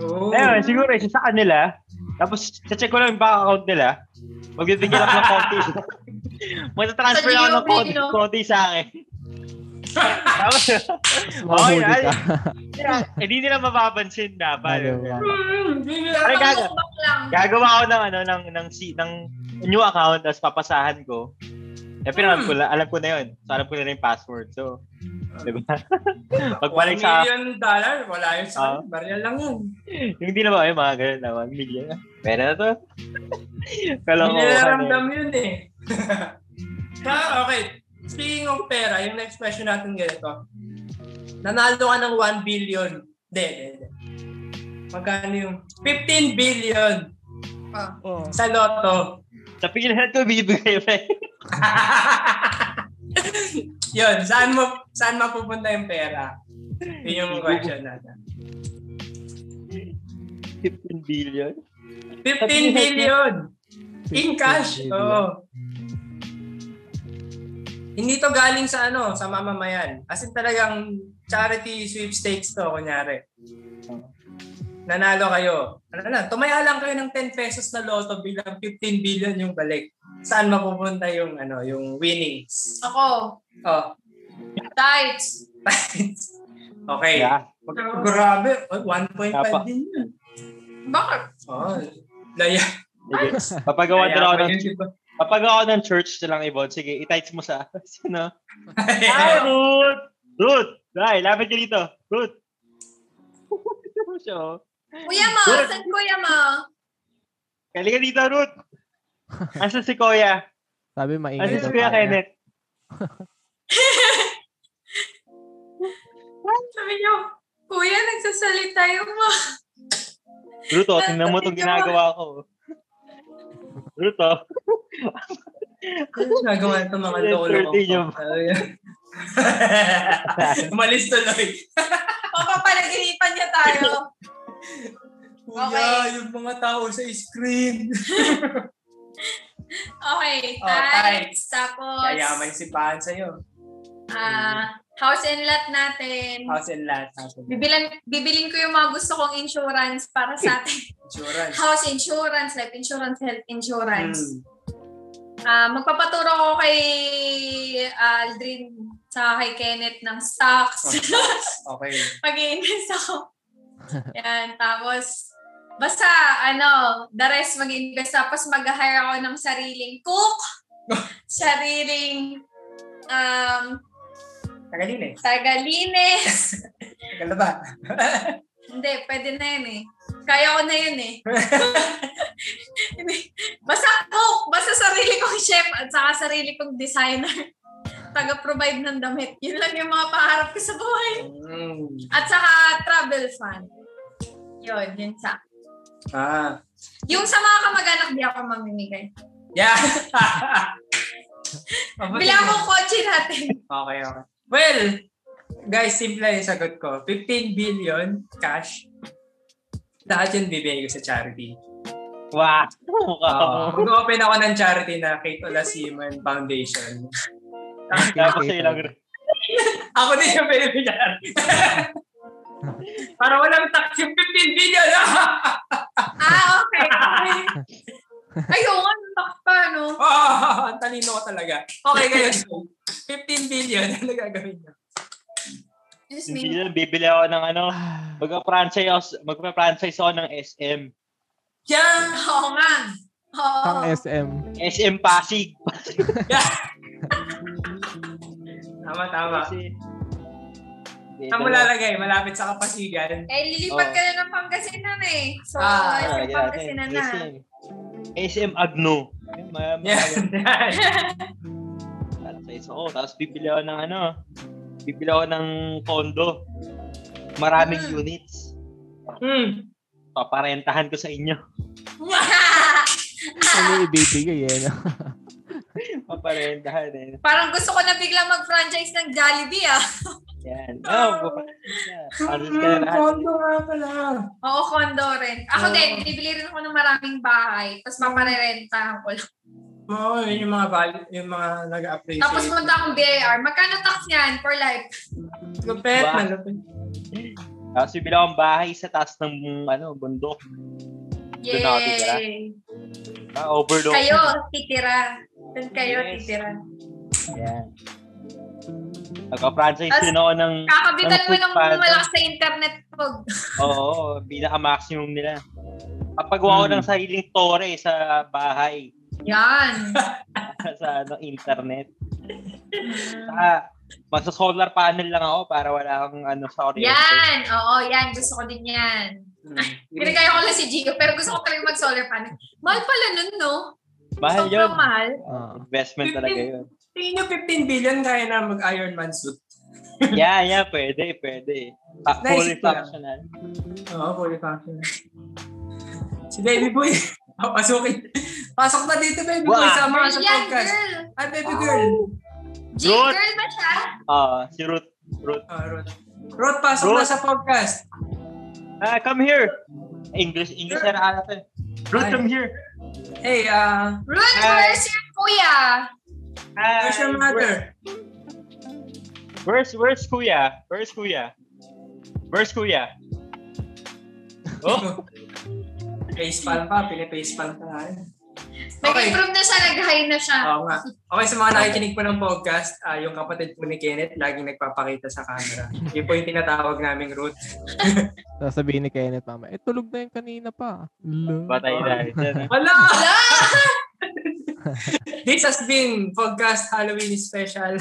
Speaker 1: Oo.
Speaker 2: Ayun, siguro isa sa kanila. Tapos, check ko lang yung bank account nila. Magtitigil ako ng konti. (laughs) Magta-transfer
Speaker 7: Sa
Speaker 2: ako ng
Speaker 7: Gio
Speaker 2: konti,
Speaker 7: Brino.
Speaker 2: konti sa akin. Tapos,
Speaker 4: Mas
Speaker 2: Okay,
Speaker 4: mahuli ka.
Speaker 2: hindi nila mapapansin na.
Speaker 4: Ano
Speaker 2: Paano?
Speaker 4: ba?
Speaker 2: Ay, gaga.
Speaker 7: Tatakbo lang.
Speaker 2: Gagawa ako ng ano ng ng si ng new account tapos papasahan ko. Eh pero alam ko na, alam ko na 'yon. So alam ko na rin yung password. So, 'di ba? Pagbalik
Speaker 1: One
Speaker 2: sa
Speaker 1: million dollar, wala yun sa
Speaker 2: Ah.
Speaker 1: akin. Barya lang yun.
Speaker 2: yung hindi na ba yung mga ganun na 1 million. Pera na to. ano
Speaker 1: Hindi
Speaker 2: Kalokohan.
Speaker 1: nararamdam yun eh. (laughs) Kaya, okay. Speaking of pera, yung next question natin ganito. Nanalo ka ng 1 billion. Hindi, hindi, hindi. Magkano yung 15 billion
Speaker 4: Oh,
Speaker 1: sa lotto? (laughs)
Speaker 2: eh. Sa pilit ko bibigay pa. eh. (laughs)
Speaker 1: Yun, saan mo saan mapupunta yung pera? Yun yung question natin.
Speaker 2: 15 billion.
Speaker 1: 15 billion in cash.
Speaker 4: 15 billion.
Speaker 1: Oo. Hindi to galing sa ano, sa mamamayan. As in talagang charity sweepstakes to, kunyari. Nanalo kayo. Ano na, tumaya lang kayo ng 10 pesos na lotto bilang 15 billion yung balik. Saan mapupunta yung ano, yung winnings?
Speaker 7: Ako,
Speaker 1: Oh, (laughs)
Speaker 7: tights.
Speaker 1: okay.
Speaker 2: Yeah.
Speaker 1: Pag- Grabe, oh, 1.5
Speaker 2: Tapa.
Speaker 1: din yun.
Speaker 7: Bakit?
Speaker 1: Oh, laya.
Speaker 2: Sige. Papagawa na lang ako
Speaker 1: laya pa
Speaker 2: ng
Speaker 1: yun, diba?
Speaker 2: papagawa ako ng church na lang ibon. Sige, itites mo sa (laughs) ano. Ay,
Speaker 1: Ay,
Speaker 2: Ruth! Ruth! Ay, lapit ka dito. Ruth! (laughs) Siya, oh.
Speaker 7: Kuya Ma,
Speaker 2: Good.
Speaker 7: saan Kuya Ma?
Speaker 2: Kali ka dito, Ruth! Asa si Kuya?
Speaker 4: (laughs) sabi maingay
Speaker 2: Asa si
Speaker 4: daw
Speaker 2: Kuya
Speaker 4: tayo.
Speaker 2: Kenneth?
Speaker 7: Sabi niyo, Kuya, nagsasalita yung ma. (laughs)
Speaker 2: Ruth, oh, tingnan mo itong ginagawa ko. Ruth, oh.
Speaker 1: ano nagawa ito mga lolo ko?
Speaker 2: 13 yung-
Speaker 1: Ay, (laughs) Umalis tuloy.
Speaker 7: Papapalaginipan niya tayo.
Speaker 1: Kuya, yung mga tao sa screen.
Speaker 7: Okay,
Speaker 1: Oh, tights.
Speaker 7: tights. Tapos,
Speaker 1: Yayaman si Pan sa'yo.
Speaker 7: Ah, house and lot natin.
Speaker 1: House and land. House and land.
Speaker 7: Bibilan, bibilin ko yung mga gusto kong insurance para sa atin.
Speaker 1: Insurance.
Speaker 7: House insurance, life insurance, health insurance.
Speaker 1: Mm.
Speaker 7: Ah, magpapaturo ko kay ah, Aldrin sa kay Kenneth ng (laughs) stocks.
Speaker 1: Okay.
Speaker 7: Mag-iinvest ako. Yan, tapos basta ano, the rest mag-invest tapos mag-hire ako ng sariling cook, sariling um,
Speaker 1: Tagalin eh.
Speaker 7: tagalines.
Speaker 1: Tagal na ba?
Speaker 7: Hindi, pwede na yun eh. Kaya ko na yun eh. Hindi. basta cook, basta sarili kong chef at saka sarili kong designer. Taga-provide ng damit. Yun lang yung mga pangarap ko sa buhay.
Speaker 1: Mm.
Speaker 7: At saka travel fund. Yun, yun sa.
Speaker 1: Ah.
Speaker 7: Yung sa mga kamag-anak, di ako mamimigay.
Speaker 1: Yeah. (laughs)
Speaker 7: Bilang mo kotse natin.
Speaker 1: Okay, okay. Well, guys, simple lang yung sagot ko. 15 billion cash. Lahat yun bibigay ko sa charity.
Speaker 2: Wow!
Speaker 1: Uh, (laughs) mag-open ako ng charity na Kate Olasiman Foundation. (laughs)
Speaker 2: Tapos sa ilang
Speaker 1: Ako din yung beneficiary. (laughs) Para walang tax yung 15 billion. (laughs)
Speaker 7: Ah, okay. okay. Ayun, ano, tak pa, no?
Speaker 1: oh, ang talino ko talaga. Okay, kayo. so, 15 billion. (laughs) Ano gagawin niyo?
Speaker 7: Excuse me.
Speaker 2: Hindi na, bibili ako ng ano. Magpa-franchise ako, magpa-franchise ako ng SM.
Speaker 1: Yan!
Speaker 7: Oo nga. Oo.
Speaker 4: Pang SM.
Speaker 2: SM Pasig.
Speaker 1: Tama, tama.
Speaker 2: Kasi... Hindi,
Speaker 1: Saan mo lalagay? Malapit sa kapasigan. (laughs)
Speaker 7: Eh, lilipat
Speaker 2: Oo.
Speaker 7: ka na ng Pangasinan eh. So,
Speaker 1: Ah,
Speaker 7: ah,
Speaker 2: Ah, yeah,
Speaker 7: Pangasinan na.
Speaker 2: SM. SM Agno. Ayun, ma- ma-
Speaker 1: Yan. yan.
Speaker 2: franchise ako. Tapos bibili ako ng ano. Bibili ako ng condo. Maraming
Speaker 7: Mm.
Speaker 2: units.
Speaker 1: Hmm.
Speaker 2: Paparentahan ko sa inyo. (laughs)
Speaker 4: Ano ibibigay eh. no?
Speaker 2: Paparentahan eh.
Speaker 7: (laughs) Parang gusto ko na biglang mag-franchise ng Jollibee ah.
Speaker 2: Yan.
Speaker 7: Oh.
Speaker 2: No, paparentahan ka. Paparentahan ka na
Speaker 7: Hmm,
Speaker 2: lahat.
Speaker 1: nga pala.
Speaker 7: Oo, condo rin. Ako
Speaker 1: Oo.
Speaker 7: din, bibili rin ako ng maraming bahay. Tapos maparerentahan ko lang.
Speaker 1: Oo, yun yung mga value, yung mga nag-appreciate.
Speaker 7: Tapos punta akong BIR. Magkano tax yan for life?
Speaker 1: Lupet na
Speaker 2: Ba-
Speaker 1: lupet.
Speaker 2: Tapos bibili ako ng bahay sa taas ng ano, bundok. Doon ako titira.
Speaker 7: Yay!
Speaker 2: Ah, overlook.
Speaker 7: Kayo, titira. Doon kayo,
Speaker 2: Yes.
Speaker 7: titira.
Speaker 2: Yan. Nagka-franchise
Speaker 7: Tapos-
Speaker 2: din ako ng...
Speaker 7: Kakabitan
Speaker 2: Ang
Speaker 7: mo ng
Speaker 2: foodpanda.
Speaker 7: malakas sa internet pag
Speaker 2: Oo, pinaka-maximum nila. Papagawa ko
Speaker 1: Hmm.
Speaker 2: ng sariling tore sa bahay. (laughs)
Speaker 7: Yan.
Speaker 2: sa ano, internet. Ah, masa solar panel lang ako para wala akong ano, sa oriente.
Speaker 7: yan. Oo, yan. Gusto ko din yan.
Speaker 2: Mm.
Speaker 7: (laughs) Pinagaya ko lang si Gio, pero gusto ko talaga mag-solar panel. Mahal pala nun, no?
Speaker 2: Mahal yun.
Speaker 7: Sobrang mahal.
Speaker 4: Ah.
Speaker 2: Investment talaga yun.
Speaker 1: Tingin nyo 15 billion kaya na mag-Iron Man suit.
Speaker 2: yeah, yeah, pwede, pwede. Ah,
Speaker 1: Naisip
Speaker 2: fully
Speaker 1: ko lang.
Speaker 2: functional.
Speaker 1: Oo, fully functional. Si Baby Boy. (laughs) Oh, pasukin. Pasok na dito, Baby Boy,
Speaker 2: Wow.
Speaker 1: sama ka sa
Speaker 7: Yan,
Speaker 1: podcast.
Speaker 7: girl. Oh.
Speaker 1: Ay, Baby Girl.
Speaker 7: G,
Speaker 2: Good.
Speaker 7: girl ba siya?
Speaker 2: Ah, si Ruth. Ruth.
Speaker 1: Oh, Rod. Rod, pasok
Speaker 2: Rod.
Speaker 1: na sa podcast.
Speaker 2: Ah, come here. English, English na naalat eh. Ruth,
Speaker 1: Ay.
Speaker 2: come here.
Speaker 1: Hey, ah,
Speaker 7: Ruth,
Speaker 2: Hi.
Speaker 7: where's your kuya?
Speaker 2: Hi.
Speaker 1: where's your mother?
Speaker 2: Ah, Where's, where's Kuya? Where's Kuya? Where's Kuya? Oh,
Speaker 1: Facepalm pa, pinipacepalm ka na. Okay.
Speaker 7: Nag-improve na siya, nag-hi na siya.
Speaker 1: Oo nga. Okay, sa mga nakikinig po ng podcast, ah, yung kapatid po ni Kenneth laging nagpapakita sa camera. Yun po yung tinatawag naming root.
Speaker 4: Sasabihin ni Kenneth mama, eh tulog na yung kanina pa. Lo.
Speaker 2: patay
Speaker 1: (laughs)
Speaker 2: na.
Speaker 1: Wala!
Speaker 7: Wala!
Speaker 1: (laughs) This has been podcast Halloween special.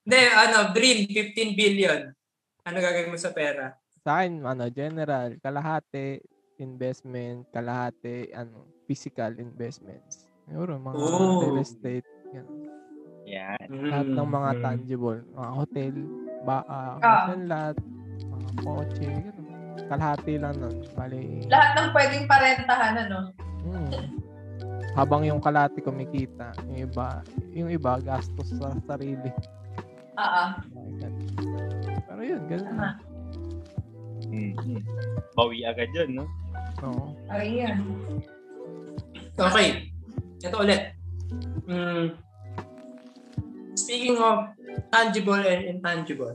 Speaker 1: Hindi, ano, dream, 15 billion. Ano gagawin mo sa pera?
Speaker 4: Sa akin, ano, general, kalahati, investment, kalahati, ano, physical investments. Siguro, mga
Speaker 1: Oh.
Speaker 4: real estate,
Speaker 2: Yan.
Speaker 4: lahat ng mga
Speaker 1: Mm.
Speaker 4: tangible, mga hotel, ba, ah,
Speaker 7: Ah.
Speaker 4: hotel lot, mga kotse, ganun. kalahati lang nun. Bali,
Speaker 7: Lahat ng pwedeng parentahan, ano?
Speaker 4: mm. habang yung kalahati kumikita, yung iba, yung iba, gastos sa sarili.
Speaker 7: Oo.
Speaker 4: Pero yun, ganun.
Speaker 7: Tama.
Speaker 2: Mm. Bawi agad yun, no?
Speaker 4: Oo.
Speaker 7: Oh, yeah.
Speaker 1: Okay. Ito ulit. Mm, Speaking of tangible and intangible,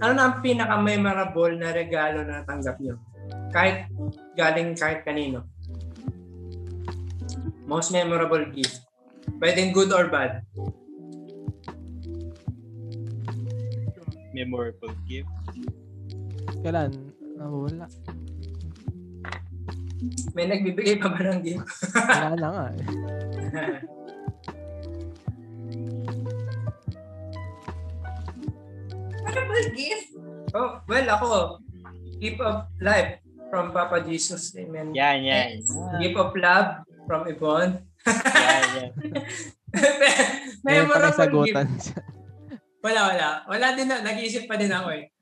Speaker 1: ano na ang pinaka-memorable na regalo na natanggap niyo? Kahit galing kahit kanino. Most memorable gift. Pwedeng good or bad.
Speaker 2: Memorable gift.
Speaker 4: Kailan?
Speaker 7: (laughs)
Speaker 4: Nawala.
Speaker 1: May nagbibigay pa ba ng gift?
Speaker 4: Wala na nga eh.
Speaker 7: Memorable Ano gift.
Speaker 1: oh, well, ako, gift of life from Papa Jesus. Amen.
Speaker 2: Yan, yan.
Speaker 7: Yes.
Speaker 1: Gift of love from Yvonne. (laughs)
Speaker 2: Yan, yan.
Speaker 4: May
Speaker 1: memorable gift.
Speaker 4: sagutan siya. (laughs)
Speaker 1: Wala, wala. Wala din na. Nag-iisip pa din ako eh.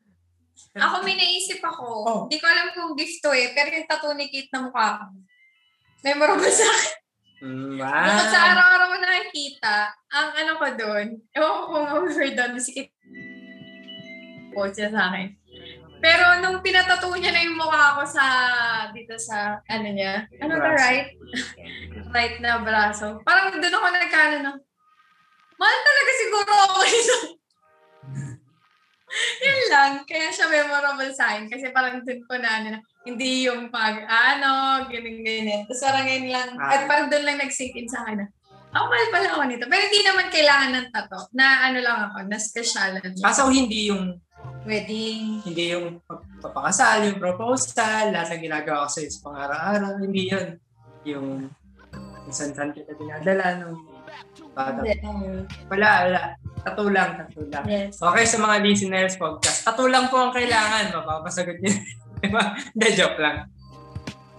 Speaker 7: Ako may naisip
Speaker 1: Oh.
Speaker 7: ako. Hindi ko alam kung gift to eh, pero yung tattoo ni Kate na mukha ko. Memorable sa akin.
Speaker 1: Mm,
Speaker 7: Bukod sa
Speaker 1: wow.
Speaker 7: araw-araw ko nakikita, ang ano ko doon, ewan ko kung overdone na si Kate. Po siya sa akin. Pero nung pinatattoo niya na yung mukha ko sa, dito sa, ano niya, ano na
Speaker 1: Braso.
Speaker 7: right? right na braso. Parang doon ako nagkano na, mahal talaga siguro ako nito. (laughs) Yun lang. Kaya siya memorable sa akin. Kasi parang doon ko na, ano, na, hindi yung pag, ano, ganun, ganyan. Tapos parang yun lang.
Speaker 1: Ah.
Speaker 7: At parang doon lang nag-sink in sa akin na, ako mahal pala ako nito. Pero hindi naman kailangan ng tato. Na ano lang ako, na special. lang.
Speaker 1: Kaso hindi yung
Speaker 7: Wedding.
Speaker 1: hindi yung pag- papakasal, yung proposal, lahat ng ginagawa ko sa is pang-araw-araw, hindi yun. Yung kung saan-saan kita dinadala nung bata. Wala, wala. Tattoo lang, tattoo lang.
Speaker 7: Yes.
Speaker 1: Okay, sa mga listeners podcast, tattoo lang po ang kailangan. Mapapasagot niyo. (laughs) Diba? Hindi, joke lang.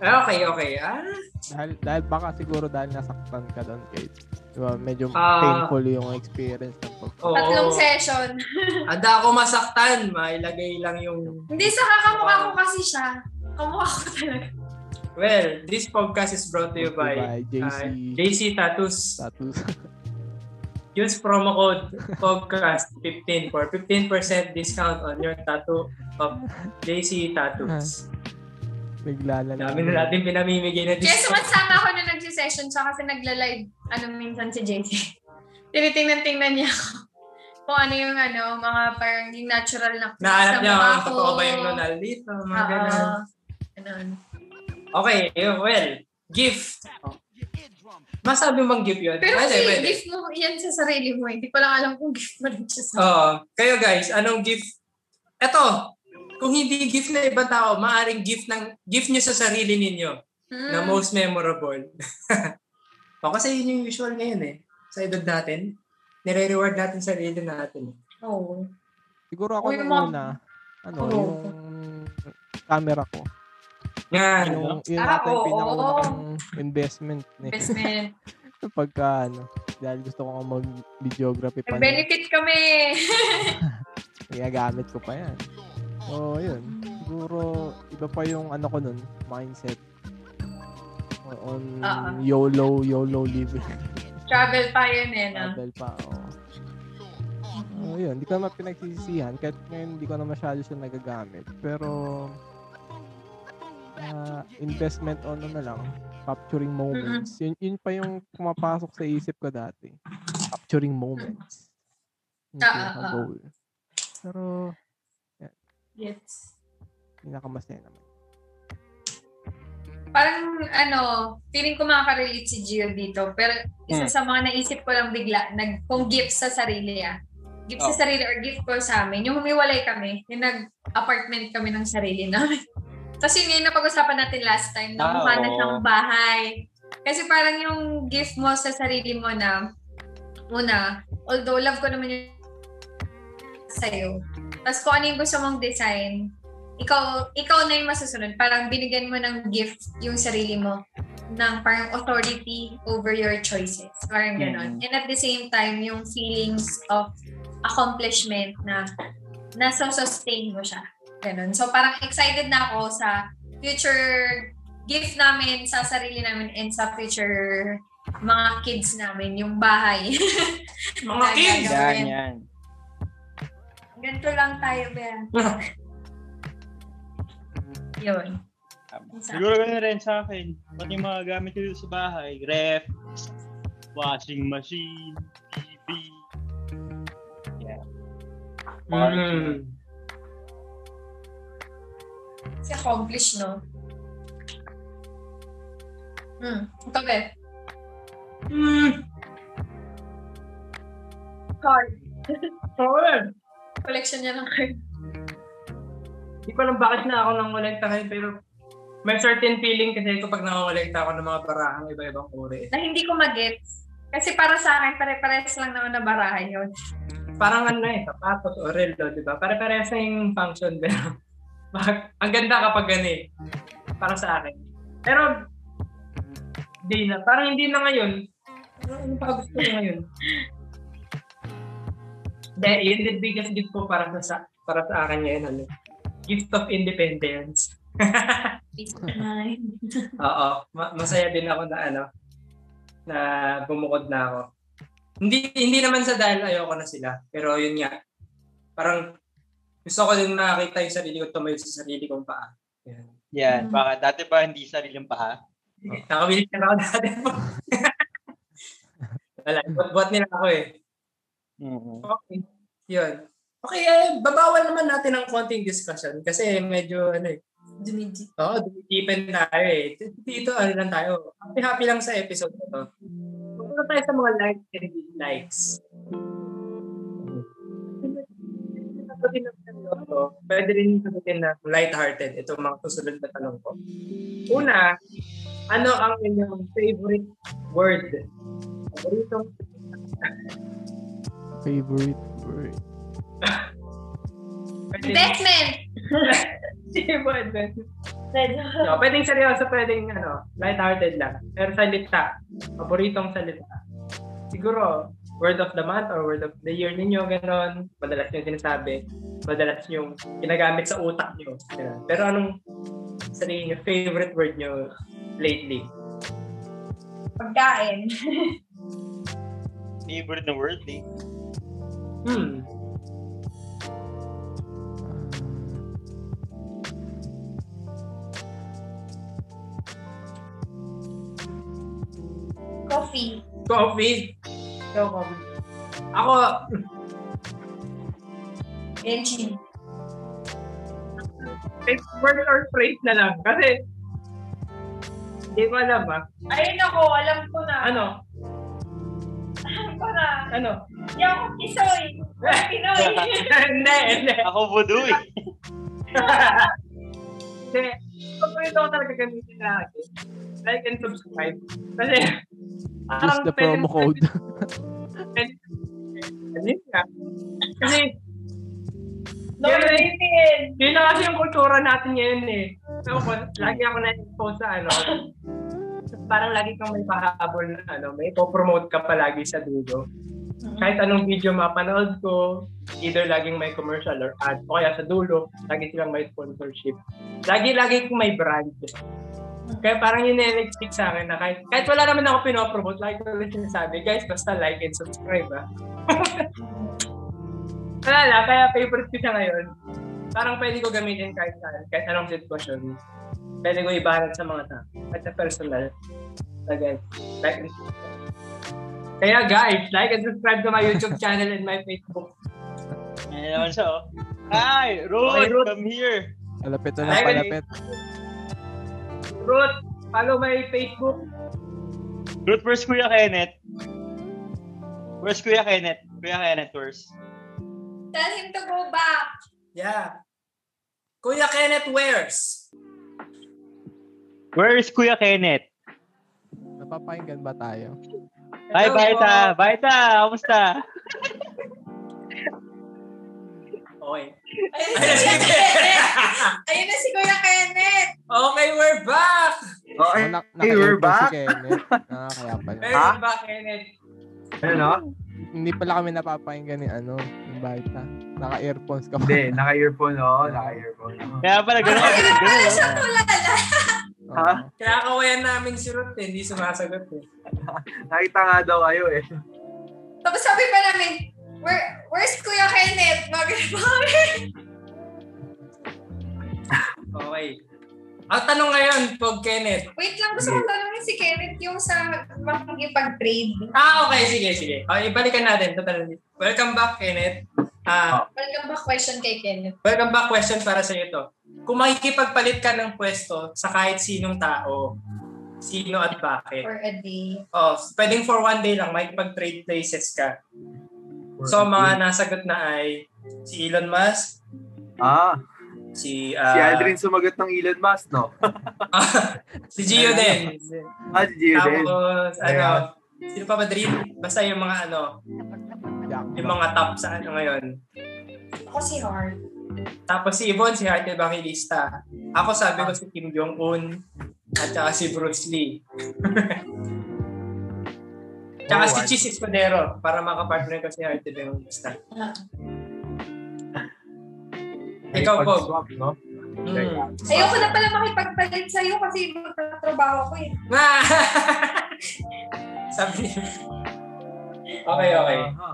Speaker 1: Okay, okay. Ah,
Speaker 4: Dahil, dahil baka siguro dahil nasaktan ka doon, Kate. Diba, medyo
Speaker 1: Ah.
Speaker 4: painful yung experience ng pag
Speaker 1: oo.
Speaker 7: Tatlong session.
Speaker 1: Ada ako masaktan, mailagay lang yung...
Speaker 7: Hindi, sa kakamukha ko kasi siya. Kamukha ko talaga.
Speaker 1: Well, this podcast is brought to you by
Speaker 4: JC
Speaker 1: uh, JC Tattoos.
Speaker 4: status. (laughs)
Speaker 1: Use promo code PODCAST15 for 15% discount on your tattoo of JC Tattoos.
Speaker 4: Naglalala.
Speaker 1: Dami na natin pinamimigay na
Speaker 7: Kaya
Speaker 1: discount.
Speaker 7: sumasama ako na nagsisession siya kasi nagla-live ano minsan si JT. (laughs) Tinitingnan-tingnan niya ako kung ano yung ano, mga parang yung natural na
Speaker 1: Nahanap niya
Speaker 7: mukha
Speaker 1: ang
Speaker 7: ko.
Speaker 1: totoo ba yung Nonal dito, mga
Speaker 7: Oo.
Speaker 1: ganun.
Speaker 7: Ganun.
Speaker 1: Okay, well, gift. Masabi mong gift yun?
Speaker 7: Pero kasi gift mo yan sa sarili mo. eh. Hindi ko lang alam kung gift mo rin siya sa
Speaker 1: Oo. kayo guys, anong gift? Eto, kung hindi gift na ibang tao, maaring gift ng gift nyo sa sarili ninyo
Speaker 7: Hmm.
Speaker 1: na most memorable. (laughs) o kasi yun yung usual ngayon eh. Sa edad natin, nire-reward natin sarili natin.
Speaker 7: Oo.
Speaker 4: Siguro ako
Speaker 7: Uy,
Speaker 4: yung
Speaker 7: ma'am.
Speaker 4: una. Ano,
Speaker 7: Oo.
Speaker 4: yung camera ko.
Speaker 1: Yan.
Speaker 4: Yung, yun
Speaker 7: Ah,
Speaker 4: ata yung
Speaker 7: oo.
Speaker 4: pinakauna kong investment. Eh.
Speaker 7: Investment.
Speaker 4: Pagka ano, dahil gusto ko mag-videography pa.
Speaker 7: May
Speaker 4: na-
Speaker 7: benefit kami. (laughs)
Speaker 4: Ginagamit ko pa yan. So, yun. Siguro, iba pa yung ano ko nun, mindset. O- On
Speaker 7: Ah, ah.
Speaker 4: YOLO, YOLO
Speaker 7: (laughs)
Speaker 4: living.
Speaker 7: Travel pa yun eh. No?
Speaker 4: Travel pa, oo. Oh, yun. Hindi ko naman pinagsisisihan. Kahit ngayon, hindi ko na masyado siya nagagamit. Pero, ah, investment on ano na lang, capturing moments. Yun, yun pa yung pumapasok sa isip ko dati. Capturing moments. Yung
Speaker 7: Ah, ah, ah.
Speaker 4: pinaka-goal. Pero,
Speaker 7: Yes.
Speaker 4: pinakamasaya naman.
Speaker 7: parang ano, feeling ko makaka-relate si Gio dito. Pero isa
Speaker 2: Hmm.
Speaker 7: sa mga naisip ko lang bigla, nag, kung gift sa sarili ah. Gift
Speaker 2: Oh.
Speaker 7: sa sarili or gift ko sa amin. Yung humiwalay kami, yung nag-apartment kami ng sarili namin. (laughs) Tapos yun yung napag-usapan natin last time,
Speaker 2: Ah,
Speaker 7: na mukha na
Speaker 2: oo.
Speaker 7: siyang bahay. Kasi parang yung gift mo sa sarili mo na, una, although love ko naman yung sa'yo. Tapos kung ano yung gusto mong design, ikaw, ikaw na yung masusunod. Parang binigyan mo ng gift yung sarili mo ng parang authority over your choices. Parang ganon. And at the same time, yung feelings of accomplishment na nasa-sustain mo siya. Ganon. So parang excited na ako sa future gift namin sa sarili namin and sa future mga kids namin, yung bahay. (laughs)
Speaker 1: Mga kids!
Speaker 2: Yan, yan.
Speaker 7: Ganito lang tayo,
Speaker 5: (laughs)
Speaker 7: Ben. Yun.
Speaker 2: Tama. Siguro ganun rin sa akin. Pati yung mga gamit ko sa bahay. Ref, washing machine, TV,
Speaker 1: Mm.
Speaker 7: Kasi accomplished, no? Hmm. Ikaw, Beth.
Speaker 5: Hmm.
Speaker 1: Mm.
Speaker 5: (laughs)
Speaker 7: Card.
Speaker 1: Wala.
Speaker 7: Collection niya ng card.
Speaker 1: Hindi ko alam bakit na ako nang ngayon pero may certain feeling kasi kapag nangongolekta ako ng mga barahang iba-ibang uri. eh.
Speaker 7: Na hindi ko magets. Kasi para sa akin, pare-pares lang naman na barahan yun.
Speaker 1: Parang ano eh, sapatos o relo, di ba? Pare-parehas na yung function pero (laughs) bak- ang ganda kapag gani. Para sa akin. Pero hindi na. Parang hindi na ngayon. Ano- Ano pa gusto ko ngayon? Hindi, yun the biggest gift ko para sa- sa para sa akin ngayon. Ano? Gift of independence.
Speaker 5: Hmm.
Speaker 1: Oo. Ma- masaya din ako na ano, na bumukod na ako. Hindi hindi naman sa dahil ayoko na sila. Pero yun nga, parang gusto ko din makakita yung sarili ko, tumayo sa sarili kong paa. Yan.
Speaker 2: Yan, baka dati ba hindi sariling paha?
Speaker 1: Nakawili ka na ako dati (laughs) po. Wala, buat-buat nila ako eh.
Speaker 2: mm
Speaker 1: Okay. Yun. Okay, eh, babawal naman natin ng konting discussion kasi medyo ano eh.
Speaker 7: Dumidji.
Speaker 1: Oo, dumidipen tayo eh. Dito ano lang tayo. Happy-happy lang sa episode na to. Pupunta tayo sa mga likes and dislikes. Sagutin natin ito. Pwede rin sagutin na lighthearted itong mga susunod na tanong ko. Una, ano ang inyong favorite word? Favoritong
Speaker 4: Favorite word.
Speaker 1: pwede-
Speaker 7: Investment!
Speaker 1: (laughs) Hindi mo advance. No, pwedeng seryoso, pwedeng ano, lighthearted lang. Pero salita, paboritong salita. Siguro, word of the month or word of the year ninyo, ganon. Madalas yung sinasabi. Madalas yung ginagamit sa utak nyo. Ganon. Pero anong sa tingin nyo, favorite word nyo lately?
Speaker 7: Pagkain. (laughs)
Speaker 2: Favorite na word eh.
Speaker 1: Hmm.
Speaker 7: Coffee.
Speaker 1: Coffee. Ikaw, coffee. Ako,
Speaker 7: Benching.
Speaker 1: favorite word or phrase na lang. Kasi, hindi ko alam ah.
Speaker 5: Ay, nako, alam ko na.
Speaker 1: Ano?
Speaker 5: Alam ko na.
Speaker 1: Ano?
Speaker 5: Hindi ako kisoy. Pinoy.
Speaker 1: hindi, hindi.
Speaker 2: Ako voodoo eh.
Speaker 1: Kasi, paborito ko talaga gamitin lagi. Like and subscribe. Kasi,
Speaker 4: Use the promo code. (laughs)
Speaker 1: Ano yun nga? Kasi,
Speaker 5: No rating.
Speaker 1: yun na kasi yung kultura natin ngayon eh. So, kung- lagi ako na-expose sa ano. Parang lagi kang may pahabol na ano, may ipopromote ka palagi sa dulo. Mm-hmm. Kahit anong video mapanood ko, either laging may commercial or ad, o kaya sa dulo, lagi silang may sponsorship. Lagi-lagi kong may brand. Kaya parang yun na nag-stick sa akin na kahit, kahit wala naman ako pinopromote, like ko lang sinasabi, guys, basta like and subscribe ah. (laughs) wala lang, kaya favorite ko siya ngayon. Parang pwede ko gamitin kahit saan, kahit anong sitwasyon. Pwede ko ibarat sa mga tao, at sa personal. So guys, like and subscribe. Kaya guys, like and subscribe to my YouTube channel and my Facebook.
Speaker 2: Ayan naman siya oh. Hi, Ruth,
Speaker 1: Okay, Ruth.
Speaker 2: come here.
Speaker 4: Palapit na lang,
Speaker 1: Ay,
Speaker 4: palapit.
Speaker 1: Ruth, follow my Facebook.
Speaker 2: Ruth, where's Kuya Kenneth? Where's Kuya Kenneth? Kuya Kenneth, where's?
Speaker 7: Tell him to go back.
Speaker 1: Yeah. Kuya Kenneth Wears.
Speaker 2: Where is Kuya Kenneth?
Speaker 4: Napapakinggan ba tayo?
Speaker 2: Hi, Baita! Baita! Kamusta?
Speaker 1: Okay.
Speaker 7: Ayun na si Kuya Kenneth. Ayun na si Kuya Kenneth.
Speaker 1: (laughs) okay, we're back!
Speaker 3: Okay,
Speaker 4: Oh, nak-
Speaker 3: hey, we're
Speaker 4: naka-earphone si
Speaker 3: back. (laughs)
Speaker 4: Kenneth. Ah, kaya pala.
Speaker 1: We're
Speaker 3: Ha?
Speaker 1: back, Kenneth.
Speaker 3: Ano no?
Speaker 4: Hindi pala kami napapakinggan ni ano, yung baita. Naka-earphones ka pa.
Speaker 3: Hindi, naka-earphone oh, naka-earphone. oh.
Speaker 2: Kaya pala, gano'n ako.
Speaker 7: Ayun
Speaker 2: Gano'n
Speaker 7: pala
Speaker 2: ako.
Speaker 7: siya tulala.
Speaker 4: Oo.
Speaker 3: Ha?
Speaker 1: Kinakawayan namin si Ruth eh, hindi sumasagot eh.
Speaker 3: Nakita nga daw kayo eh.
Speaker 7: Tapos sabi pa namin, Where, where's Kuya Kenneth? Bakit bakit?
Speaker 1: Okay. Ang tanong ngayon, Pog Kenneth.
Speaker 7: Wait lang, gusto kong tanongin si Kenneth yung sa makikipag-trade.
Speaker 1: Ah, okay, sige, sige. Okay, ibalikan natin. Total. Welcome back, Kenneth. Ah,
Speaker 7: Welcome back question kay Kenneth.
Speaker 1: welcome back question para sa ito. Kung makikipagpalit ka ng pwesto sa kahit sinong tao, sino at bakit?
Speaker 7: For a day.
Speaker 1: Oh, pwedeng for one day lang, makikipag-trade places ka. So, mga nasagot na ay si Elon Musk,
Speaker 3: Ah,
Speaker 1: si...
Speaker 3: si
Speaker 1: ah,
Speaker 3: Aldrin sumagot ng Elon Musk, no?
Speaker 1: si Gio din.
Speaker 3: Ah, si Jiren.
Speaker 1: Tapos, ano,
Speaker 3: Yeah.
Speaker 1: sino pa ba Dream? Basta yung mga ano, yung mga top sa ano ngayon.
Speaker 7: Ako si Hart.
Speaker 1: Tapos si Yvonne, si Heart Evangelista. Ako sabi ko si Kim Jong-un at saka si Bruce Lee. (laughs) Tsaka si Cheese Escudero para makapartner ko si Heart Evangelista.
Speaker 3: May
Speaker 1: Ikaw, Bob.
Speaker 3: pag-swap, no?
Speaker 1: Mm.
Speaker 7: Ayoko na pala makipagpalit sa'yo kasi magtatrabaho ko eh.
Speaker 1: Ah! (laughs) sabi niya. Okay, okay.
Speaker 3: Aha.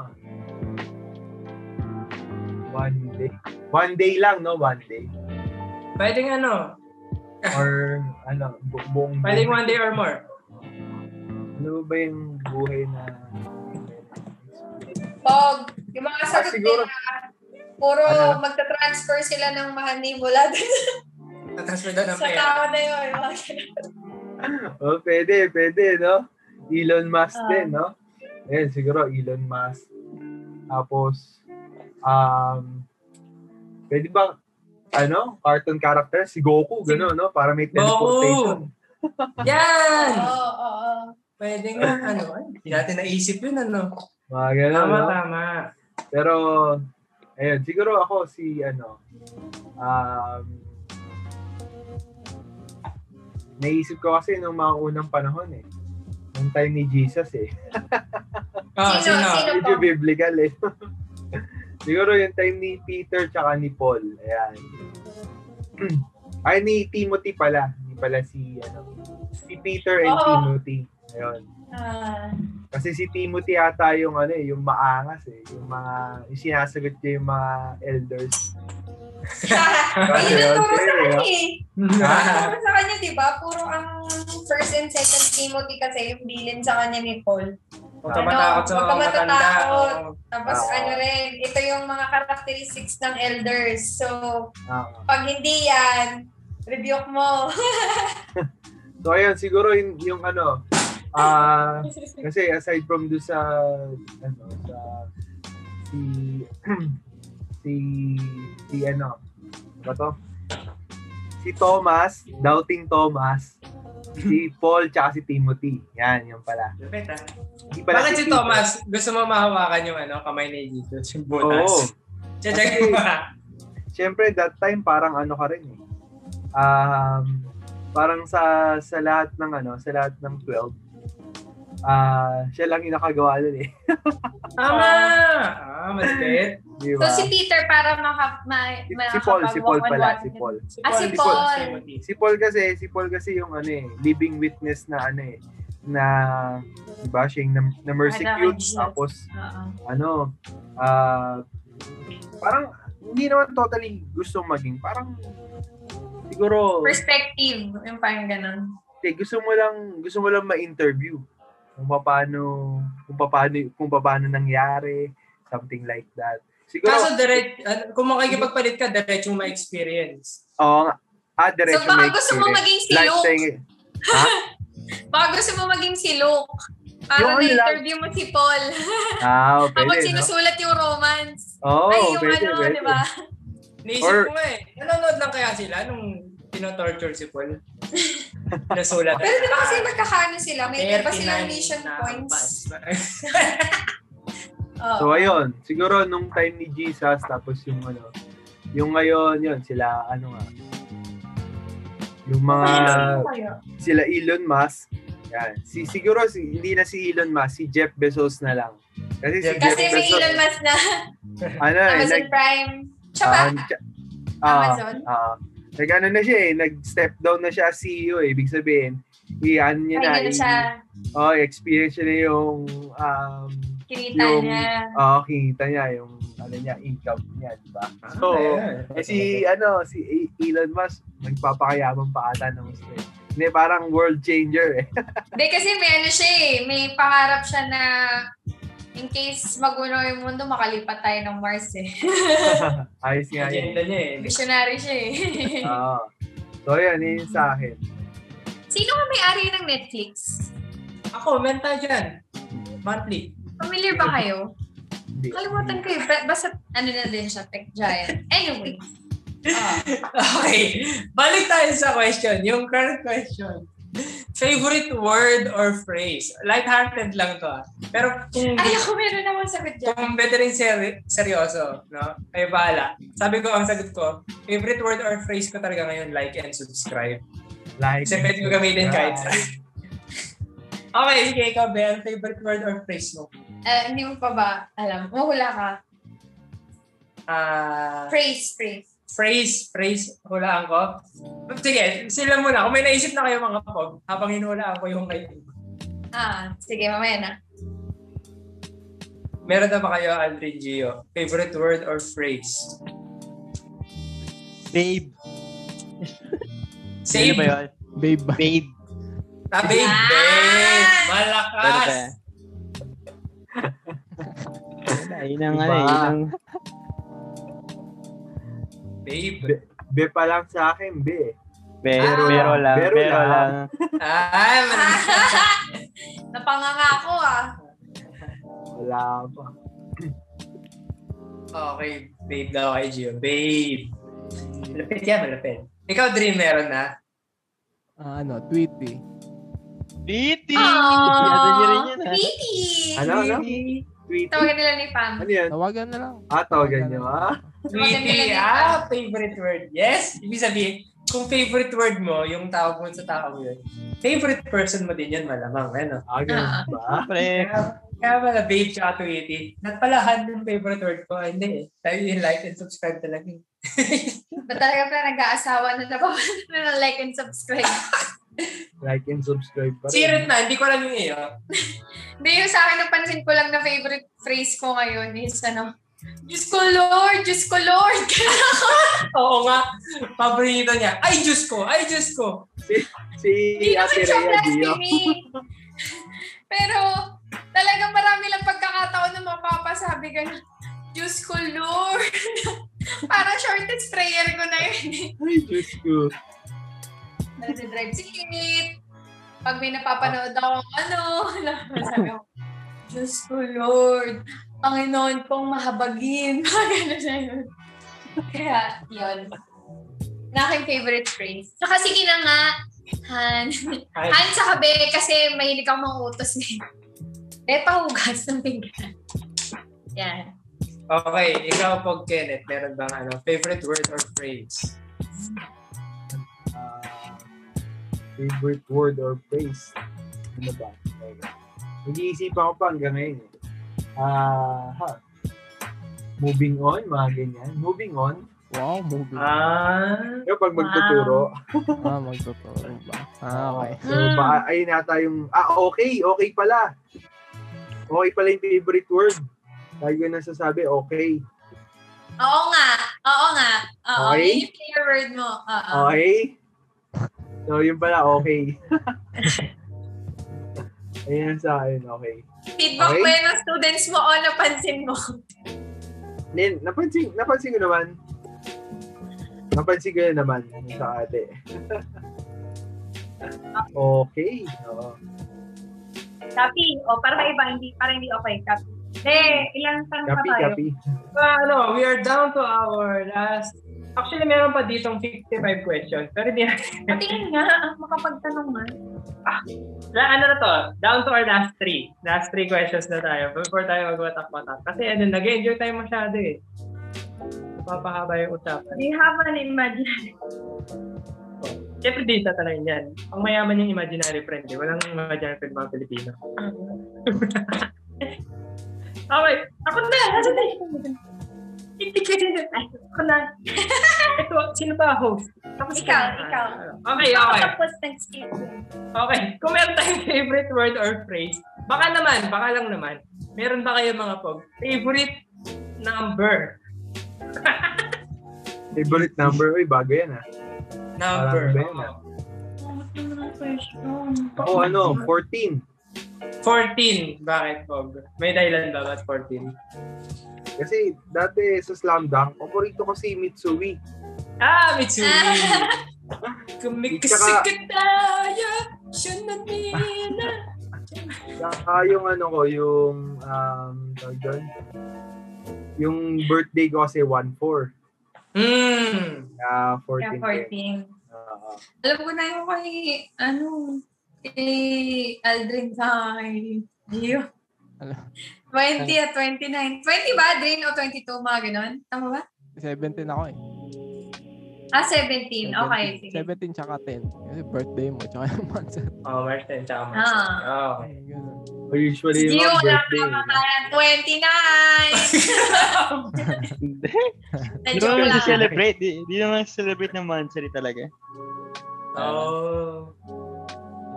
Speaker 3: One day. One day lang, no? One day.
Speaker 1: Pwedeng ano,
Speaker 3: Or, ano, bu- buong
Speaker 1: pwedeng one day or more.
Speaker 3: Ano ba yung buhay na...
Speaker 7: Pog, yung mga sagot
Speaker 3: Ah, siguro.
Speaker 7: nila, puro
Speaker 3: Ano?
Speaker 7: magta-transfer sila ng money mula dun
Speaker 1: Natransfer
Speaker 3: Ano
Speaker 1: daw ng
Speaker 7: sa
Speaker 1: pera.
Speaker 7: tao na yun. Mga ganun.
Speaker 3: Oh, pwede, pwede, no? Elon Musk
Speaker 7: Ah.
Speaker 3: din, no? Ayan, siguro Elon Musk. Tapos, um, pwede bang, ano, cartoon character? Si Goku, gano'n, no? Para may teleportation.
Speaker 1: Yan!
Speaker 7: Oo, oo, oo.
Speaker 1: Pwede nga, ano, ay, hindi natin naisip yun, ano.
Speaker 3: Mga gano'n,
Speaker 1: Tama,
Speaker 3: no?
Speaker 1: tama.
Speaker 3: Pero, ayun, siguro ako si, ano, um, naisip ko kasi nung mga unang panahon, eh. Nung time ni Jesus, eh.
Speaker 1: Oh,
Speaker 7: Sino, sino?
Speaker 3: Medyo biblical eh. (laughs) Siguro yung time ni Peter tsaka ni Paul. Ayan. (clears throat) Ay, ni Timothy pala. Ni pala si, ano, si Peter and
Speaker 7: Oo.
Speaker 3: Timothy. Ayun.
Speaker 7: Ah,
Speaker 3: Kasi si Timothy ata yung ano eh, yung maangas eh. Yung mga, yung sinasagot niya yung mga elders.
Speaker 7: Ayun
Speaker 3: Ayun,
Speaker 7: ang turo sa
Speaker 3: sino,
Speaker 7: kanya
Speaker 3: no?
Speaker 7: eh.
Speaker 1: (laughs)
Speaker 7: Ang
Speaker 1: Ah,
Speaker 7: turo sa kanya, di ba? Puro ang first and second Timothy kasi yung bilin sa kanya ni Paul.
Speaker 1: Huwag ka matakot sa
Speaker 7: Huwag ka
Speaker 1: mga matanda.
Speaker 7: matatakot.
Speaker 1: Oo.
Speaker 7: Tapos
Speaker 3: Ah, Oo.
Speaker 7: ano rin, ito yung mga characteristics ng elders. So,
Speaker 3: Ah.
Speaker 7: pag hindi yan, rebuke
Speaker 3: (laughs)
Speaker 7: mo.
Speaker 3: So ayun, siguro yung, yung ano, ah kasi aside from do sa ano sa si (clears throat) si si ano ba to? Si Thomas, doubting Thomas, si Paul tsaka si Timothy. Yan, yun pala.
Speaker 1: Lupit, ah.
Speaker 3: Hindi pala
Speaker 1: Bakit si
Speaker 3: Peter.
Speaker 1: Thomas, gusto mo mahawakan yung ano, kamay ni Jesus, yung butas?
Speaker 3: Oo.
Speaker 1: Oh. Tsatsakin mo ha.
Speaker 3: Siyempre, that time parang ano ka rin eh. Um, parang sa sa lahat ng ano, sa lahat ng 12, ah siya lang yung nakagawa nun eh.
Speaker 1: Tama! Ah, malikit.
Speaker 3: Di
Speaker 7: So
Speaker 3: ba?
Speaker 7: si Peter para maka, ma,
Speaker 3: Si- si Paul, si Paul pala, si Paul.
Speaker 7: Ah, si
Speaker 1: Paul.
Speaker 7: Paul.
Speaker 1: Timothy.
Speaker 3: Si Paul kasi, si Paul kasi yung ano eh, living witness na ano eh, na diba, siya yung na, na mercy
Speaker 7: Ano,
Speaker 3: cute.
Speaker 7: Jesus.
Speaker 3: Tapos,
Speaker 7: Oo.
Speaker 3: ano, ah parang hindi naman totally gusto maging. Parang, siguro,
Speaker 7: Perspective, yung parang ganun.
Speaker 3: eh, gusto mo lang, gusto mo lang ma-interview. Kung paano, kung paano, kung paano nangyari, something like that. Siguro,
Speaker 1: Kaso direct, ano, kung makikipagpalit ka, direct yung ma-experience.
Speaker 3: oo nga. Ah, diretso
Speaker 7: So, baka
Speaker 3: may
Speaker 7: gusto mo
Speaker 3: experience.
Speaker 7: maging si
Speaker 3: Life
Speaker 7: Luke.
Speaker 3: thing eh. Ha?
Speaker 7: Baka gusto mo maging si Luke.
Speaker 3: Yung
Speaker 7: Para
Speaker 3: ano lang.
Speaker 7: na-interview mo si Paul. (laughs)
Speaker 3: Ah,
Speaker 7: Habang
Speaker 3: pwede, no?
Speaker 7: sinusulat yung romance.
Speaker 3: Oo,
Speaker 7: Ay, yung
Speaker 3: pwede,
Speaker 7: ano,
Speaker 3: pwede.
Speaker 7: di ba?
Speaker 1: Naisip
Speaker 3: Or-
Speaker 1: ko nga eh, nanonood lang kaya sila nung tinotorture si
Speaker 7: (laughs)
Speaker 1: Paul. Nasulat.
Speaker 7: Pero di ba kasi magkakano sila? May iba silang
Speaker 1: 39
Speaker 7: mission
Speaker 1: na
Speaker 7: points. Oh.
Speaker 1: pass.
Speaker 7: Oo.
Speaker 3: So uh, ayun, siguro nung time ni Jesus tapos yung ano, yung ngayon yun sila ano nga. Yung mga sila Elon Musk. Yan. Si siguro si, hindi na si Elon Musk, si Jeff Bezos na lang. Kasi si
Speaker 7: Kasi
Speaker 3: Jeff
Speaker 7: may
Speaker 3: Bezos,
Speaker 7: Elon Musk
Speaker 3: (laughs)
Speaker 7: na
Speaker 3: ano eh,
Speaker 7: Amazon
Speaker 3: nag-
Speaker 7: Prime. Siya ba?
Speaker 3: um, siya- ah,
Speaker 7: Amazon?
Speaker 3: ah. nag ano na siya eh, nag-step down na siya as CEO eh. Ibig sabihin, i-ano niya
Speaker 7: Ay,
Speaker 3: na.
Speaker 7: ganun
Speaker 3: i-
Speaker 7: siya.
Speaker 3: Oh, experience niya na yung um,
Speaker 7: Kinita
Speaker 3: yung-
Speaker 7: niya.
Speaker 3: Oo, kinita niya yung ano niya, income niya, di ba? So, eh, si ano, si E- Elon Musk, nagpapakayaman pa ata ng gusto eh. Hindi, (laughs) parang world changer eh.
Speaker 7: Hindi, kasi may ano siya eh. May pangarap siya na In case magulo yung mundo, makalipat tayo ng Mars eh.
Speaker 3: Ayos nga yun.
Speaker 1: Agenda niya eh.
Speaker 7: Visionary siya eh.
Speaker 3: Oo. So, yun, yun yung sa akin.
Speaker 7: (laughs) Sino ang may-ari ng Netflix?
Speaker 1: Ako, meron tayo dyan. Monthly.
Speaker 7: Familiar ba kayo?
Speaker 3: Hindi.
Speaker 7: Kalimutan ko eh. Ba- Basta ano na din siya, tech giant. Anyway. Ah,
Speaker 1: Okay. Balik tayo sa question. Yung current question. Favorite word or phrase? Lighthearted lang to ah. Pero kung,
Speaker 7: ay, ako meron naman sagot dyan.
Speaker 1: kung better rin seri- seryoso, no? Ay bahala. Sabi ko, ang sagot ko, favorite word or phrase ko talaga ngayon, like and subscribe.
Speaker 3: Like,
Speaker 1: Kasi pwede ko gamitin kahit sa... okay, sige, ikaw, Bel, favorite word or phrase mo?
Speaker 7: Eh, hindi mo pa ba alam? Mahula ka.
Speaker 1: Ah...
Speaker 7: Phrase, phrase.
Speaker 1: phrase, phrase, hulaan ko. Sige, sila muna. Kung may naisip na kayo mga pog, habang hinulaan ko yung kayo.
Speaker 7: Ah, sige, mamaya na.
Speaker 1: Meron na ba kayo, Aldrin Gio? Favorite word or phrase?
Speaker 2: Babe. Ano
Speaker 1: Save.
Speaker 2: ba yun?
Speaker 4: Babe.
Speaker 2: Babe.
Speaker 1: Tabi.
Speaker 7: Ah!
Speaker 1: Babe.
Speaker 2: Ano ba
Speaker 1: Malakas.
Speaker 2: yan? Wala, Yun ang ano,
Speaker 3: Iba.
Speaker 2: yun ang...
Speaker 1: Babe.
Speaker 3: Be pa lang sa akin, eh. be.
Speaker 2: Pero,
Speaker 7: Ah,
Speaker 2: pero lang,
Speaker 3: pero
Speaker 2: pero,
Speaker 3: lang.
Speaker 2: lang.
Speaker 1: Ay, Ah, malakas.
Speaker 7: (laughs) Napanganga ako ah.
Speaker 3: Wala pa.
Speaker 1: Okay, babe daw kay Gio. Babe. Malapit yan, malapit. Ikaw, Dream, meron na.
Speaker 4: Ah, ano, Tweety.
Speaker 2: Titi! Ano niya rin
Speaker 7: Aww,
Speaker 2: yun, ah.
Speaker 7: Tweety!
Speaker 3: Ano, ano? Tweety.
Speaker 7: Tawagan nila ni Pam.
Speaker 3: Ano yun?
Speaker 4: Tawagan na lang.
Speaker 3: Ah, tawagan nyo, ah.
Speaker 1: Sweetie, ah, favorite word. Yes, ibig sabihin, kung favorite word mo, yung tawag mo sa tao yun, favorite person mo din yun, malamang, ano?
Speaker 3: Ah, ganun ba?
Speaker 2: Pre,
Speaker 1: Kaya, kaya pala, babe, tsaka tweety. Not pala hand yung favorite word ko. Hindi eh. Tayo yung like and subscribe talaga. eh.
Speaker 7: Ba't talaga pala nag-aasawa na nabawalan na ng like and subscribe?
Speaker 3: Like and subscribe pa rin.
Speaker 1: Sirit na, hindi ko alam yung iyo.
Speaker 7: Hindi, yung sa akin, napansin ko lang na favorite phrase ko ngayon is ano, Diyos ko Lord! Diyos ko Lord! (laughs)
Speaker 1: Oo nga, paborito niya. Ay, Diyos ko! Ay, Diyos ko!
Speaker 3: Si
Speaker 7: Hindi naman
Speaker 3: Ate
Speaker 7: siya
Speaker 3: Rhea Dio.
Speaker 7: blasphemy. (laughs) Pero talagang marami lang pagkakataon na mapapasabi ka na, Diyos ko, Lord. (laughs) Parang shortest prayer ko na yun. eh.
Speaker 3: Ay, Diyos ko.
Speaker 7: Nagdadrive si Kate. Pag may napapanood ako, ano, sabi ko, Diyos ko, Lord. Panginoon kong mahabagin. (laughs) Mga ganun na yun. Kaya, yun. Na aking favorite phrase. Saka sige na nga, Han.
Speaker 1: Ay,
Speaker 7: Han sa kabe kasi mahilig ako mga utos ni. Eh, pahugas ng pinggan. Yan.
Speaker 1: okay, ikaw po, Kenneth, meron bang ano, favorite word or phrase?
Speaker 3: Ah, favorite word or phrase? Ano ba? Teka. Nag-iisipan ko pa hanggang ngayon. eh. Ah, ha. Moving on, mga ganyan. Moving on.
Speaker 4: Wow, movie.
Speaker 1: Ah,
Speaker 4: Ah,
Speaker 3: Yung pag magtuturo.
Speaker 4: magtotoo ba? Ah, okay.
Speaker 3: So, baka, ayun nata yung, ah, okay, okay pala. Okay pala yung favorite word. Lagi ko nasasabi, okay.
Speaker 7: Oo nga. Oo nga. Oo.
Speaker 3: Okay.
Speaker 7: Yun yung clear word mo. Oo.
Speaker 3: Okay? So, yun pala, okay. Ayan sa akin, okay.
Speaker 7: Feedback
Speaker 3: Okay.
Speaker 7: mo yun ng students mo o napansin mo.
Speaker 3: Then, napansin, napansin ko naman. Napansin ko yun naman sa ate. okay. Oo.
Speaker 5: Copy. O, oh, para may iba, hindi, para hindi okay. Copy. De, ilang tanong pa
Speaker 3: Kapi,
Speaker 5: tayo?
Speaker 3: kapi.
Speaker 1: Ah, ano, we are down to our last... Actually, meron pa ditong 55 questions. Pero di
Speaker 7: (laughs)
Speaker 5: (laughs)
Speaker 7: Patingin nga. Makapagtanong nga.
Speaker 1: na, ano na to, down to our last three. Last three questions na tayo before tayo magwatak-watak. Kasi ano, nag-enjoy tayo masyado eh. Papahaba yung usapan.
Speaker 5: Do you have an
Speaker 7: (laughs)
Speaker 5: imaginary?
Speaker 1: Siyempre din tatanungin yan. Ang mayaman yung imaginary friend eh. Walang imaginary friend mga Pilipino. (laughs)
Speaker 5: Okay. Ako na. Nasa tayo. Hindi ka rin na tayo. Ako na.
Speaker 1: Ito, sino ba host? Tapos
Speaker 5: Ikaw,
Speaker 1: na.
Speaker 5: ikaw.
Speaker 1: Okay, okay.
Speaker 5: Tapos ng skip.
Speaker 1: Okay. Kung meron tayong favorite word or phrase, baka naman, baka lang naman, meron ba kayo mga pog? Favorite number.
Speaker 3: Favorite number. Uy, bago yan ah.
Speaker 1: Number.
Speaker 3: Parang ba yun, ah? ano?
Speaker 5: Oh, ito na lang question.
Speaker 3: Ako ano, 14.
Speaker 1: 14. Bakit, Pog? May dahilan ba? Ba't 14?
Speaker 3: Kasi dati sa slam dunk, paborito ko si Mitsui.
Speaker 1: Ah, (laughs) Mitsui!
Speaker 3: Tsaka-
Speaker 1: Kumikasikat!
Speaker 5: Tayo, siya na nila.
Speaker 3: Saka yung ano ko, yung, um, tawag doon? yung birthday ko kasi 1-4.
Speaker 1: (laughs) Hmm.
Speaker 3: Ah, 14.
Speaker 7: Yeah, 14.
Speaker 3: Ah,
Speaker 7: Alam ko na yung kay, ano, kay Aldrin sa kay Gio.
Speaker 4: Alam.
Speaker 7: 20 at 29. 20 ba, Aldrin? O 22, mga ganun? Tama ba?
Speaker 4: 17 ako eh.
Speaker 7: Ah, 17. Okay, sige.
Speaker 4: 17 tsaka 10. Kasi birthday mo tsaka yung month.
Speaker 1: Oh, Martin, tsaka Martin.
Speaker 7: Ah.
Speaker 1: Oh.
Speaker 4: Ay,
Speaker 3: (laughs)
Speaker 4: ganun.
Speaker 3: usually
Speaker 7: Sige,
Speaker 3: yung mga
Speaker 7: wala
Speaker 3: birthday.
Speaker 7: na naman.
Speaker 3: (laughs)
Speaker 7: 29!
Speaker 2: Hindi. Hindi
Speaker 7: Na-joke
Speaker 2: naman
Speaker 7: lang.
Speaker 2: celebrate. Di, di naman celebrate ng monthsary talaga.
Speaker 1: Oh.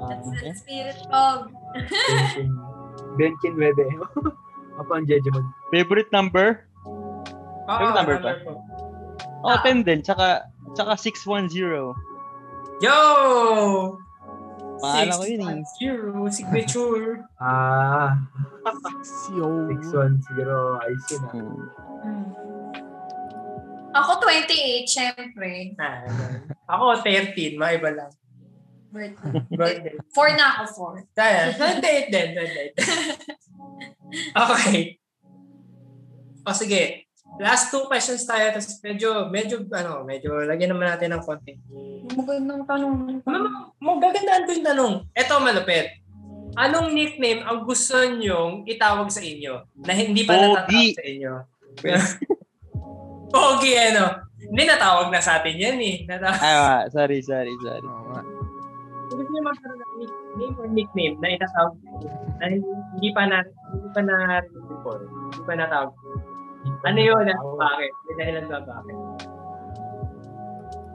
Speaker 2: Ah,
Speaker 7: That's the spirit of...
Speaker 3: Benkin 9. Upon judgment.
Speaker 2: Favorite number?
Speaker 1: Oo,
Speaker 2: Yung number ba?
Speaker 1: po.
Speaker 2: Oh, 10 din. Tsaka, tsaka 610.
Speaker 1: Yo!
Speaker 2: Paala ko yun eh.
Speaker 1: 610, (laughs) signature.
Speaker 3: Ah,
Speaker 4: Yo.
Speaker 3: next one siguro ayos yun ah.
Speaker 2: Hmm.
Speaker 7: Ako 28, syempre.
Speaker 1: Ah, ganun. ako, 13. Maiba lang.
Speaker 7: Birthday.
Speaker 1: Birthday.
Speaker 7: 4 na ako,
Speaker 1: (laughs)
Speaker 7: 4.
Speaker 1: Kaya, nandate din, nandate. okay. O sige, last two questions tayo. Tapos medyo, medyo, ano, medyo lagyan naman natin ng konti.
Speaker 7: Magandang tanong.
Speaker 1: Mam- mam- Gagandaan ko yung tanong. Eto, malupit. Anong nickname ang gusto nyong itawag sa inyo na hindi pa
Speaker 2: Pogi.
Speaker 1: natatawag sa inyo? (laughs) Pogi, ano? Hindi natawag na sa atin yan eh. Natawag.
Speaker 2: Ah, sorry, sorry, sorry.
Speaker 4: Oo nga.
Speaker 1: Gusto niyo magkaroon ng nickname or nickname na itatawag sa inyo na hindi pa na hindi pa na before. Hindi pa natawag. Ano yun? At bakit? May dahilan ba bakit?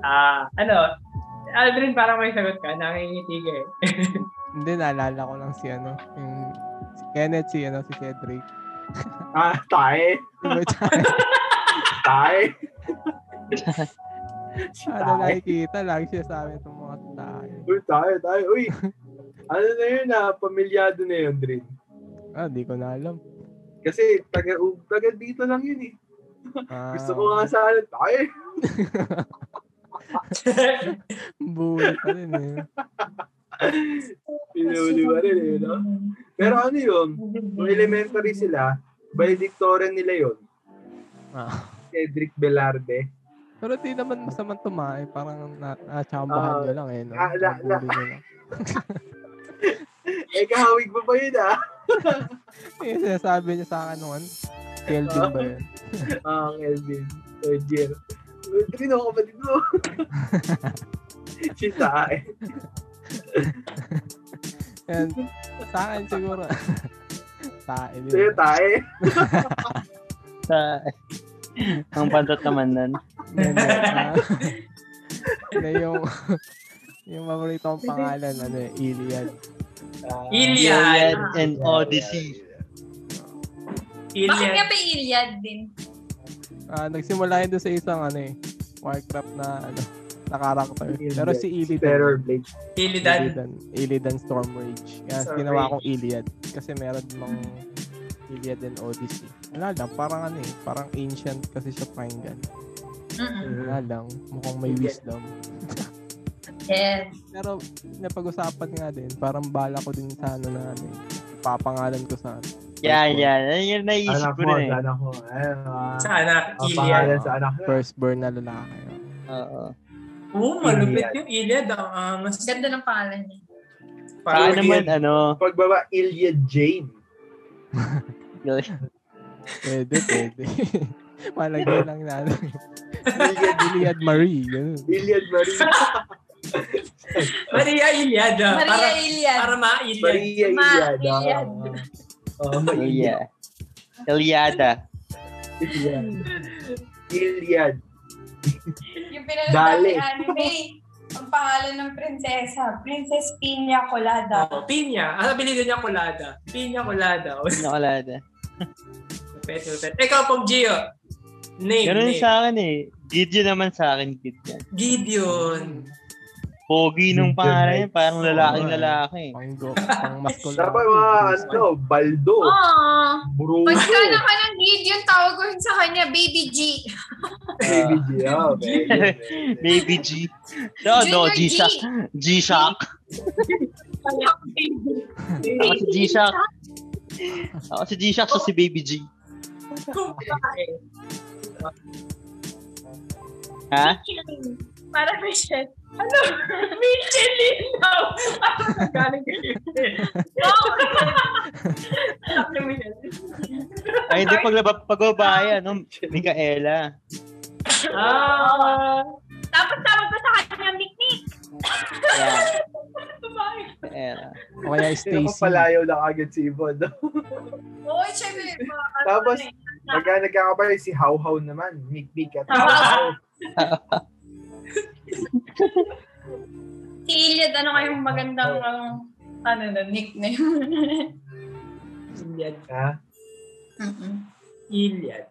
Speaker 1: Ah, ano? Aldrin, parang may sagot ka. Nakingiti ka
Speaker 3: (laughs)
Speaker 1: eh.
Speaker 4: Hindi, naalala ko lang si ano. Yung si Kenneth, si ano, si
Speaker 3: (laughs)
Speaker 4: Cedric.
Speaker 3: Ah, tae.
Speaker 4: Diba tsaka
Speaker 3: Tae.
Speaker 4: ano nakikita, lagi siya sa amin itong mga tayo.
Speaker 3: Uy, tae, tae. Uy, ano na yun ah, pamilyado na yun, Drin.
Speaker 4: Ah, di ko na alam.
Speaker 3: Kasi taga, taga dito lang yun eh.
Speaker 4: Ah,
Speaker 3: Gusto ko nga ano, sana, tae.
Speaker 4: Buhay pa rin eh.
Speaker 3: Pinuli ba rin eh, no? Pero ano yun, nung elementary sila, valedictorian nila yun.
Speaker 4: Ah.
Speaker 3: Cedric Velarde.
Speaker 4: Pero di naman masamang tumae. Parang na, natsambahan
Speaker 3: Ah,
Speaker 4: nyo lang eh. No?
Speaker 3: ah, la- la-
Speaker 4: Nabully nyo lang.
Speaker 3: Eh, kahawig mo ba yun ah?
Speaker 4: Yung sinasabi niya sa akin noon. Kelvin ba yun?
Speaker 3: Ah, Kelvin. Third year. Drin, ako kapatid mo. si tae.
Speaker 4: And sa akin siguro. (laughs) tae din.
Speaker 3: Sa'yo tae.
Speaker 2: Sa, (laughs) ang bandat naman nun.
Speaker 4: Hindi, ah, (laughs) Hindi, yung (laughs) yung favorite kong pangalan ano eh, Iliad.
Speaker 1: Iliad. Ah.
Speaker 2: and Odyssey.
Speaker 7: Bakit nga
Speaker 1: Iliad.
Speaker 7: pa Iliad din?
Speaker 4: Ah, nagsimula yun doon sa isang ano eh, Warcraft na ano, na character.
Speaker 3: Iliad.
Speaker 4: Pero si Ilidan.
Speaker 3: Terror Blade.
Speaker 1: Ilidan.
Speaker 4: Ilidan. Ilidan Storm Rage. Kaya
Speaker 1: Storm
Speaker 4: ginawa
Speaker 1: Rage.
Speaker 4: kong Iliad. Kasi meron mang Iliad and Odyssey. Wala lang, parang ano eh, parang ancient kasi siya pakinggan.
Speaker 7: Mm-mm.
Speaker 4: Wala lang, mukhang may wisdom.
Speaker 7: Yes.
Speaker 4: Pero napag-usapan nga din, parang bala ko din sa ano na ano eh, papangalan ko sa
Speaker 2: Yan, yan. Yan yung naisip
Speaker 3: Anak
Speaker 2: ko
Speaker 3: mo,
Speaker 2: rin eh.
Speaker 3: anak mo. Ayun, ah.
Speaker 1: Sa anak,
Speaker 3: Ang
Speaker 1: Iliad.
Speaker 3: pangalan sa anak mo.
Speaker 4: firstborn na lalaki.
Speaker 2: Oo.
Speaker 1: Oo, malupit yung Iliad. ah. Ang angas.
Speaker 7: Ganda ng pangalan niya.
Speaker 2: Baka
Speaker 1: Parang
Speaker 2: naman,
Speaker 1: yun.
Speaker 2: ano,
Speaker 3: Pagbaba, Iliad Jane.
Speaker 4: Pwede, pwede. (laughs) Malagay lang na ano. (laughs)
Speaker 3: Iliad,
Speaker 4: Iliad Marie, ganun.
Speaker 3: Iliad Marie.
Speaker 1: Maria Iliad. ah.
Speaker 7: Maria
Speaker 1: Para-
Speaker 7: Iliad.
Speaker 1: Para ma-Iliad.
Speaker 3: Maria
Speaker 7: Ma,
Speaker 3: Iliad. ah.
Speaker 7: Iliad.
Speaker 3: Oh, Iliad.
Speaker 2: Ilia. Iliada.
Speaker 3: Iliad. Iliad.
Speaker 7: Yung
Speaker 3: Dali.
Speaker 7: pinanood (laughs) anime. Ang pangalan ng prinsesa. Princess Pina Colada.
Speaker 1: Oh, pinya. Ang binili niya kulada. Pinya kulada. O,
Speaker 2: Nakalada.
Speaker 1: Pet, pet. Ikaw pong Gio. Name,
Speaker 2: Ganun
Speaker 1: name.
Speaker 2: sa akin eh. Gidyo naman sa akin, Gidyo.
Speaker 1: Gideon.
Speaker 2: Pogi nung pangalan niya, parang lalaking lalaki.
Speaker 4: Pang go, pang masculine.
Speaker 3: Dapat mga ano, baldo,
Speaker 5: Aww.
Speaker 3: bruno,
Speaker 7: Oh. Pagka naman ang lead, yung tawag ko sa kanya, Baby G.
Speaker 3: baby G. ah, baby,
Speaker 4: (laughs)
Speaker 3: baby.
Speaker 2: (laughs) Baby G. No, no,
Speaker 7: Junior
Speaker 2: G-Shock. G-Shock. Ako si G-Shock. Ako si G-Shock, so si Baby G. Ha?
Speaker 5: Para Michelle. Ano? Michelin daw.
Speaker 7: Oh,
Speaker 5: Ano galing kay Michelle? Oo. Sabi ni Michelle.
Speaker 2: Ay, hindi paglaba, pagbaba, ano, Micaela.
Speaker 7: Oh. (laughs)
Speaker 5: Ah. Tapos tawag ko sa kanya, Miknik.
Speaker 2: Yeah,
Speaker 5: Tumayo.
Speaker 2: Micaela.
Speaker 4: O kaya
Speaker 3: Sino ko
Speaker 4: Stacy.
Speaker 3: palayo na agad si Ibon.
Speaker 7: (laughs) Oo, oh, syempre. mga- eh.
Speaker 3: Tapos, Pagka nagkakabay si How How naman, mikmik at How How.
Speaker 7: Si Iliad, ano kayong magandang,
Speaker 2: Oh.
Speaker 7: ano, ano na, nickname. (laughs)
Speaker 1: Iliad.
Speaker 3: Ha?
Speaker 7: Mm-mm.
Speaker 1: Iliad.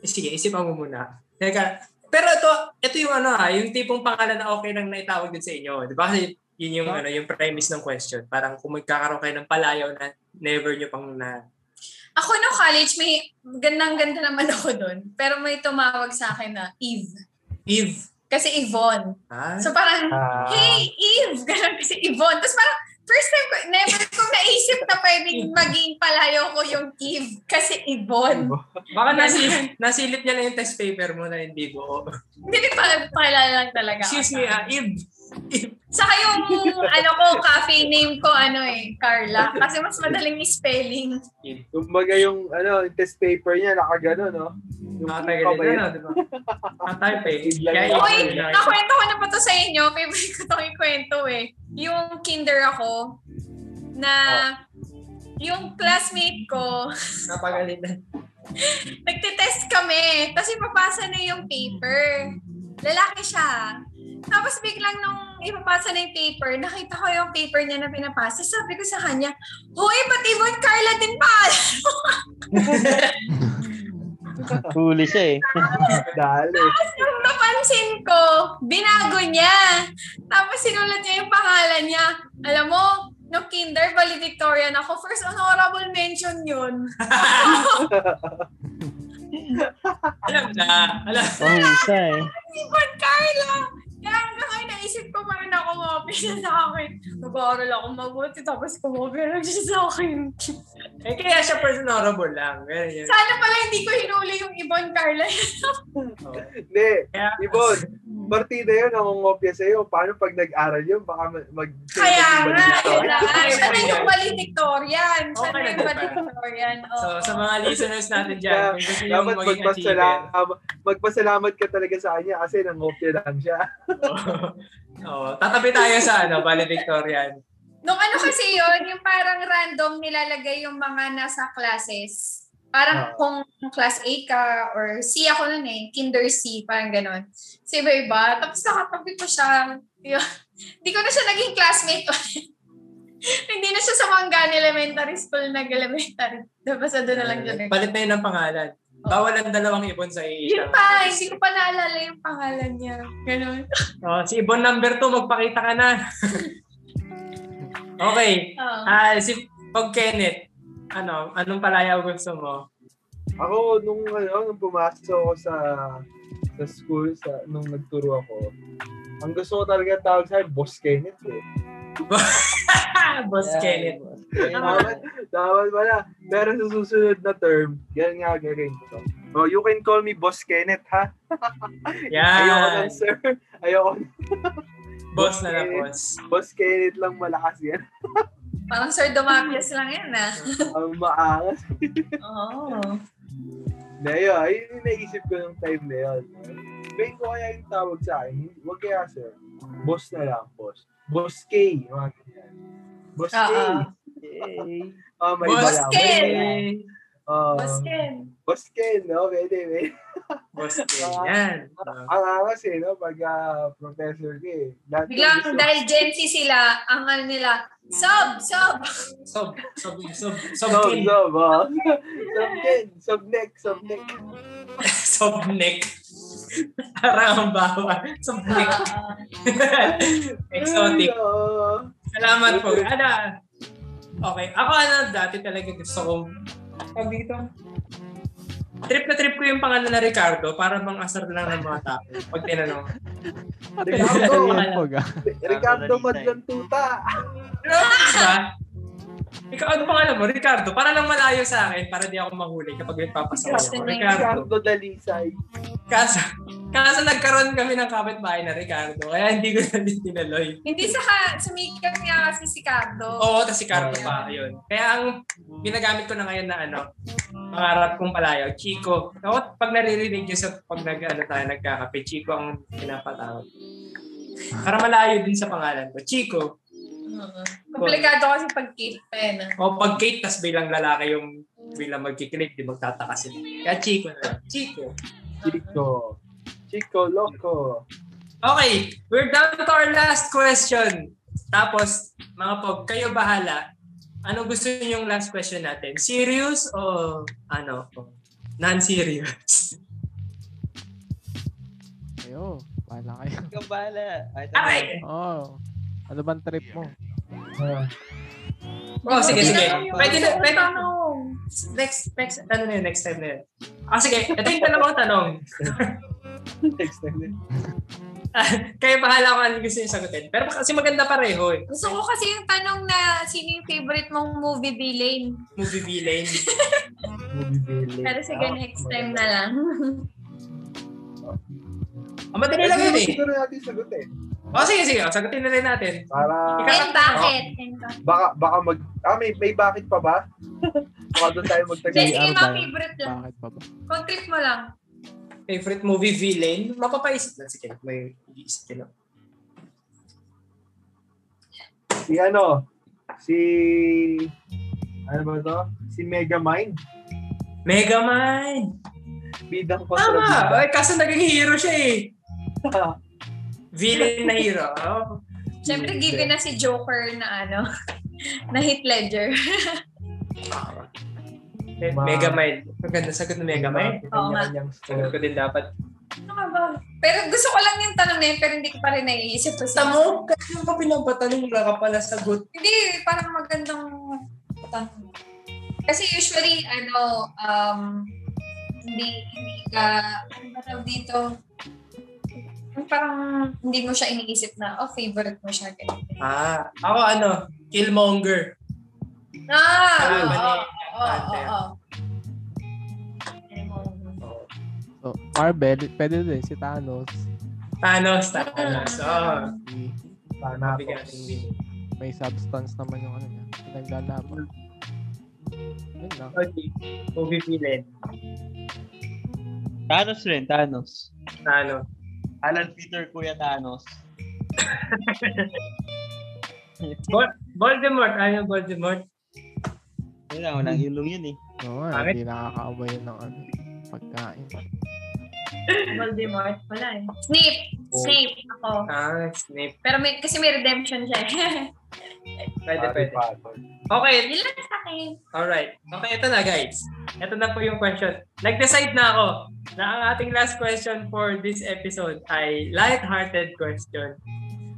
Speaker 1: Eh, sige, isipan mo muna. Teka, pero ito, ito yung ano ha, yung tipong pangalan na okay nang naitawag din sa inyo. Di ba? Kasi yun yung, ano, yung premise ng question. Parang kung magkakaroon kayo ng palayaw na never nyo pang na...
Speaker 7: Ako no college, may gandang-ganda naman ako doon. Pero may tumawag sa akin na Eve.
Speaker 1: Eve.
Speaker 7: Kasi Yvonne.
Speaker 1: Ah,
Speaker 7: So parang,
Speaker 3: Ah.
Speaker 7: hey Eve! (laughs) Ganun kasi Yvonne. Tapos parang, first time ko, never ko naisip na pwedeng
Speaker 1: (laughs)
Speaker 7: maging palayo ko yung Eve. Kasi Yvonne.
Speaker 1: baka nasi, nasilip niya lang yung test paper mo na hindi buo.
Speaker 7: Hindi ko pala pakilala lang talaga.
Speaker 1: Excuse me, ah, Eve.
Speaker 7: Saka yung, ano ko, cafe name ko, ano eh, Carla. Kasi mas madaling spelling.
Speaker 3: Kumbaga yung ano, yung test paper niya nakagano no. Yung
Speaker 1: Nakatagal
Speaker 3: kabay- (laughs)
Speaker 1: din na, di ba? Nakatype eh.
Speaker 3: Eve lang
Speaker 1: Kaya
Speaker 3: yun.
Speaker 1: Eve
Speaker 7: Oy,
Speaker 1: lang.
Speaker 7: nakwento ko na pa to sa inyo. (laughs) Favorite ko tong ikwento eh. Yung kinder ako, na yung classmate ko,
Speaker 1: Napagalitan.
Speaker 7: nagtitest kami. Tapos ipapasa na yung paper. Lalaki siya. Tapos biglang nung ipapasa na yung paper, nakita ko yung paper niya na pinapasa. Sabi ko sa kanya, Hoy, pati Von Carla din pala.
Speaker 2: Huli siya eh.
Speaker 3: Dali.
Speaker 7: (laughs) Tapos nung napansin ko, binago niya. Tapos sinulat niya yung pangalan niya. Alam mo, no kinder, valedictorian ako. First honorable mention yun.
Speaker 1: Alam na. Alam.
Speaker 2: Huli siya eh.
Speaker 7: Si Von Carla! Kaya hanggang ngayon naisip ko pa rin ako kumopi siya sa akin. Nag-aaral ako mabuti tapos kumopi lang siya sa akin.
Speaker 1: Eh, kaya siya person honorable lang. Ganun yun.
Speaker 7: Sana pala hindi ko hinuli yung Ibon Carla.
Speaker 1: Oo.
Speaker 3: Hindi,
Speaker 1: Oh, Kaya,
Speaker 3: Ibon, partida yun, nangungopya sa'yo. Paano pag nag-aral yun, baka mag- mag-
Speaker 7: Kaya nga, yun na.
Speaker 1: Valedictorian.
Speaker 7: Siya na yung valedictorian. Siya na
Speaker 1: Okay,
Speaker 7: yung
Speaker 1: diba?
Speaker 7: valedictorian.
Speaker 1: So,
Speaker 7: Oo.
Speaker 1: sa mga listeners natin dyan, kung gusto nyo
Speaker 3: Dapat
Speaker 1: maging achiever,
Speaker 3: magpasalamat, magpasalamat ka talaga sa kanya kasi nangopya lang siya.
Speaker 1: (laughs) oh, tatabi tayo sa ano, valedictorian.
Speaker 7: Nung ano kasi yon yung parang random nilalagay yung mga nasa classes. Parang kung class A ka or C ako nun eh, kinder C, parang ganun. So iba-iba. Tapos nakatabi ko siya. Yun. (laughs) Hindi ko na siya naging classmate ulit. (laughs) Hindi na siya sa Mangan Elementary School nag-elementary. Diba sa doon na lang yun.
Speaker 1: Palit na yun ang pangalan. Bawal ang dalawang ibon sa
Speaker 7: Yun
Speaker 1: iisa.
Speaker 7: pa, eh. hindi ko pa naalala yung pangalan niya. Ganun.
Speaker 1: Oh, si ibon number 2, magpakita ka na. (laughs) okay.
Speaker 7: Oo.
Speaker 1: Ah, si Pog Kenneth, ano, anong palayaw gusto mo? (laughs)
Speaker 3: Ako, nung, ano, nung pumasok ako sa, sa school, sa, nung nagturo ako, ang gusto ko talaga tawag sa'yo, Boss Kenneth eh.
Speaker 1: Ah, Boss Kenneth.
Speaker 3: Dapat, dapat pala. Pero sa susunod na term, yan nga gagawin ko. Oh, you can call me Boss Kenneth, ha? Ayoko
Speaker 1: Yan.
Speaker 3: lang, sir. Ayoko.
Speaker 1: Boss na lang,
Speaker 3: Kenneth.
Speaker 1: boss.
Speaker 3: Boss Kenneth lang malakas yan.
Speaker 7: Parang Sir Domapias lang yan ah.
Speaker 3: Ang maangas.
Speaker 7: Oo.
Speaker 3: Na yun, ayun yung naisip ko nung time na yun. Bang ko kaya yung tawag sa akin. Huwag kaya, sir. Boss na lang, boss. Boss K. Mga ganyan. Boss K.
Speaker 7: Oo.
Speaker 3: Oh, may
Speaker 1: Boss
Speaker 3: iba lang. May
Speaker 7: Ken!
Speaker 3: iba lang.
Speaker 1: Yay.
Speaker 3: Oo.
Speaker 7: Boss Ken.
Speaker 3: Boss Ken, no? Pwede, pwede.
Speaker 1: Boss Kenneth. Yan. Oh.
Speaker 3: Ang angas eh, no? Pag ah, professor ka eh. Lahat ng
Speaker 7: Biglang
Speaker 3: gusto-
Speaker 7: dahil Gen Z sila, ang ano nila, sub, sub.
Speaker 1: Sob, sob, sob, sob,
Speaker 3: Sob,
Speaker 1: Ken.
Speaker 3: sob, oh. ah. Sob Ken, sob neck, sob neck.
Speaker 1: Sob neck. Parang ang bawa. Sa buhay.
Speaker 3: (laughs)
Speaker 1: Exotic. Salamat po. Ano? Okay. Ako ano, dati talaga gusto kong tawag dito. Trip na trip ko yung pangalan na Ricardo para bang asar lang ng mga tao pag tinanong.
Speaker 3: Ricardo.
Speaker 4: Pag, ah.
Speaker 3: Ricardo Madlantuta.
Speaker 1: Pero, diba? Ikaw, ano pangalan mo? Ricardo. Para lang malayo sa akin para di ako mahuli kapag nagpapasawa ako. Ricardo.
Speaker 3: Ricardo Dalisay.
Speaker 1: Kaso, kaso nagkaroon kami ng kapitbahay na Ricardo. Kaya hindi ko na din tinuloy.
Speaker 7: Hindi saka sumikap niya kasi si Cardo.
Speaker 1: Oo, tapos si Carlo pa. Yun. Kaya ang ginagamit ko na ngayon na ano, pangarap kong palayo, Chico. Ako, pag naririnig niyo sa pag nag, ano, tayo, nagkakape, Chico ang pinapatawag. Para malayo din sa pangalan ko. Chico.
Speaker 7: Komplikado kasi pag-keep pen.
Speaker 1: O pag Kate, tas bilang lalaki yung bilang magkikilig, di magtataka sila. Kaya Chico na lang. Chico.
Speaker 3: Chico. Chico Loco.
Speaker 1: Okay, we're down to our last question. Tapos, mga pog, kayo bahala. Anong gusto niyo yung last question natin? Serious o ano? Non-serious?
Speaker 4: Ayo, wala kayo. (laughs)
Speaker 2: Ikaw bala. Ay,
Speaker 1: Ay!
Speaker 4: Oh. Ano bang trip mo?
Speaker 3: Ah,
Speaker 1: Oh, sige, sige.
Speaker 7: Tinanong yun.
Speaker 1: Pwede na, pwede na.
Speaker 7: Tanong.
Speaker 1: Next, next, ano na yun, next time na yun. Ah, sige, ito yung dalawang tanong.
Speaker 3: Next time na.
Speaker 1: Kayo bahala kung ano gusto niyo sagutin. Pero kasi maganda pareho eh.
Speaker 7: Gusto ko kasi yung tanong na sino yung favorite mong movie villain.
Speaker 1: Movie villain.
Speaker 3: Movie villain.
Speaker 7: Pero sige,
Speaker 3: Ah,
Speaker 7: next
Speaker 3: maganda.
Speaker 7: time na
Speaker 1: (laughs)
Speaker 7: lang.
Speaker 1: Ang madali lang yun eh.
Speaker 3: Siguro natin sagutin.
Speaker 1: O sige, sige. O, sagutin na rin natin.
Speaker 3: Para
Speaker 1: Ikaw-
Speaker 7: And bakit? And bakit?
Speaker 3: baka baka mag Ah, may may bakit pa
Speaker 7: (laughs)
Speaker 3: ba? Baka doon tayo
Speaker 7: Sige,
Speaker 3: magtagal.
Speaker 7: sige,
Speaker 4: VR
Speaker 7: mga
Speaker 4: ba yun?
Speaker 7: favorite lang.
Speaker 4: Bakit pa ba?
Speaker 7: Kung trip mo lang.
Speaker 1: Favorite movie villain? Mapapaisip lang. Sige, may iisip oh. din ako.
Speaker 3: Si ano? Si ano ba to? Si Megamind.
Speaker 1: Megamind!
Speaker 3: Bidang kontra
Speaker 1: Tama!
Speaker 3: bidang.
Speaker 1: Ay, kaso naging hero siya eh. Villain na hero. Oh.
Speaker 7: Siyempre, given na si Joker na ano, (laughs) na hit ledger.
Speaker 1: tama. Eh,
Speaker 3: Ma-
Speaker 1: Megamind. Maganda sagot ng Megamind.
Speaker 7: Oo nga.
Speaker 3: Kanya-kanyang
Speaker 1: Sagot ko
Speaker 3: story.
Speaker 1: din dapat.
Speaker 7: Ano ka ba? Pero gusto ko lang yung tanong na yun, pero hindi ko pa rin naiisip. Kasi,
Speaker 1: Tamo, kasi ako pinapatanong na ka pala sagot.
Speaker 7: Hindi, parang magandang tanong. Kasi usually, ano, um, hindi, hindi ka, ano ba tawag dito? Parang hindi mo siya iniisip na, oh, favorite mo siya. Ganun.
Speaker 1: Ah, ako ano, Killmonger.
Speaker 7: Ah!
Speaker 1: Ah,
Speaker 7: Oo,
Speaker 1: mali.
Speaker 7: oo, oo, oo.
Speaker 4: So, Marvel, pwede din si Thanos.
Speaker 1: Thanos, Thanos. Oh,
Speaker 4: Si,
Speaker 3: Sana
Speaker 1: bigating villain.
Speaker 4: may substance naman yung ano niya. Pinaglalaban. Yun lang.
Speaker 1: Okay, movie villain.
Speaker 2: Thanos rin, Thanos.
Speaker 1: Thanos.
Speaker 2: Alan Peter, Kuya Thanos.
Speaker 1: Vol- Voldemort, ano yung Voldemort?
Speaker 2: Yun lang, walang ilong yun eh.
Speaker 4: Oo, nga,
Speaker 1: Bakit?
Speaker 4: hindi nakakaamoy yun ng ano, pagkain.
Speaker 5: Voldemort, wala eh.
Speaker 7: Snape. Snape ako.
Speaker 1: Ah, Snape.
Speaker 7: Pero may, kasi may redemption siya. eh. (laughs)
Speaker 1: Pwede, pwede. (laughs) Okay,
Speaker 7: Yun lang sa akin.
Speaker 1: Alright. Okay, ito na guys. Ito na po yung question. Nag-decide na ako na ang ating last question for this episode ay light-hearted question.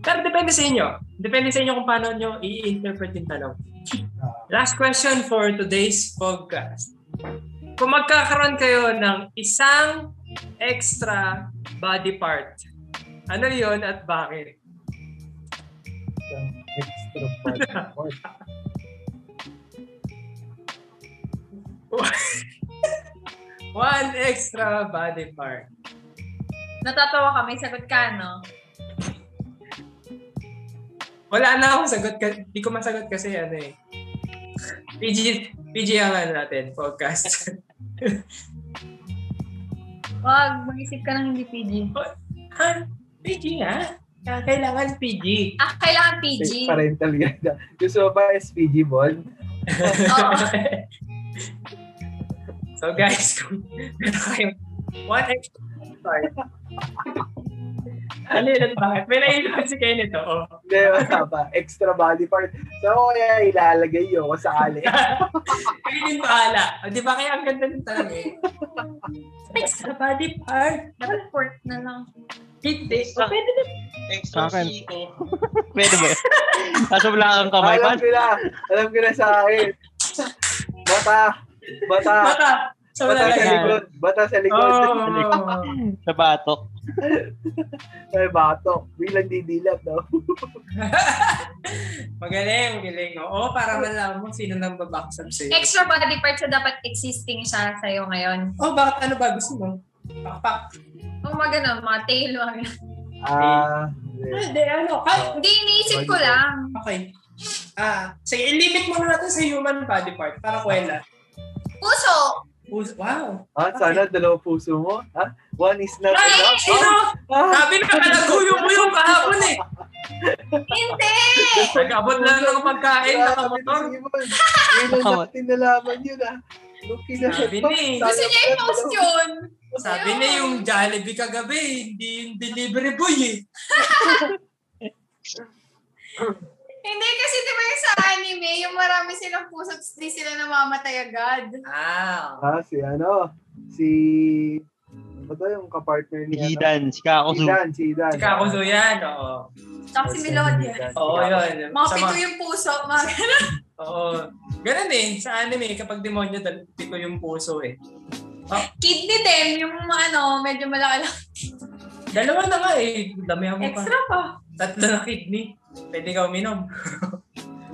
Speaker 1: Pero depende sa inyo. Depende sa inyo kung paano nyo i-interpret yung tanong. Last question for today's podcast. Kung magkakaroon kayo ng isang extra body part, ano yon at bakit?
Speaker 3: Extra part.
Speaker 1: One extra body part.
Speaker 7: Natatawa ka, may sagot ka, no?
Speaker 1: Wala na akong sagot. ka- Di ko masagot kasi ano eh. PG, PG ang ano natin, podcast. (laughs)
Speaker 7: Wag, mag-isip ka ng hindi PG.
Speaker 1: ha? PG Ah, nga? Kaya Kailangan PG.
Speaker 7: Ah, kailangan PG.
Speaker 3: Parental guide. Gusto mo ba SPG Bon?
Speaker 7: Oo.
Speaker 1: (laughs) so guys, kung meron kayong one extra part, Ano yun? Bakit? May nailan si Oh. Kenneth, oo. (laughs)
Speaker 3: Hindi, (laughs) wala pa. Extra body part. So, ako kaya ilalagay yun kung sakali.
Speaker 1: Kayo din paala. O, Di ba kaya ang ganda nito talaga eh? Extra body part.
Speaker 7: Dapat port na lang.
Speaker 1: Hindi. O, pwede na.
Speaker 2: Extra
Speaker 4: Sa akin.
Speaker 2: CO. (laughs) Pwede ba yun? Kaso wala kang kamay pa.
Speaker 3: alam ko na. Alam ko na sa akin. Bata. Bata.
Speaker 1: Bata. Sa wala
Speaker 3: Ah. Bata sa
Speaker 1: lang.
Speaker 3: likod. Bata sa likod.
Speaker 1: Oh.
Speaker 2: Sa batok.
Speaker 3: (laughs) Ay, bato. Bilang didilap daw.
Speaker 1: (laughs) magaling, magaling. Oo, para malaman mo sino nang babaksab sa'yo.
Speaker 7: Extra body parts na dapat existing siya sa'yo ngayon.
Speaker 1: Oh, bakit ano ba gusto mo? Pakpak.
Speaker 7: O mga ganun, mga tail, mga ganun.
Speaker 3: Ah.
Speaker 1: Hindi, ano? Kahit
Speaker 7: Hindi, iniisip ko lang.
Speaker 1: Okay. Ah, sige, ilimit muna natin sa human body part para kwela.
Speaker 7: Puso!
Speaker 1: Pus- Wow.
Speaker 3: Ah, sana dalawa puso mo. Ha? One is not
Speaker 7: Ay,
Speaker 3: enough.
Speaker 1: Sino?
Speaker 3: Ah,
Speaker 1: Sabi na kalaguyo mo yung kahapon (laughs) eh.
Speaker 7: Hindi!
Speaker 1: Nag-abot na lang ng pagkain,
Speaker 3: Ah,
Speaker 1: nakamotor.
Speaker 3: Yun lang
Speaker 2: Nakamotor.
Speaker 3: natin nalaman yun ah. Nung kinaset
Speaker 1: Sabi
Speaker 3: ko,
Speaker 1: niya eh.
Speaker 3: sana
Speaker 7: Gusto niya i-post
Speaker 3: pala-
Speaker 7: yun.
Speaker 1: Sabi niya yung Jollibee kagabi, hindi yung delivery boy eh.
Speaker 7: Hindi kasi di ba yung sa anime, yung marami silang puso tapos di sila namamatay agad.
Speaker 1: Ah.
Speaker 3: Ah, si ano? Si... Ano ba to yung kapartner
Speaker 2: Si
Speaker 3: niya?
Speaker 2: Hidan. Si Kako Su.
Speaker 3: Si Dan, si Dan.
Speaker 1: Si Kakuso yan, oo.
Speaker 7: Tapos si Melodia.
Speaker 1: ano? Oo, yun.
Speaker 7: Mga
Speaker 1: Sa
Speaker 7: pito yung puso. Mga ganun.
Speaker 1: Oo. Ganun eh, sa anime, kapag demonyo, dalati ko yung puso eh.
Speaker 7: Kidney din, yung mga ano, medyo malaki lang.
Speaker 1: Dalawa na nga eh, dami ako pa.
Speaker 7: Extra pa.
Speaker 1: Tatlo na kidney. Pwede ka uminom.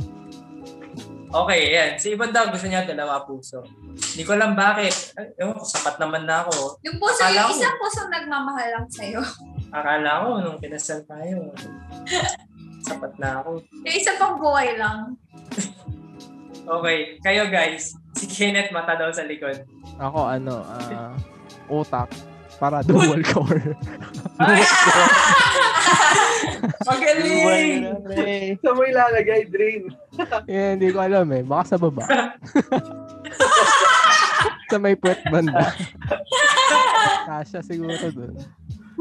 Speaker 1: (laughs) okay, yan. Si Ibon daw, gusto niya dalawa puso. Hindi ko alam bakit. Ay, ewan ko, sapat naman na ako.
Speaker 7: Yung puso,
Speaker 1: Akala
Speaker 7: yung
Speaker 1: ko.
Speaker 7: isang puso nagmamahal lang sa'yo. (laughs)
Speaker 1: Akala ko, nung kinasal tayo, (laughs) sapat na ako.
Speaker 7: Yung isa pang buhay lang.
Speaker 1: Okay, kayo guys. Si Kenneth mata daw sa likod.
Speaker 4: Ako ano, ah, utak para dual core.
Speaker 1: Ay!
Speaker 2: Buwan
Speaker 1: Magaling!
Speaker 2: na lang, pre.
Speaker 3: Sa mo ilalagay, Drain.
Speaker 4: eh, hindi ko alam eh. Baka sa baba. sa may puwet banda. Kasya siguro dun.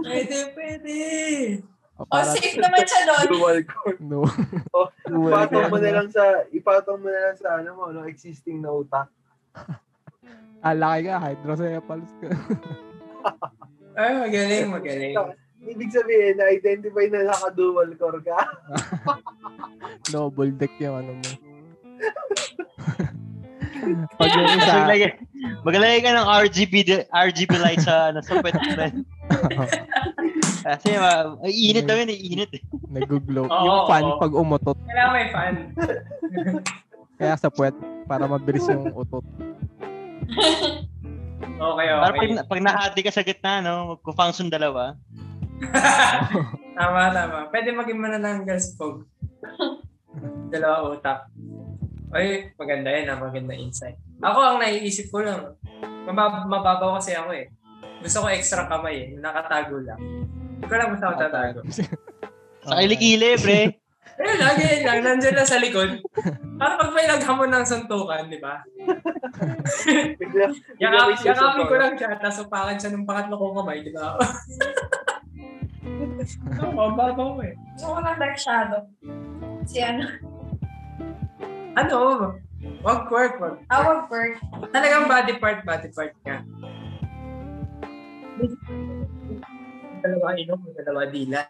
Speaker 1: Pwede, pwede!
Speaker 4: O,
Speaker 7: O,
Speaker 4: para
Speaker 7: safe naman siya doon.
Speaker 3: Dual cord.
Speaker 4: no.
Speaker 3: Oh,
Speaker 4: Dual
Speaker 3: Ipatong mo
Speaker 4: core.
Speaker 3: na lang sa, ipatong mo na lang sa ano mo, no, existing na utak.
Speaker 4: Ah, laki ka. Hydrocephalus ka.
Speaker 1: Ay, magaling, magaling.
Speaker 3: Ibig sabihin, na-identify na naka-dual core ka.
Speaker 4: Noble deck yung ano mo. Pag yung isa,
Speaker 2: Maglagay, maglagay ka ng RGB di- RGB light sa nasa pwede mo na. Kasi ma, ay, init daw yun, eh, init eh.
Speaker 4: nag-glow.
Speaker 1: Oo,
Speaker 4: yung fan
Speaker 1: oo.
Speaker 4: pag umutot.
Speaker 1: Kailangan may fan.
Speaker 4: Kaya sa puwet, para mabilis yung utot.
Speaker 1: Okay,
Speaker 2: Para pag,
Speaker 1: okay.
Speaker 2: pag nahati ka sa gitna, no, magkufunction dalawa.
Speaker 1: tama, tama. Pwede maging manananggal si Pog. Dalawa utak. Ay, maganda yan. ah. Maganda insight. Ako ang naiisip ko lang. Mabab- mababaw kasi ako eh. Gusto ko extra kamay eh. Nakatago lang. Hindi ko lang gusto ako tatago.
Speaker 2: Sa kilikili, pre.
Speaker 1: Pero lagi yun lang. Nandiyan lang sa likod. Para pag may naghamon ng suntukan, di ba?
Speaker 3: Bigla, bigla may
Speaker 1: Yakap, yakapin ko
Speaker 3: susunod.
Speaker 1: lang siya. Tapos upakan siya ng pangatlo kong kamay, di ba? Oo, mababaw eh.
Speaker 7: Gusto ko ng dark shadow. Si ano,
Speaker 1: Ano? Wag work, wag
Speaker 7: our bird.
Speaker 1: Talagang body part, body part niya. Dalawa inom, dalawa dila.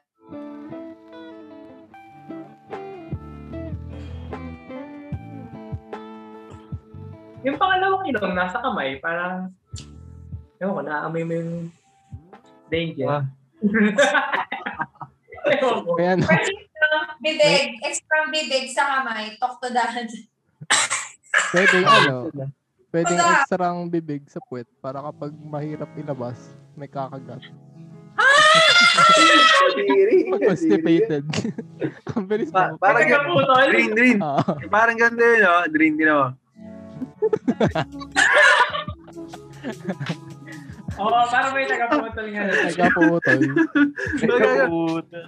Speaker 1: Yung pangalawang ilong nasa kamay, parang, ewan ko, naaamoy mo yung danger.
Speaker 3: (laughs)
Speaker 1: (laughs)
Speaker 3: Ah.
Speaker 1: ewan ko.
Speaker 4: Ayan.
Speaker 7: Bibig, extra bibig sa kamay, toktodahan.
Speaker 4: Pwedeng ano, pwedeng
Speaker 7: Wala.
Speaker 4: ekstrang bibig sa puwet para kapag mahirap ilabas, may kakagat.
Speaker 3: (laughs) Kadiri,
Speaker 4: Pag
Speaker 3: kadiri.
Speaker 4: constipated. (laughs) Ang bilis
Speaker 3: Pa-
Speaker 4: mo.
Speaker 3: para
Speaker 1: Parang
Speaker 3: gan-
Speaker 1: kaputol.
Speaker 3: Drain, drain.
Speaker 4: Ah,
Speaker 3: Parang ganda yun, oh. Drain din, oh.
Speaker 1: Oo, parang may tagaputol nga.
Speaker 4: nagkaputol.
Speaker 2: Puta.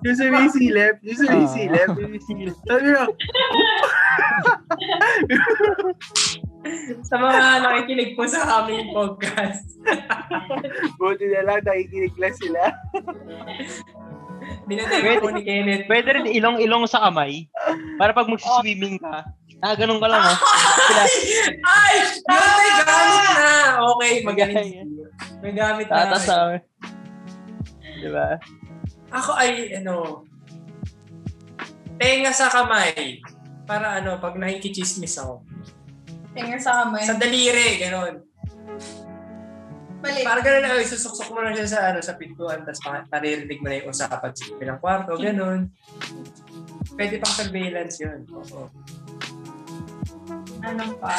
Speaker 3: Yung sumisilip, yung sumisilip, yung sumisilip. Sabi lang,
Speaker 1: sa mga nakikinig po sa aming podcast.
Speaker 3: Buti na lang, nakikinig lang sila.
Speaker 1: Dinatay po ni Kenneth.
Speaker 2: Pwede rin ilong-ilong sa kamay. Para pag magsiswimming ka, ah, ganun ka lang. Oh.
Speaker 1: Ay! Yung may gamit na! Okay, magaling. May gamit na.
Speaker 2: Tatas sa... Diba?
Speaker 1: Ako ay, ano, tenga sa kamay. Para ano, pag nakikichismis ako.
Speaker 7: (laughs) Finger sa kamay.
Speaker 1: Sa daliri, gano'n.
Speaker 7: Mali.
Speaker 1: Para gano'n na, susuksok mo lang siya sa, ano, sa pintuan, tapos paririnig mo na yung usapan sa kabilang kwarto, gano'n. Pwede pang surveillance yun. Oo.
Speaker 7: Ano pa?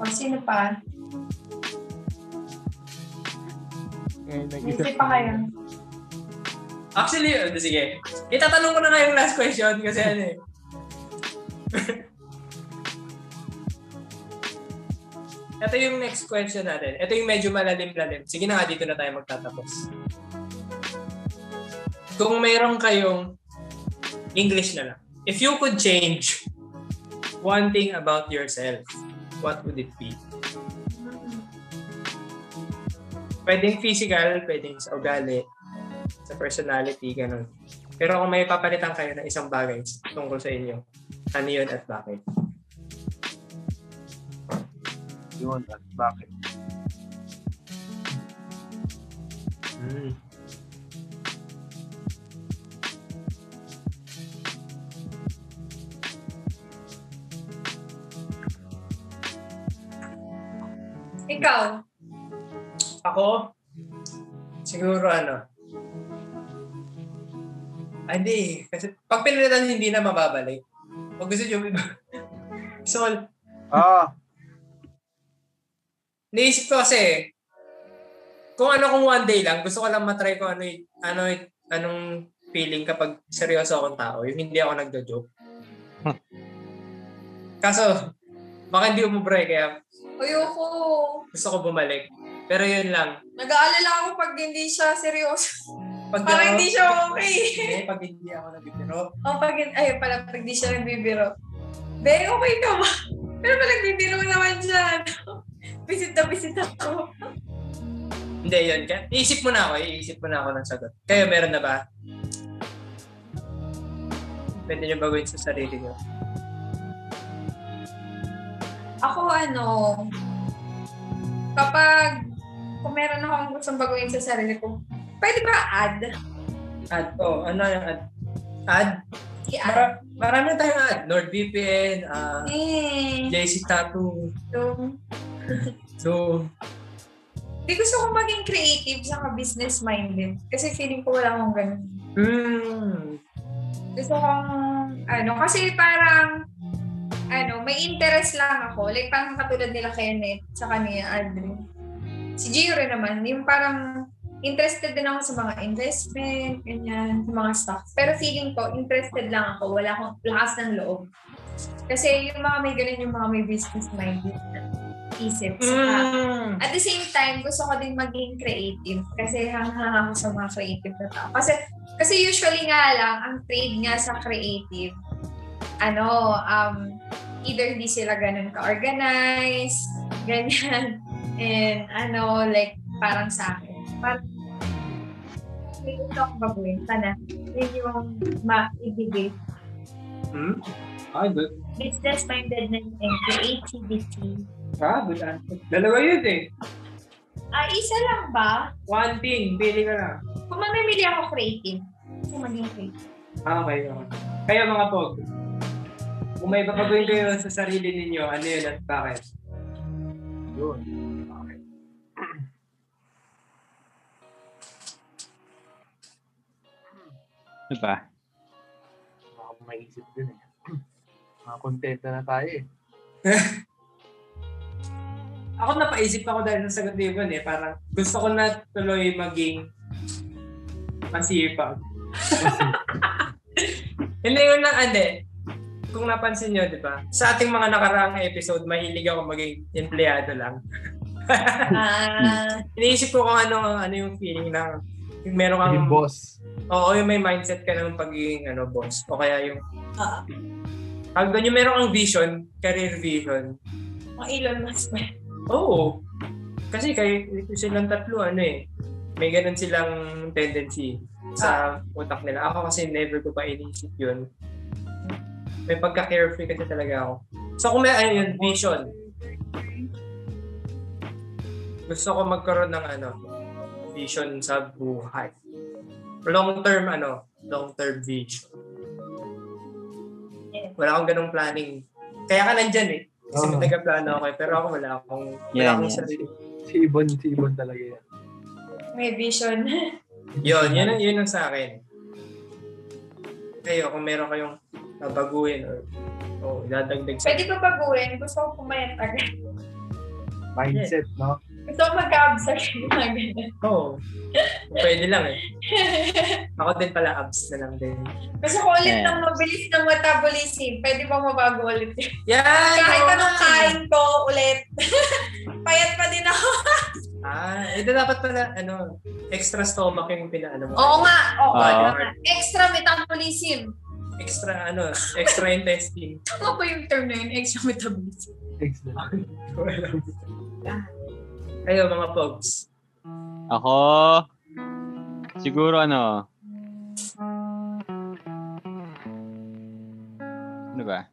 Speaker 7: O, sino pa?
Speaker 4: Ngayon, nag-isip
Speaker 7: Hindi pa
Speaker 4: na-
Speaker 7: kayo.
Speaker 1: Actually, uh, sige. Itatanong ko na nga yung last question kasi ano eh. Ito yung next question natin. Ito yung medyo malalim-lalim. Sige na nga, dito na tayo magtatapos. Kung mayroon kayong English na lang. If you could change one thing about yourself, what would it be? Pwedeng physical, pwedeng sa ugali, sa personality, ganun. Pero kung may papalitan kayo na isang bagay tungkol sa inyo, ano yun at bakit?
Speaker 3: Yun, at bakit?
Speaker 1: Mm.
Speaker 7: Ikaw.
Speaker 1: Ako, siguro ano, ah, hindi eh. Kasi pag pinalitan, hindi na mababalik. Pag gusto nyo, (laughs) Sol,
Speaker 3: Ah,
Speaker 1: naisip ko kasi, kung ano kung one day lang, gusto ko lang matry ko ano, y- ano, y- anong feeling kapag seryoso akong tao, yung hindi ako nagdo-joke. Kaso, baka hindi umubray, kaya
Speaker 7: Ayoko.
Speaker 1: gusto ko bumalik. Pero yun lang.
Speaker 7: Nag-aalala ako pag hindi siya seryoso.
Speaker 1: Pag
Speaker 7: Parang
Speaker 1: ako-
Speaker 7: hindi siya okay.
Speaker 1: (laughs) Hindi, pag hindi ako nagbibiro.
Speaker 7: O, pag, ay, pala, pag di siya nagbibiro. Be, okay ka ba? (laughs) Pero pag nagbibiro naman siya, ano? (laughs) Bisit na bisit ako.
Speaker 1: Hindi, yun. Kaya, iisip mo na ako. Iisip mo na ako ng sagot. Kayo, meron na ba? Pwede nyo baguhin sa sarili nyo.
Speaker 7: Ako ano, kapag kung meron akong gustong baguhin sa sarili ko, pwede ba add?
Speaker 1: Ad, oh, ano yung ad? Ad?
Speaker 7: I-add?
Speaker 1: Mara- marami na tayong ad. NordVPN, ah,
Speaker 7: Eh,
Speaker 1: JC Tattoo,
Speaker 7: so,
Speaker 1: Zoom.
Speaker 7: di gusto kong maging creative sa business-minded. Kasi feeling ko wala akong ganun.
Speaker 1: Mm.
Speaker 7: Gusto kong, ano, kasi parang, ano, may interest lang ako. Like, parang katulad nila Kenneth, sa kanya, Andre. Si Gio rin naman, yung parang interested din ako sa mga investment, ganyan, sa mga stocks. Pero feeling ko, interested lang ako. Wala akong lakas ng loob. Kasi yung mga may ganun, yung mga may business-minded na isip. Saka,
Speaker 1: Mm.
Speaker 7: at the same time, gusto ko din maging creative kasi hanghang ako sa mga creative na tao. Kasi, kasi usually nga lang, ang trade nga sa creative, ano, um, either hindi sila ganun ka-organized, (laughs) ganyan, and ano, like, parang sa akin. Parang, may talk ba ko yun? Sana, yun yung maibigay.
Speaker 1: Mm. Ah, good.
Speaker 7: Business-mindedness and eh. creativity.
Speaker 1: Ah, good answer. Dalawa yun eh.
Speaker 7: Ah, isa lang ba?
Speaker 1: One thing, pili ka na.
Speaker 7: Kung mamimili ako creative, gusto maging creative.
Speaker 1: Ah, okay. okay. Kaya mga pog, kung may babaguhin kayo sa sarili ninyo, ano yun at bakit?
Speaker 3: yun.
Speaker 2: Diba?
Speaker 3: Ako maisip din eh. (clears throat) Mga kontenta na tayo eh.
Speaker 1: Ako napaisip ako dahil sa sagot ni Ivan eh. Parang gusto ko na tuloy maging masipag. (laughs) Hindi yun lang, ande. Kung napansin nyo, di ba? Sa ating mga nakaraang episode, mahilig ako maging empleyado lang. Hmm.
Speaker 7: Ah,
Speaker 1: Iniisip ko kung ano, ano yung feeling ng yung meron kang...
Speaker 3: Yung boss.
Speaker 1: Oo, yung may mindset ka ng pagiging ano, boss. O kaya yung
Speaker 7: ah,
Speaker 1: Pag doon yung meron kang vision, career vision,
Speaker 5: Mga Elon Musk ba?
Speaker 1: oo. Kasi kay silang tatlo, ano eh, may ganun silang tendency sa utak nila. Ako kasi never ko pa iniisip yun. May pagka-carefree kasi talaga ako. So kung may ano yun, vision. Gusto ko magkaroon ng ano, vision sa buhay. Long-term ano, long-term vision. Wala akong ganung planning. Kaya ka nandyan eh. Kasi
Speaker 3: Oo.
Speaker 1: may taga-plano ako eh. Pero ako wala akong, wala
Speaker 2: Yan,
Speaker 1: akong
Speaker 2: yan.
Speaker 1: sarili.
Speaker 3: Si Ibon, si Ibon talaga yan.
Speaker 5: May vision. (laughs)
Speaker 1: Yun, yun, ang- yun ang sa akin. Kayo, kung meron kayong nabaguhin or o dadagdag sa...
Speaker 5: Pwede ko baguhin. Gusto ko pumayat agad.
Speaker 3: Mindset, no?
Speaker 5: Gusto ko mag-absorb ng mga ganun.
Speaker 1: Oo. oh, Pwede lang eh. Ako din pala, abs na lang din.
Speaker 5: Gusto ko ulit
Speaker 2: Yes.
Speaker 5: ng mabilis ng metabolism. Pwede ba mabago ulit yun? (laughs)
Speaker 1: Yan!
Speaker 5: Kahit
Speaker 1: oo
Speaker 5: anong
Speaker 1: nga.
Speaker 5: kain ko ulit. (laughs) Payat pa din ako.
Speaker 1: Ah, ito dapat pala, ano, extra stomach yung pinaano mo.
Speaker 7: Oo nga. Oo,
Speaker 2: Ah.
Speaker 7: oo nga. Extra metabolism.
Speaker 1: Extra, ano, extra intestine.
Speaker 7: Tama po yung term na yun, extra metabolism.
Speaker 3: Excellent.
Speaker 1: Kayo, mga pogs.
Speaker 2: Ako, siguro ano, ano ba?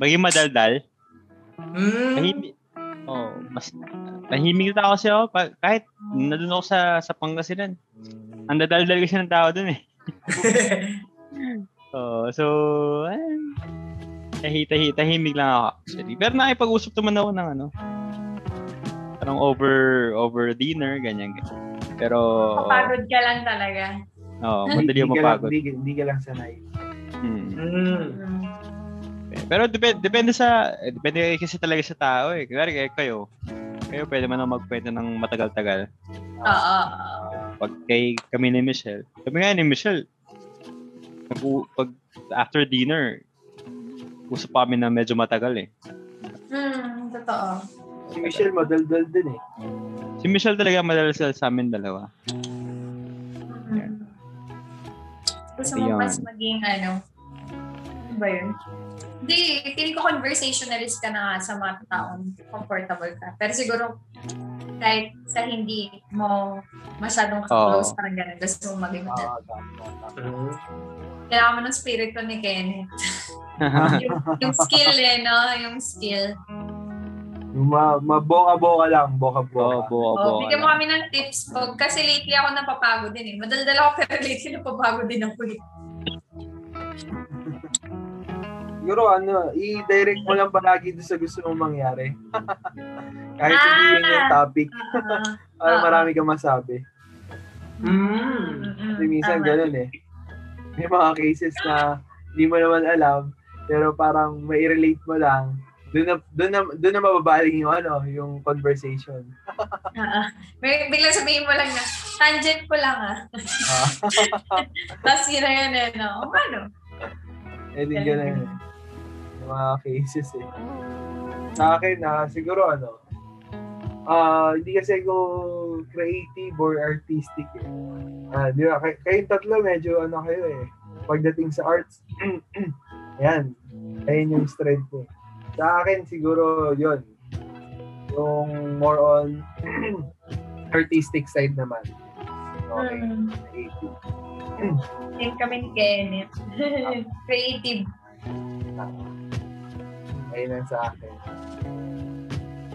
Speaker 2: Maging madaldal.
Speaker 1: Mm,
Speaker 2: Tahimik. Oh, mas tahimik na tao kasi ako. Pa, kahit nandun ako sa, sa Pangasinan. Ang dadaldal kasi ng tao dun eh. Oh, so, ayun. tahi, tahi, tahimik lang ako actually. Pero nakipag-usap naman ako ng ano. Parang over over dinner, ganyan. ganyan. Pero,
Speaker 5: Mapagod ka lang talaga.
Speaker 2: oh, madali ako
Speaker 3: (laughs) Hindi ka lang-
Speaker 2: mapagod.
Speaker 3: Hindi ka- hindi ka lang sanay.
Speaker 2: Hmm.
Speaker 1: (laughs) mm,
Speaker 7: Hmm.
Speaker 2: Pero depende depende sa eh, depende kasi talaga sa tao eh. Kasi kayo, kayo, kayo pwede man ako magkwento ng matagal-tagal.
Speaker 7: Oo, oo.
Speaker 2: Pag kay kami ni Michelle. Kami nga ni Michelle. Pag, pag after dinner, usap pa kami na medyo matagal eh.
Speaker 7: Hmm, totoo.
Speaker 3: Si Michelle, madaldal din eh.
Speaker 2: Si Michelle talaga madalas sa amin dalawa. Yeah.
Speaker 7: Gusto mo
Speaker 2: Ayun.
Speaker 7: mas maging ano? Ano ba yun? Hindi, feeling ko conversationalist ka na nga sa mga taong comfortable ka. Pero siguro kahit sa hindi mo masyadong close,
Speaker 2: Oo.
Speaker 7: parang ganun. Gusto mo maging ganun.
Speaker 3: Ah, tama, tama.
Speaker 1: mm.
Speaker 7: Kailangan mo ng spirit ko ni
Speaker 2: (laughs)
Speaker 7: Kenneth. yung, yung skill eh, no? Yung skill.
Speaker 3: Ma, ma boka-boka lang,
Speaker 2: Oo,
Speaker 3: boka-boka.
Speaker 2: buo,
Speaker 7: Oh,
Speaker 2: buo.
Speaker 7: bigyan mo kami ng tips. Pog. Kasi lately ako napapagod din eh. Madaldal ako (laughs) pero lately napapagod din ako eh.
Speaker 3: Siguro ano, i-direct mo lang palagi doon sa gusto mong mangyari. (laughs) Kahit hindi yun yung topic, para
Speaker 7: Ah, Ah.
Speaker 3: marami kang masabi.
Speaker 1: Mm.
Speaker 7: mm,
Speaker 3: Hmm. Kasi minsan
Speaker 7: tama.
Speaker 3: ganun eh. May mga cases na hindi mo naman alam, pero parang may relate mo lang. Doon na, doon na, doon na mababaling yung ano, yung conversation.
Speaker 7: Ah, ah. May bigla sabihin mo lang na, tangent ko lang ah.
Speaker 3: Ah, (laughs)
Speaker 7: Tapos yun na yun eh, no? O paano?
Speaker 3: eh, din ganun eh. Yung mga cases eh. Sa akin na siguro ano, ah hindi kasi ako creative or artistic eh. Ah, di ba? Kay, kayong tatlo medyo ano kayo eh. Pagdating sa arts, (clears throat) ayan, ayun yung strength ko. Sa akin siguro yon yung more on (clears throat) artistic side naman. Okay.
Speaker 7: Hmm.
Speaker 5: Mm.
Speaker 3: creative.
Speaker 5: Yan kami ni Kenneth. Creative.
Speaker 3: Ayun ang sa akin.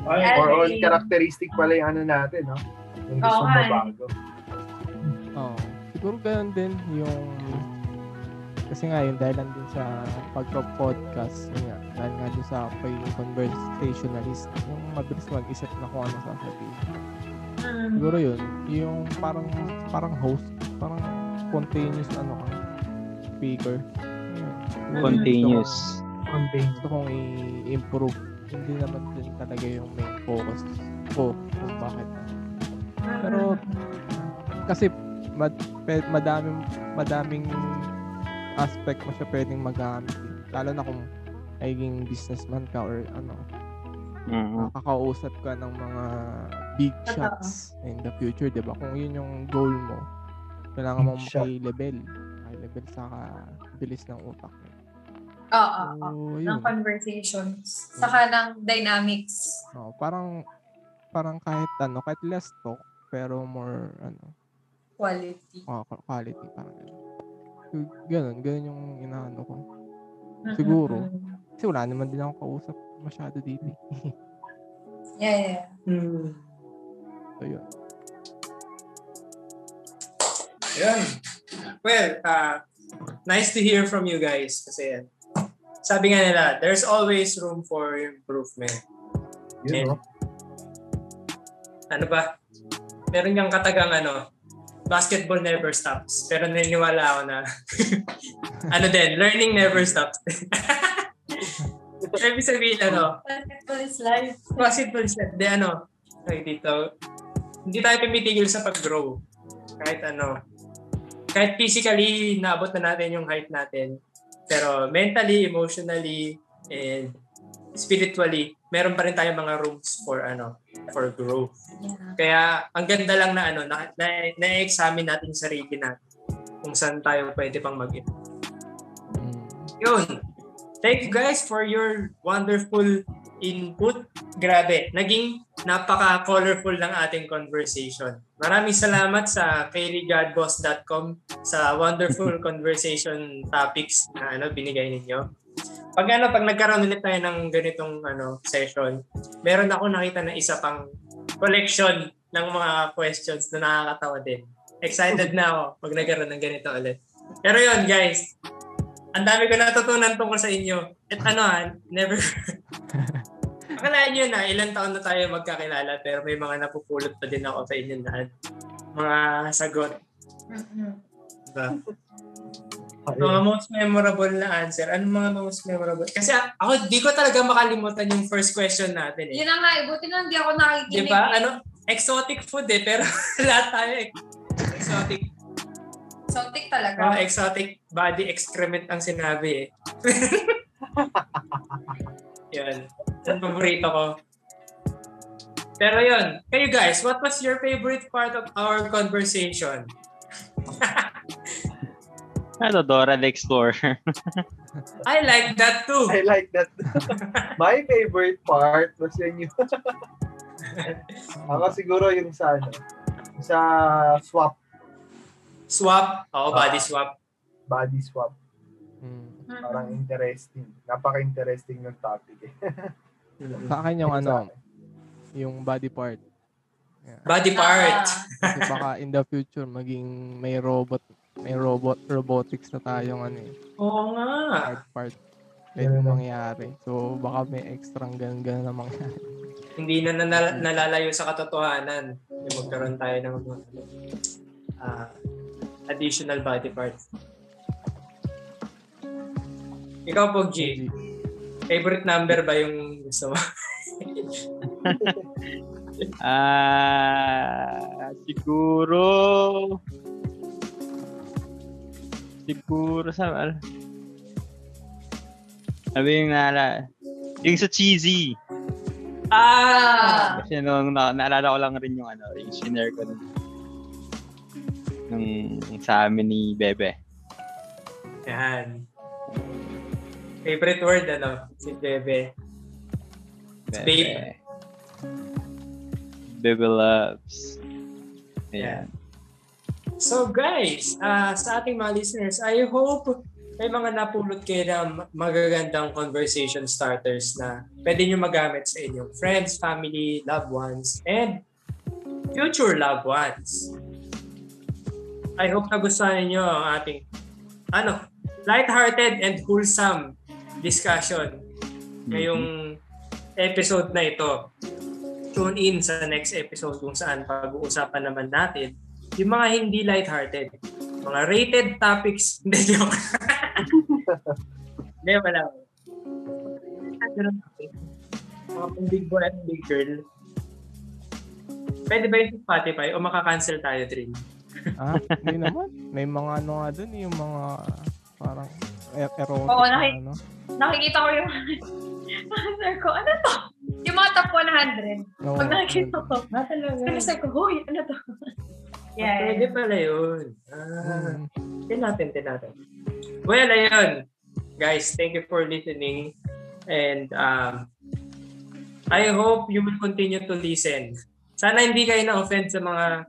Speaker 1: Ay,
Speaker 5: Ay.
Speaker 3: More on characteristic pala yung ano natin, no? Yung gusto
Speaker 5: Oo
Speaker 3: mo
Speaker 5: nga eh.
Speaker 3: bago.
Speaker 4: Oo. Siguro ganun din yung kasi nga yun dahilan din sa pagka-podcast yun nga, dahil nga din sa pag conversationalist yung mabilis mag-isip na kung ano sasabihin
Speaker 7: Hmm.
Speaker 5: Mm.
Speaker 4: siguro yun yung parang parang host parang continuous ano ka speaker Yun. Yun yung
Speaker 2: Continuous.
Speaker 3: Contain.
Speaker 4: gusto kong i-improve hindi naman din talaga yung main focus ko kung bakit. Pero kasi mad, pe- madaming madaming aspect mo siya pwedeng magamit. eh. Lalo na kung naging businessman ka or ano,
Speaker 2: Mhm.
Speaker 4: nakakausap ka ng mga big
Speaker 7: Totoo.
Speaker 4: shots in the future, 'di ba? Kung yun yung goal mo, kailangan
Speaker 3: Big
Speaker 4: mong
Speaker 3: shot.
Speaker 4: maki-level. Maki-level sa ka- bilis ng utak mo.
Speaker 7: Oo, oo.
Speaker 4: So,
Speaker 7: Ng
Speaker 4: yun.
Speaker 7: conversations. Saka ng dynamics.
Speaker 4: Oo, parang, parang kahit ano, kahit less talk, pero more, ano,
Speaker 7: Quality.
Speaker 4: oh, quality, parang ganun. So, ganun, ganun yung inaano ko.
Speaker 7: Mm-mm.
Speaker 4: Siguro. Kasi wala naman din ako kausap masyado dito. eh.
Speaker 7: Yeah, yeah, yeah.
Speaker 4: So, yun.
Speaker 1: Yun. Well, uh, nice to hear from you guys. Kasi yan. Sabi nga nila, there's always room for improvement.
Speaker 3: Yun, no?
Speaker 1: Ano ba? Meron kang katagang ano, basketball never stops. Pero naniniwala ako na, (laughs) ano din, learning never stops. (laughs) Ibig sabihin, ano,
Speaker 7: Basketball is life.
Speaker 1: basketball set, de ano, ay dito, hindi tayo tumitigil sa pag-grow. Kahit ano, kahit physically, naabot na natin yung height natin. Pero mentally, emotionally, and spiritually, meron pa rin tayong mga rooms for ano, for growth.
Speaker 7: Yeah.
Speaker 1: Kaya ang ganda lang na ano, na, na, na-examine natin yung sarili natin kung saan tayo pwede pang mag
Speaker 4: Mm.
Speaker 1: yun. Thank you guys for your wonderful input. Grabe, naging napaka-colorful ng ating conversation. Maraming salamat sa kayregardboss.com sa wonderful conversation topics na ano binigay ninyo. Pag ano, pag nagkaroon ulit tayo ng ganitong ano session, meron ako nakita na isa pang collection ng mga questions na nakakatawa din. Excited na ako pag nagkaroon ng ganito ulit. Pero yun guys, ang dami ko natutunan tungkol sa inyo. At ano ha, never... Akalaan nyo na, ilang taon na tayo magkakilala pero may mga napupulot pa din ako sa inyo na mga sagot.
Speaker 7: Mm-mm.
Speaker 1: Diba? Mga most memorable na answer. Ano mga most memorable? Kasi a- ako, di ko talaga makalimutan yung first question natin eh.
Speaker 7: Yun na nga, eh. buti na hindi ako
Speaker 1: Di
Speaker 7: nakikinig.
Speaker 1: ba? Ano? Exotic food eh, pero (laughs) lahat tayo ex- exotic.
Speaker 7: Exotic talaga.
Speaker 1: Mga exotic body excrement ang sinabi eh. (laughs) yun. Ang paborito ko. Pero yun, kayo guys, what was your favorite part of our conversation?
Speaker 2: Ano, Dora the Explorer. (laughs)
Speaker 1: I like that too.
Speaker 3: (laughs) I like that. My favorite part was when you... (laughs) Ako siguro yung sa ano, sa swap,
Speaker 1: Swap. Oh. Oo, body swap.
Speaker 3: body swap.
Speaker 4: Mm.
Speaker 7: Mm-mm. Ah.
Speaker 3: Parang interesting. Napaka-interesting ng topic eh.
Speaker 4: Sa akin yung ano, yung body part.
Speaker 7: Ah.
Speaker 1: Body part.
Speaker 4: Kasi baka in the future maging may robot, may robot robotics na tayong ano eh,
Speaker 1: Oo nga.
Speaker 4: part part. Pwede
Speaker 3: Ganun.
Speaker 4: mangyari. So baka may extra ganun ganun na mangyari.
Speaker 1: Hindi na nala- nalalayo sa katotohanan. Yung magkaroon tayo ng mga, ah, additional body parts. Ikaw, Pogji. Favorite number ba yung gusto mo?
Speaker 2: Ah, siguro... Siguro sa... Ano? Sabi yung naala... Yung sa cheesy.
Speaker 1: Ah!
Speaker 2: Kasi nung na, naalala ko lang rin yung ano, yung shinare ko nung, nung sa amin ni Bebe.
Speaker 1: Yan. Favorite word, ano? Si Bebe. It's babe.
Speaker 2: Bebe loves. Ayan.
Speaker 1: So guys, ah, sa ating mga listeners, I hope may mga napulot kayo na magagandang conversation starters na pwede nyo magamit sa inyong friends, family, loved ones, and future loved ones. I hope nagustuhan ninyo ang ating ano, lighthearted and wholesome discussion ngayong episode na ito. Tune in sa next episode kung saan pag-uusapan naman natin yung mga hindi lighthearted, mga rated topics. (laughs) Hindi, joke. Hindi, wala. Mga pang big boy at big girl. Pwede ba yung Spotify o makakancel tayo, Trin?
Speaker 4: Ah, hindi naman. May mga ano nga dun, yung mga parang er- erotic
Speaker 7: Oo,
Speaker 4: na
Speaker 7: naki-
Speaker 4: ano.
Speaker 7: Nakikita ko yung (laughs) answer ko. Ano to? Yung mga top 100.
Speaker 4: No,
Speaker 7: Pag nakikita ko,
Speaker 1: Ah, talaga.
Speaker 7: Pinasay ko, huy, ano to? (laughs)
Speaker 1: Pwede
Speaker 7: yeah.
Speaker 4: Mm.
Speaker 1: pala yun. Ah, tin natin, tin natin. Well, ayun. guys, thank you for listening. And um, I hope you will continue to listen. Sana hindi kayo na-offend sa mga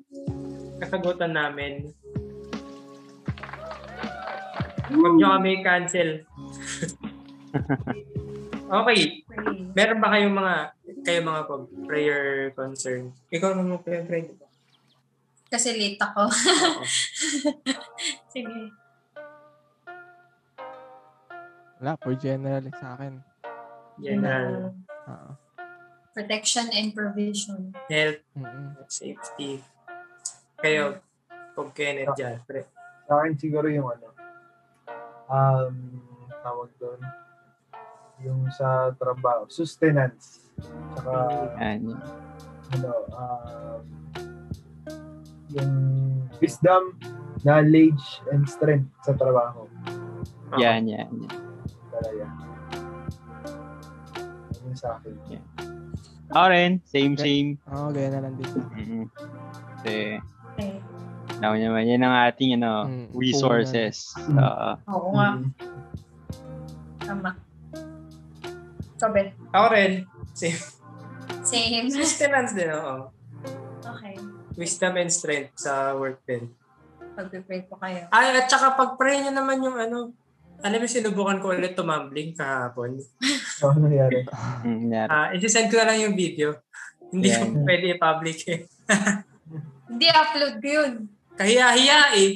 Speaker 1: kasagutan namin. Huwag nyo kami cancel. okay. Meron ba kayong mga kayo mga pag- prayer concern? Ikaw naman prayer friend.
Speaker 7: Kasi late ako. (laughs) Sige.
Speaker 4: Wala, for general eh, sa akin. Ah,
Speaker 1: General
Speaker 4: Oo.
Speaker 7: Protection and provision.
Speaker 1: health,
Speaker 4: Mm-mm.
Speaker 1: safety. Kayo, pag Kenneth dyan. Pre.
Speaker 3: Sa akin siguro yung ano, um, tawag doon, yung sa trabaho, sustenance. Saka,
Speaker 4: Hmm.
Speaker 2: Ano?
Speaker 3: ano, um, yung wisdom, knowledge, and strength sa trabaho.
Speaker 1: Uh-huh.
Speaker 2: Yan, yan, yan.
Speaker 3: Talaga. Yun Ano sa akin.
Speaker 2: Ako rin, same, same.
Speaker 4: Oo, gaya na lang din. sa akin.
Speaker 2: Mm-mm. Kasi,
Speaker 7: Okay.
Speaker 2: alam mo naman, yan ang ating ano,
Speaker 4: Mm,
Speaker 2: resources.
Speaker 3: punan.
Speaker 2: Uh,
Speaker 7: Oo nga. Tama. Sobe.
Speaker 1: Ako rin,
Speaker 7: Same.
Speaker 1: sustenance din, oo.
Speaker 7: Okay.
Speaker 1: Wisdom and strength sa work din.
Speaker 7: Pag-prepare po kayo.
Speaker 1: Ay, at saka pag-pray niya naman yung ano, alam mo, sinubukan ko ulit tumambling kahapon.
Speaker 3: So, ano nangyari?
Speaker 2: mm, yan.
Speaker 1: Ah, isi-send ko na lang yung video. (laughs) Hindi ko
Speaker 2: Yan.
Speaker 1: pwede i-public eh.
Speaker 7: Hindi, upload ko yun.
Speaker 1: Kahiya-hiya eh.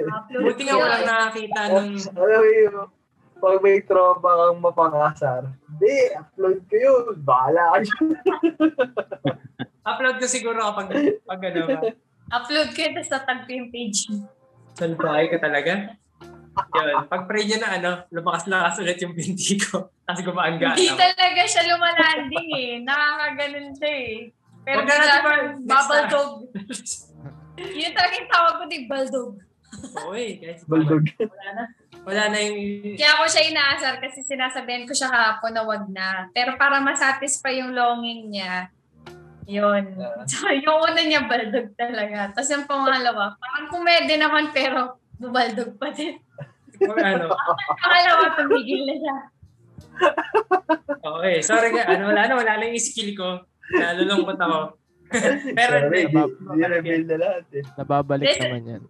Speaker 7: Upload
Speaker 1: Buti nga
Speaker 7: ko
Speaker 1: walang
Speaker 7: yun.
Speaker 1: nakakita nung...
Speaker 3: Oh, Alam mo yun, pag may tropa kang mapangasar, di, upload ko yun. Bahala ka dyan. (laughs)
Speaker 1: Upload ko siguro kapag pag ano ba.
Speaker 7: Upload ko yun, tapos tatag ko yung page.
Speaker 1: Salbahay ka talaga. Yun. Pag-pray niya na ano, lumakas-lakas ulit yung binti ko. Tapos gumaangga.
Speaker 7: Hindi talaga siya lumalanding eh. Nakakaganon siya eh. Pero
Speaker 1: Huwag na natin
Speaker 7: bigla
Speaker 1: ba-
Speaker 7: babaldog. Yun talaga yung tawag ko ni Baldog.
Speaker 1: Uy, guys.
Speaker 3: Baldog.
Speaker 7: Wala na.
Speaker 1: Wala na yung...
Speaker 7: Kaya ako siya inaasar kasi sinasabihan ko siya kahapon na wag na. Pero para masatisfy yung longing niya, yun.
Speaker 1: Ah.
Speaker 7: So, yung una niya, baldog talaga. Tapos yung pangalawa, parang pumede naman pero bubaldog pa din.
Speaker 1: (laughs) Kung ano.
Speaker 7: Pangalawa, tumigil na siya.
Speaker 1: Okay, sorry ka. Ano, wala na, wala na yung skill ko. Nalulungkot ako. Pero
Speaker 3: Sorry,
Speaker 1: hindi.
Speaker 3: di, di reveal na lahat eh.
Speaker 4: Nababalik
Speaker 7: Then-
Speaker 4: naman yan.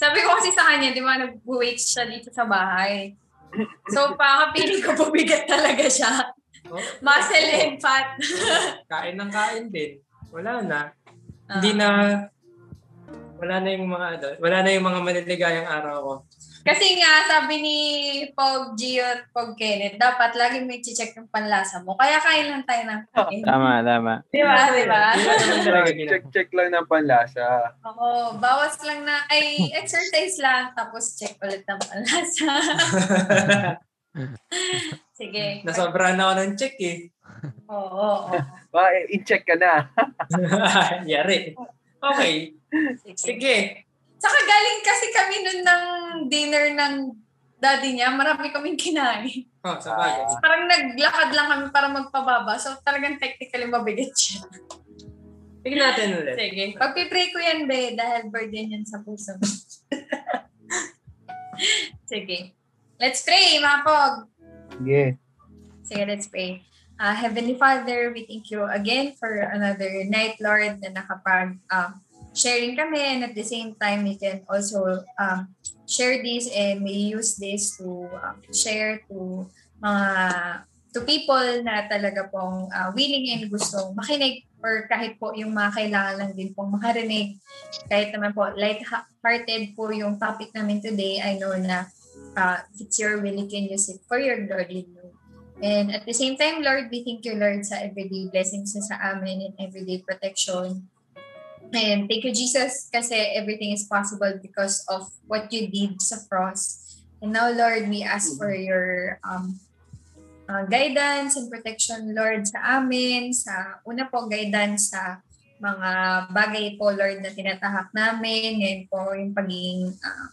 Speaker 7: Sabi ko kasi sa kanya, di ba, nag-wait siya dito sa bahay.
Speaker 1: (laughs)
Speaker 7: So, pakapiling ko bumigat talaga siya.
Speaker 1: Oh,
Speaker 7: Muscle and fat.
Speaker 1: kain ng kain din. Wala na.
Speaker 7: Ah.
Speaker 1: Hindi na wala na yung mga ano, wala na yung mga maliligayang araw ko.
Speaker 7: Kasi nga, sabi ni Pog Gio at Pog Kenneth, dapat lagi may check yung panlasa mo. Kaya kain lang tayo ng kain.
Speaker 2: Tama, tama.
Speaker 7: di ba? Di ba?
Speaker 1: Wala naman talaga ginagawa.
Speaker 3: Check, check lang ng panlasa.
Speaker 7: Oo, bawas lang na, ay, exercise lang, tapos check ulit ng panlasa. (laughs) Sige.
Speaker 1: Nasobra na ako ng check eh. (laughs)
Speaker 7: Oo, oo, oo.
Speaker 3: Ba, eh, i-check ka na.
Speaker 1: Yari. Okay.
Speaker 7: Sige.
Speaker 1: Sige.
Speaker 7: Saka galing kasi kami nun ng dinner ng daddy niya. Marami kaming kinain.
Speaker 1: Oh,
Speaker 3: Ah.
Speaker 1: sa bagay.
Speaker 7: Parang naglakad lang kami para magpababa. So talagang technically mabigat siya.
Speaker 1: Tingnan natin ulit.
Speaker 7: Sige. Pagpipray ko yan, be. Dahil burden yan sa puso mo. (laughs) Sige. Let's pray, mga pog.
Speaker 3: Sige.
Speaker 7: Sige, let's pray. Ah, Heavenly Father, we thank you again for another night, Lord, na nakapag um, sharing kami and at the same time, we can also um, share this and we use this to um, share to mga to people na talaga pong ah, willing and gustong makinig or kahit po yung mga kailangan lang din pong makarinig. Kahit naman po light-hearted po yung topic namin today, I know na uh, if it's your will, you can use it for your glory, Lord. And at the same time, Lord, we thank you, Lord, sa everyday blessings na sa amin and everyday protection. And thank you, Jesus, kasi everything is possible because of what you did sa cross. And now, Lord, we ask for your um, uh, guidance and protection, Lord, sa amin. Sa una po, guidance sa mga bagay po, Lord, na tinatahak namin. Ngayon po, yung pagiging uh,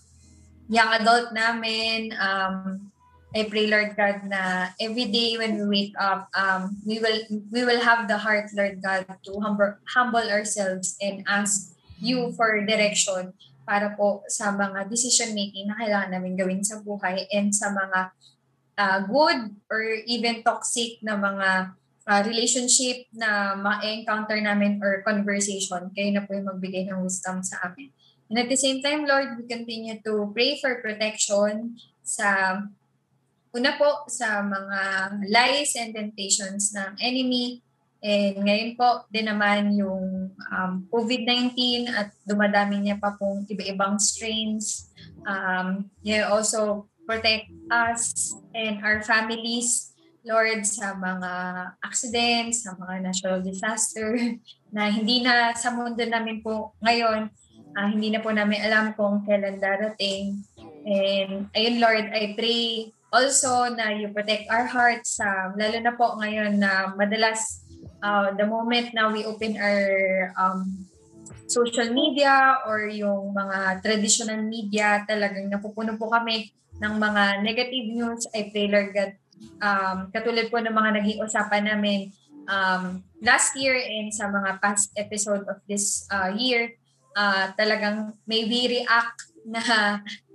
Speaker 7: young adult namin, um, I pray, Lord God, na every day when we wake up, um, we will we will have the heart, Lord God, to humble humble ourselves and ask you for direction para po sa mga decision making na kailangan namin gawin sa buhay and sa mga ah, good or even toxic na mga ah, relationship na ma-encounter namin or conversation. Kayo na po yung magbigay ng wisdom sa amin. And at the same time, Lord, we continue to pray for protection sa una po sa mga lies and temptations ng enemy. And ngayon po din naman yung um, COVID-19 at dumadami niya pa pong iba-ibang strains. Um, you also protect us and our families, Lord, sa mga accidents, sa mga natural disaster (laughs) na hindi na sa mundo namin po ngayon, ah, hindi na po namin alam kung kailan darating. And ayun, Lord, I pray also na you protect our hearts, ah, lalo na po ngayon na madalas ah, the moment na we open our um, social media or yung mga traditional media, talagang napupuno po kami ng mga negative news. I pray, Lord God, um, katulad po ng mga naging usapan namin um, last year and sa mga past episode of this uh, year, uh, talagang may we react na,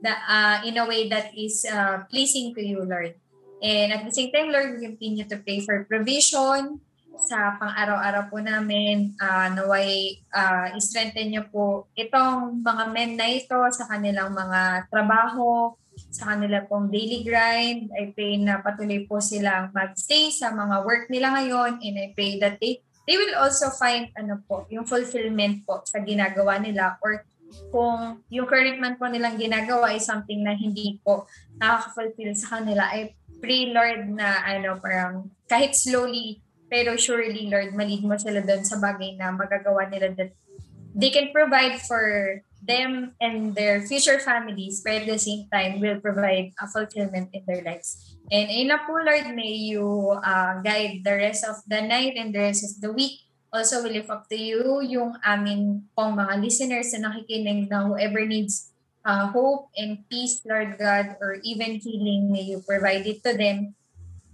Speaker 7: na uh, in a way that is uh, pleasing to you, Lord. And at the same time, Lord, we continue to pray for provision sa pang-araw-araw po namin. Uh, naway, uh, strengthen niyo po itong mga men na ito sa kanilang mga trabaho, sa kanila pong daily grind. I pray na patuloy po silang magstay sa mga work nila ngayon and I pray that they they will also find ano po, yung fulfillment po sa ginagawa nila or kung yung current man po nilang ginagawa is something na hindi po nakaka-fulfill sa kanila, I pray Lord na ano parang kahit slowly pero surely Lord, malid mo sila doon sa bagay na magagawa nila that they can provide for them and their future families but at the same time will provide a fulfillment in their lives. And ayun na po Lord, may you uh, guide the rest of the night and the rest of the week. Also, we lift up to you yung amin pong mga listeners na nakikinig na whoever needs uh, hope and peace, Lord God, or even healing, may you provide it to them.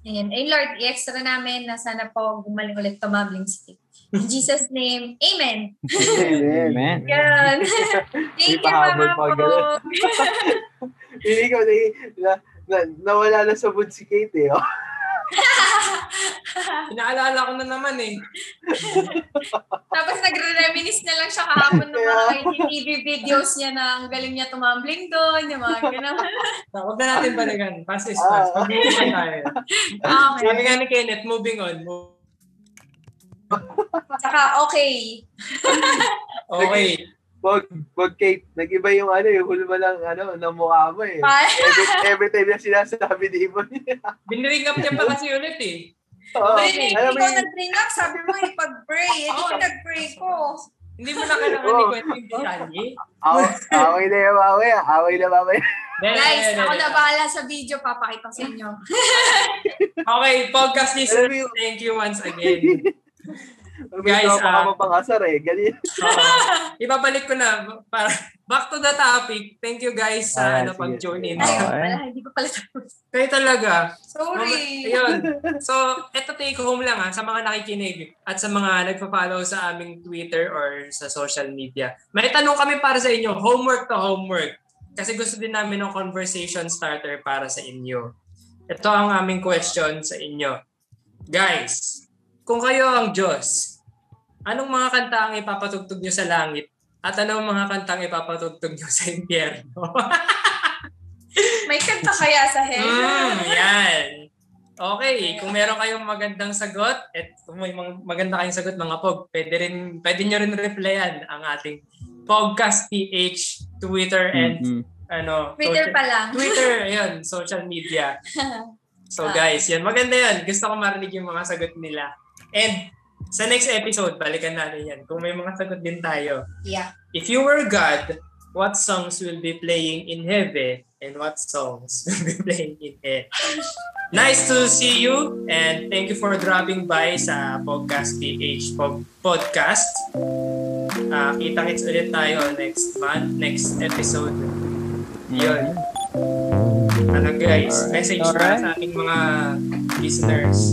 Speaker 7: And ayun Lord, i-extra namin na sana po gumaling ulit tumambling si In Jesus' name, Amen!
Speaker 2: Amen.
Speaker 3: (laughs)
Speaker 7: Yan. Thank you,
Speaker 3: Ipahabol
Speaker 7: mga
Speaker 3: pa
Speaker 7: po.
Speaker 3: agad. Hindi ko na, na, na, nawala na sa mood si Kate eh. Oh.
Speaker 1: Inaalala ko na naman eh.
Speaker 7: (laughs) Tapos nagre-reminis na lang siya kahapon ng
Speaker 3: (laughs)
Speaker 7: mga IGTV videos niya na ang galing niya tumambling doon, yung mga
Speaker 3: (laughs)
Speaker 7: ganun.
Speaker 1: Ah, Huwag na natin balikan. Past is past.
Speaker 3: Ah.
Speaker 1: Mag-move on tayo.
Speaker 7: Okay.
Speaker 1: Sabi nga ni Kenneth, moving on. Mo-
Speaker 7: Tsaka, okay.
Speaker 1: Okay.
Speaker 3: Wag, wag Kate, nag-iba yung ano, yung hulma lang ano, ng mukha mo eh.
Speaker 7: Pa-
Speaker 3: Every, every time na sinasabi ni Ibon.
Speaker 1: Binring up niya pa kasi ulit eh.
Speaker 3: Oo.
Speaker 7: Pag hindi
Speaker 3: Oh, alam mo
Speaker 7: ko
Speaker 3: yun,
Speaker 7: nag-bring up, sabi mo eh, ipag-pray. Hindi ko nag-pray ko.
Speaker 1: Hindi mo na kailangan
Speaker 3: Oo.
Speaker 1: ikwento yung detalye.
Speaker 3: aw- away na yung mamaya, away na mamaya.
Speaker 7: Guys, ako na bahala sa video. Papakita ko sa inyo.
Speaker 1: Okay, podcast
Speaker 3: Alam mo
Speaker 1: listeners,
Speaker 3: yung-
Speaker 1: thank you once
Speaker 3: (laughs)
Speaker 1: again.
Speaker 3: Guys,
Speaker 1: Guys, ah.
Speaker 3: ah. Baka mapakasar eh, ganyan.
Speaker 1: Oo. ibabalik ko na. Para, back to the topic. Thank you guys sa
Speaker 3: Ah,
Speaker 1: ano,
Speaker 3: sige,
Speaker 1: pag-join in.
Speaker 3: sige.
Speaker 7: Ay,
Speaker 2: Okay.
Speaker 7: wala, hindi ko pala tapos.
Speaker 1: Kayo talaga.
Speaker 7: Sorry.
Speaker 1: Ayun. So, eto take home lang ha, sa mga nakikinig at sa mga nagpa-follow sa aming Twitter or sa social media. May tanong kami para sa inyo, homework to homework. Kasi gusto din namin ng conversation starter para sa inyo. Ito ang aming question sa inyo. Guys, kung kayo ang Diyos, anong mga kanta ang ipapatugtog nyo sa langit? At anong mga kanta ang ipapatugtog nyo sa impyerno? (laughs)
Speaker 7: May kanta kaya sa heaven?
Speaker 1: Mm, yan. Okay, kung meron kayong magandang sagot, at kung may mga maganda kayong sagot mga pog, pwede, rin, pwede nyo rin replyan ang ating Podcast PH Twitter and
Speaker 2: Mhm.
Speaker 1: ano
Speaker 7: Twitter
Speaker 1: social-
Speaker 7: pa lang.
Speaker 1: Twitter, ayun, social media.
Speaker 7: Ah.
Speaker 1: So guys, yan maganda yan. Gusto ko marinig yung mga sagot nila. And sa next episode, balikan natin yan. Kung may mga sagot din tayo.
Speaker 7: (laughs) Yeah.
Speaker 1: If you were God, what songs will be playing in heaven and what songs (laughs) will be playing in hell? Nice to see you and thank you for dropping by sa Podcast PH Pod- Podcast. Ah, Kita-kits ulit tayo next month, next episode. Yun. Ano guys, message para
Speaker 2: Alright.
Speaker 1: sa ating mga listeners.